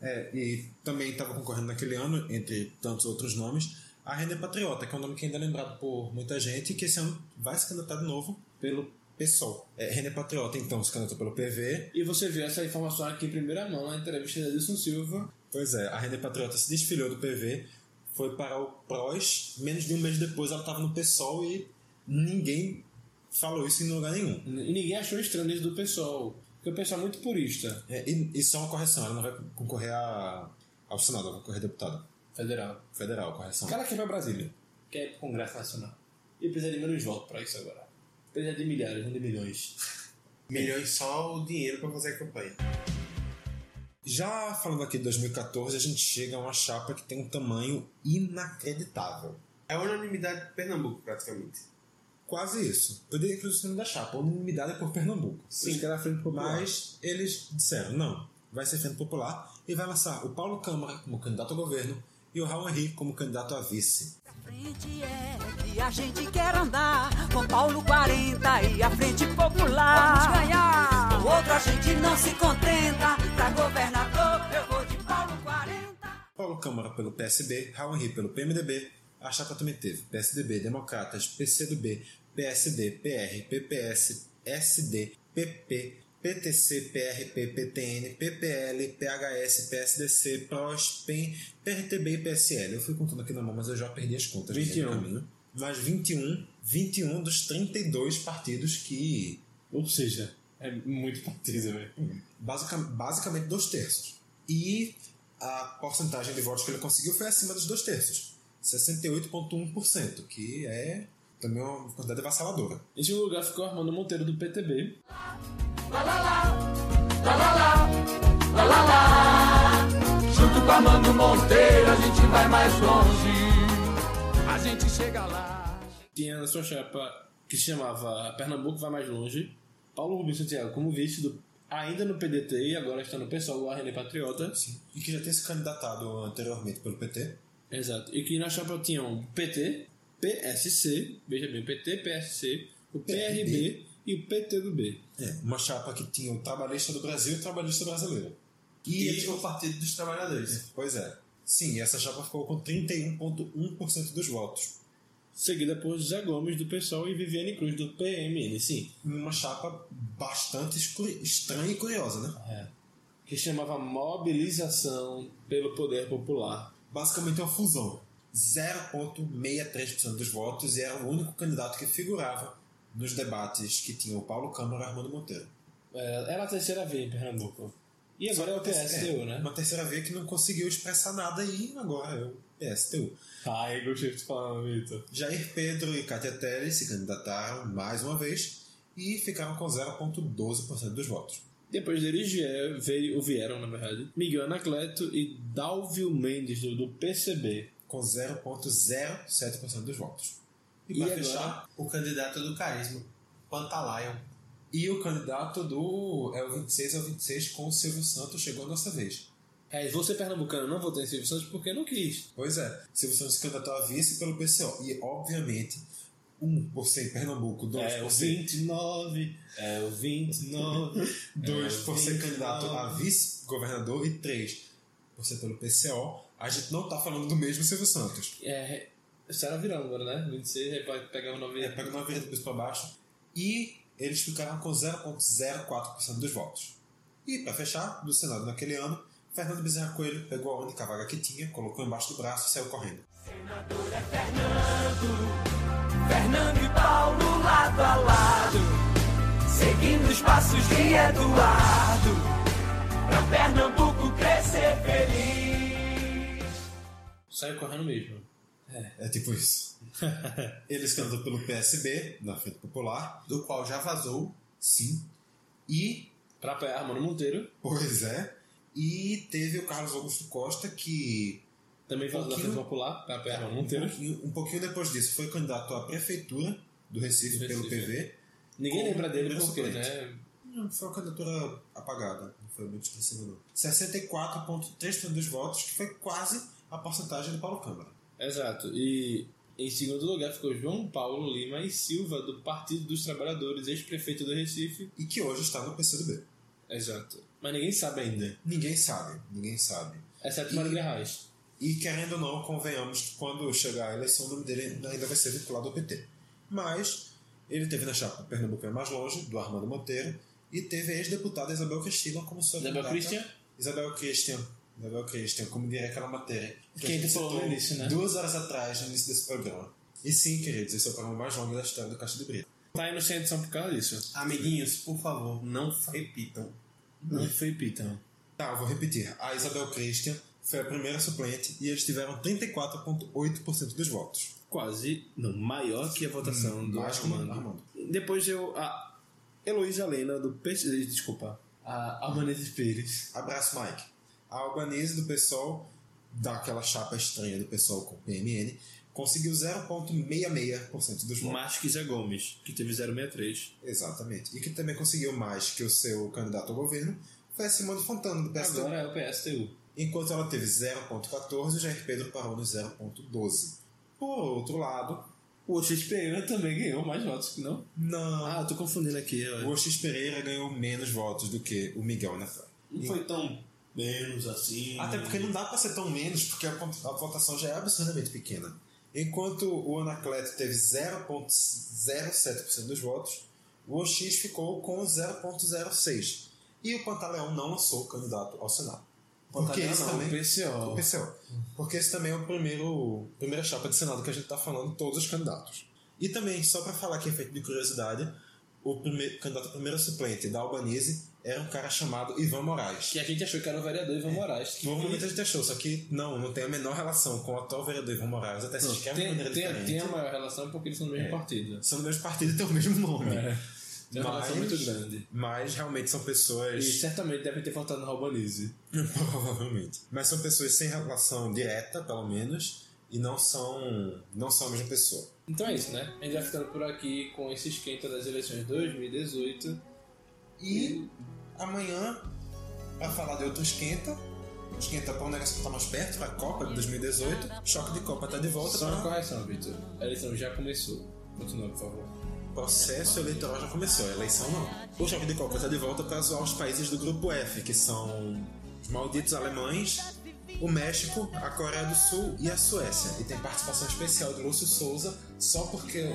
Speaker 1: É, e também estava concorrendo naquele ano, entre tantos outros nomes, a René Patriota, que é um nome que ainda é lembrado por muita gente, e que esse ano vai se candidatar de novo pelo PSOL. É, René Patriota, então, se candidatou pelo PV.
Speaker 2: E você viu essa informação aqui em primeira mão na entrevista de Edson Silva.
Speaker 1: Pois é, a René Patriota se desfilhou do PV, foi para o PROS, menos de um mês depois ela estava no PSOL e ninguém falou isso em lugar nenhum.
Speaker 2: E ninguém achou estranho isso do pessoal. Porque o pessoal é muito purista.
Speaker 1: É, e, e só uma correção, ela não vai concorrer a, ao Senado, ela vai concorrer a deputada
Speaker 2: Federal.
Speaker 1: federal, correção.
Speaker 2: Cara que vai pra Brasília. Que é pro Congresso Nacional. E precisa de menos votos pra isso agora. Precisa de milhares, não de milhões.
Speaker 3: Milhões só o dinheiro para fazer a campanha.
Speaker 1: Já falando aqui de 2014, a gente chega a uma chapa que tem um tamanho inacreditável.
Speaker 3: É a unanimidade de Pernambuco, praticamente.
Speaker 1: Quase isso. Eu diria que o nome da chapa, unanimidade é por Pernambuco.
Speaker 2: Sim. Os caras frente popular.
Speaker 1: Mas eles disseram, não, vai ser Frente Popular e vai lançar o Paulo Câmara como candidato ao governo e o Raul Henrique como candidato a vice.
Speaker 9: Frente é que a gente quer andar com Paulo 40 e a frente popular. Vamos ganhar! Com outro a gente não se contenta. Pra governador, eu vou de Paulo 40.
Speaker 1: Paulo Câmara pelo PSB, Raul Henrique pelo PMDB, a chapa também teve PSDB, Democratas, PCdoB, PSD, PR, PPS, SD, PP, PTC, PRP, PTN, PPL, PHS, PSDC, PROS, PEN, PRTB e PSL. Eu fui contando aqui na mão, mas eu já perdi as contas. no meio do
Speaker 2: 21.
Speaker 1: caminho. Mas 21, 21 dos 32 partidos que
Speaker 2: Ou seja, é muito partido, velho.
Speaker 1: Basica- basicamente dois terços. E a porcentagem de votos um que ele conseguiu foi acima dos dois terços. 68,1%, que é Também é uma quantidade avassaladora.
Speaker 2: Em segundo lugar ficou Armando Monteiro do PTB.
Speaker 7: Lá, lá, lá, lá, lá, lá, lá, lá, lá. Junto com Armando Monteiro a gente vai mais longe. A gente chega lá.
Speaker 2: Tinha na sua chapa que se chamava Pernambuco Vai Mais Longe. Paulo Rubens Santiago como vice do ainda no PDT e agora está no PSOL, o René Patriota.
Speaker 1: E que já tem se candidatado anteriormente pelo PT.
Speaker 2: Exato. E que na chapa tinham o PT, PSC, veja bem, o PT, PSC, o PRB,
Speaker 1: PRB.
Speaker 2: e o PTB.
Speaker 1: É, uma chapa que tinha o trabalhista do Brasil e o trabalhista brasileiro.
Speaker 4: E eles são o Partido dos Trabalhadores.
Speaker 1: Pois é. Sim, essa chapa ficou com 31,1% dos votos.
Speaker 2: Seguida por Zé Gomes do PSOL e Viviane Cruz do PMN, sim.
Speaker 1: Uma chapa bastante escuri- estranha e curiosa, né?
Speaker 2: Que chamava Mobilização pelo Poder Popular.
Speaker 1: Basicamente é uma fusão. 0,63% dos votos e era o único candidato que figurava nos debates que tinham Paulo Câmara e Armando Monteiro.
Speaker 2: É, Era a terceira vez em Pernambuco. E agora é o PSTU,
Speaker 1: É,
Speaker 2: né?
Speaker 1: Uma terceira via que não conseguiu expressar nada e agora é o PSTU.
Speaker 2: Ai, gostei de te falar, Vitor.
Speaker 1: Jair Pedro e Katia Telles se candidataram mais uma vez e ficaram com 0,12% dos votos.
Speaker 2: Depois deles vie- veio, vieram, na verdade, Miguel Anacleto e Dalvio Mendes do, do PCB.
Speaker 1: Com 0,07% dos votos. E,
Speaker 2: E
Speaker 1: pra
Speaker 2: agora?
Speaker 1: fechar,
Speaker 3: O candidato do carisma, Pantalayon.
Speaker 1: e o candidato do é o 26 ao 26 com o Silvio Santos chegou a nossa vez.
Speaker 2: É, você pernambucano não votou em Silvio Santos porque não quis.
Speaker 1: Pois é, Silvio Santos se candidatou a vice pelo PCO. E, obviamente, 1 por ser em Pernambuco, 2
Speaker 2: É o
Speaker 1: por ser
Speaker 2: 29, é
Speaker 1: [LAUGHS]
Speaker 2: o 29.
Speaker 1: Dois
Speaker 2: é,
Speaker 1: por ser
Speaker 2: 29.
Speaker 1: candidato a vice-governador e três por ser pelo PCO. A gente não tá falando do mesmo Silvio Santos.
Speaker 2: É, Sara Virângora, né? 26, aí pode pegar o 9.
Speaker 1: É, pega uma vez do piso pra baixo. E eles ficaram com 0,04% dos votos. E, pra fechar, no Senado naquele ano, Fernando Bezerra Coelho pegou a única vaga que tinha, colocou embaixo do braço e saiu correndo.
Speaker 7: Fernando e Paulo lado a lado, seguindo os passos de Eduardo, pra Pernambuco crescer feliz.
Speaker 2: Saiu correndo mesmo.
Speaker 1: É tipo
Speaker 2: [LAUGHS]
Speaker 1: isso. Ele se candidatou pelo PSB, na Frente Popular, do qual já vazou, sim. E
Speaker 2: Pra apoiar Armando Monteiro,
Speaker 1: Pois é. E teve o Carlos Augusto Costa, que
Speaker 2: também vazou da
Speaker 1: Pouquinho.
Speaker 2: Frente Popular, pra apoiar Armando
Speaker 1: um
Speaker 2: Monteiro.
Speaker 1: pouquinho, um pouquinho depois disso foi candidato à prefeitura do Recife,
Speaker 2: Do
Speaker 1: pelo
Speaker 2: Recife, é.
Speaker 1: PV.
Speaker 2: Ninguém
Speaker 1: Como
Speaker 2: lembra dele
Speaker 1: primeiro
Speaker 2: porque,
Speaker 1: suplente.
Speaker 2: né?
Speaker 1: Não, Foi uma candidatura apagada, não foi muito expressiva não. 64,3% dos votos, que foi quase a porcentagem do Paulo Câmara.
Speaker 2: Exato. E em segundo lugar ficou João Paulo Lima e Silva, do Partido dos Trabalhadores, ex-prefeito do Recife.
Speaker 1: E que hoje está no PCdoB.
Speaker 2: Exato. Mas ninguém sabe ainda.
Speaker 1: Ninguém sabe, ninguém sabe.
Speaker 2: Exceto
Speaker 1: E-
Speaker 2: Marília Reis.
Speaker 1: E querendo ou não, convenhamos que quando chegar a eleição, o nome dele ainda vai ser vinculado ao PT. Mas ele teve na chapa Pernambuco é mais longe, do Armando Monteiro, e teve a ex-deputada Isabel Cristina como sua
Speaker 2: Isabel
Speaker 1: candidata.
Speaker 2: Christian?
Speaker 1: Isabel Christian. Isabel Christian, como diria aquela matéria.
Speaker 2: Que a gente falou no
Speaker 1: citou
Speaker 2: início, né?
Speaker 1: Duas horas atrás, no início desse programa. E sim, queridos, esse é o programa mais longo da história do Caixa de Brito.
Speaker 2: Tá aí no centro de São por causa disso.
Speaker 3: Amiguinhos, por favor, não repitam.
Speaker 2: Não foi Piton.
Speaker 1: Tá, eu vou repetir. A Isabel Christian foi a primeira suplente e eles tiveram 34,8% dos votos.
Speaker 2: Quase, não, maior que a votação do
Speaker 1: mais que o
Speaker 2: Armando.
Speaker 1: Armando.
Speaker 2: Depois eu. A Heloísa Helena, do PC. Desculpa. A Albanese Pires.
Speaker 1: Abraço, Mike. A Albanese do PSOL, daquela chapa estranha do PSOL com o PMN, conseguiu 0,66% dos votos.
Speaker 2: Mais que Zé Gomes, que teve 063.
Speaker 1: Exatamente. E que também conseguiu mais que o seu candidato ao governo foi a Simone Fontana do PSDB.
Speaker 2: Agora é o PSTU.
Speaker 1: Enquanto ela teve 0,14, o Jair Pedro parou no 0,12. Por outro lado,
Speaker 2: O X Pereira também ganhou mais votos que não.
Speaker 1: não.
Speaker 2: Ah, eu tô confundindo aqui.
Speaker 1: o Oxis Pereira ganhou menos votos do que o Miguel Natal.
Speaker 2: Não foi tão menos assim.
Speaker 1: Até porque não dá pra ser tão menos, porque a, pont- a votação já é absurdamente pequena. Enquanto o Anacleto teve 0,07% dos votos, o OX ficou com 0,06%. E o Pantaleão não lançou o candidato ao Senado. Porque esse
Speaker 2: não,
Speaker 1: também.
Speaker 2: o
Speaker 1: O
Speaker 2: PCO.
Speaker 1: PCO. Porque esse também é o primeiro primeira chapa de Senado que a gente tá falando todos os candidatos. E também, só pra falar que é feito de curiosidade, o primeiro, candidato à primeira suplente da Albanese era um cara chamado Ivan Moraes.
Speaker 2: Que a gente achou que era o vereador Ivan Moraes. Que
Speaker 1: Por um momento a gente achou, só que não, não tem a menor relação com o atual vereador Ivan Moraes, até se
Speaker 2: Não,
Speaker 1: escreve de
Speaker 2: tem,
Speaker 1: maneira
Speaker 2: tem,
Speaker 1: diferente.
Speaker 2: tem a maior relação porque eles são do mesmo partido.
Speaker 1: São do mesmo [LAUGHS] partido e tem o mesmo
Speaker 2: É.
Speaker 1: nome.
Speaker 2: Tem uma relação muito grande.
Speaker 1: Mas realmente são pessoas.
Speaker 2: E certamente devem ter votado no Albanese.
Speaker 1: [LAUGHS] Provavelmente. Mas são pessoas sem relação direta, pelo menos, e não são. não são a mesma pessoa.
Speaker 2: Então é isso, né? A gente vai ficando por aqui com esse esquenta das eleições de 2018.
Speaker 1: E amanhã vai falar de outro esquenta. Esquenta pra um negócio que tá mais perto, pra Copa de 2018. Choque de Copa tá de volta
Speaker 2: Só uma
Speaker 1: pra
Speaker 2: correção, Victor. A eleição já começou. Continua, por favor.
Speaker 1: processo eleitoral já começou, a eleição não. O Choque de Copa tá de volta pra zoar os países do grupo F, que são os malditos alemães, o México, a Coreia do Sul e a Suécia. E tem participação especial de Lúcio Souza só porque,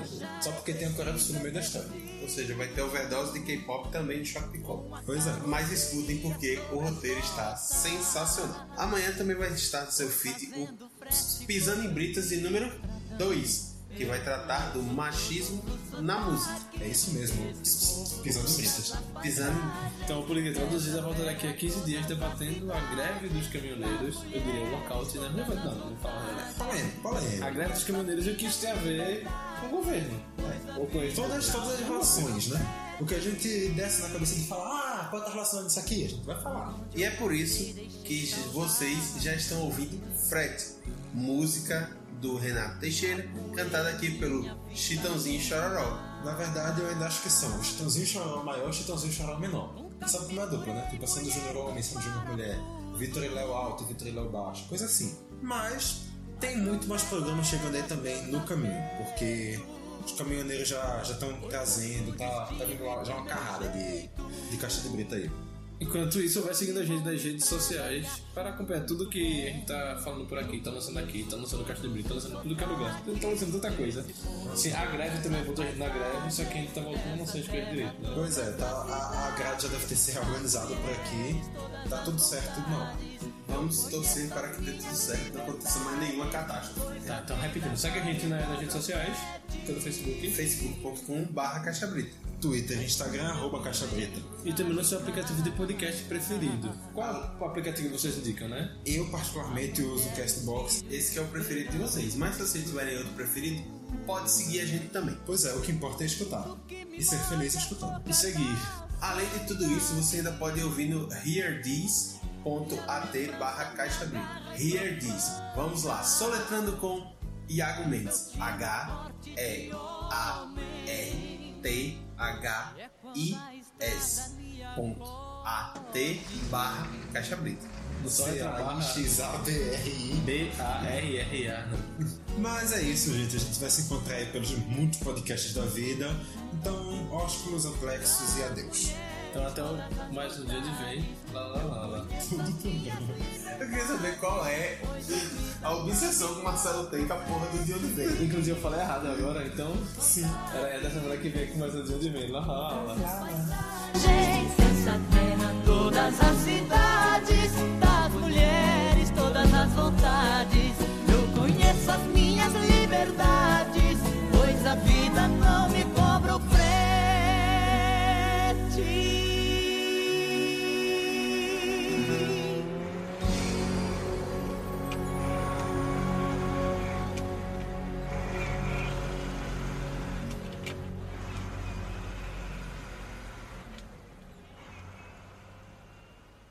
Speaker 1: só porque tem a Coreia do Sul no meio da história.
Speaker 3: Ou seja, vai ter overdose de K-pop também de choque de copa.
Speaker 1: Pois é.
Speaker 3: Mas escutem porque o roteiro está sensacional. Amanhã também vai estar no seu feed o Pisando em Britas de número 2, que vai tratar do machismo na música.
Speaker 1: É isso mesmo. Pisando em britas.
Speaker 3: Pisando
Speaker 2: Então, o Política Traduzida volta daqui a 15 dias debatendo a greve dos caminhoneiros. Eu diria o lockout, né? Não, não, não fala nada.
Speaker 1: Polêmico, polêmico.
Speaker 2: A greve dos caminhoneiros e o que isso tem a ver com o governo. né? Ou com isso.
Speaker 1: Todas, todas as relações, né? O que a gente desce na cabeça de falar, ah, pode estar relacionado isso aqui, a gente vai falar.
Speaker 3: E é por isso que vocês já estão ouvindo Fret, música do Renato Teixeira, cantada aqui pelo Chitãozinho Chororó.
Speaker 1: Na verdade, eu ainda acho que são o Chitãozinho Chororó é maior e o Chitãozinho Chororó menor. Sabe como é a dupla, né? Tipo, sendo Júnior Homem, sendo Júnior Mulher, Vitor e Léo Alto, Vitor e Léo Baixo, coisa assim. Mas tem muito mais programas chegando aí também no caminho, porque os caminhoneiros já estão trazendo, tá, tá vindo lá já uma carrada de, de caixa de brita aí.
Speaker 2: Enquanto isso, vai seguindo a gente nas redes sociais para acompanhar tudo que a gente tá falando por aqui, tá lançando aqui, tá lançando Caixa de Brito, tá lançando tudo que é lugar, tá lançando tanta coisa. Sim, a greve também voltou a gente na greve, só que a gente tá voltando, não sei as coisas direito. né?
Speaker 1: Pois é, tá, a, a grade já deve ter se reorganizado por aqui. Tá tudo certo, não.
Speaker 3: Vamos torcer para que dê tudo certo, não aconteça mais nenhuma catástrofe.
Speaker 2: Tá, então repetindo, segue a gente na- nas redes sociais, pelo Facebook,
Speaker 3: facebook.com.br Caixa Brita.
Speaker 1: Twitter, Instagram, arroba Caixa Brita.
Speaker 2: e também no seu aplicativo de podcast preferido. Qual o aplicativo que vocês indicam, né?
Speaker 1: Eu, particularmente, uso o Castbox.
Speaker 3: Esse que é o preferido de vocês, mas se vocês tiverem outro preferido, pode seguir a gente também.
Speaker 1: Pois é, o que importa é escutar. E ser feliz escutando.
Speaker 2: E seguir.
Speaker 3: Além de tudo isso, você ainda pode ouvir no hearthis.at barra caixa brita. Hear This. Vamos lá, soletrando com Iago Mendes. H-E-A-R-T-H-I-S ponto A-T barra caixa brita.
Speaker 2: No só entra barra
Speaker 1: C-A-X-A-D-R-I.
Speaker 2: B-A-R-R-A.
Speaker 1: [LAUGHS] Mas é isso, gente. A gente vai se encontrar aí pelos muitos podcasts da vida. Então, ósculos, amplexos e adeus.
Speaker 2: Então até o- mais um dia de vem. Lá, lá, lá, lá.
Speaker 3: Eu queria saber qual é a obsessão que o Marcelo tem com a porra do dia do dele.
Speaker 2: Inclusive eu falei errado agora, então. Sim. Era é dessa semana que vem que mais um dia de vem. Lá, lá, lá.
Speaker 9: paisagens dessa terra, todas as cidades, das mulheres, todas as vontades. Eu conheço as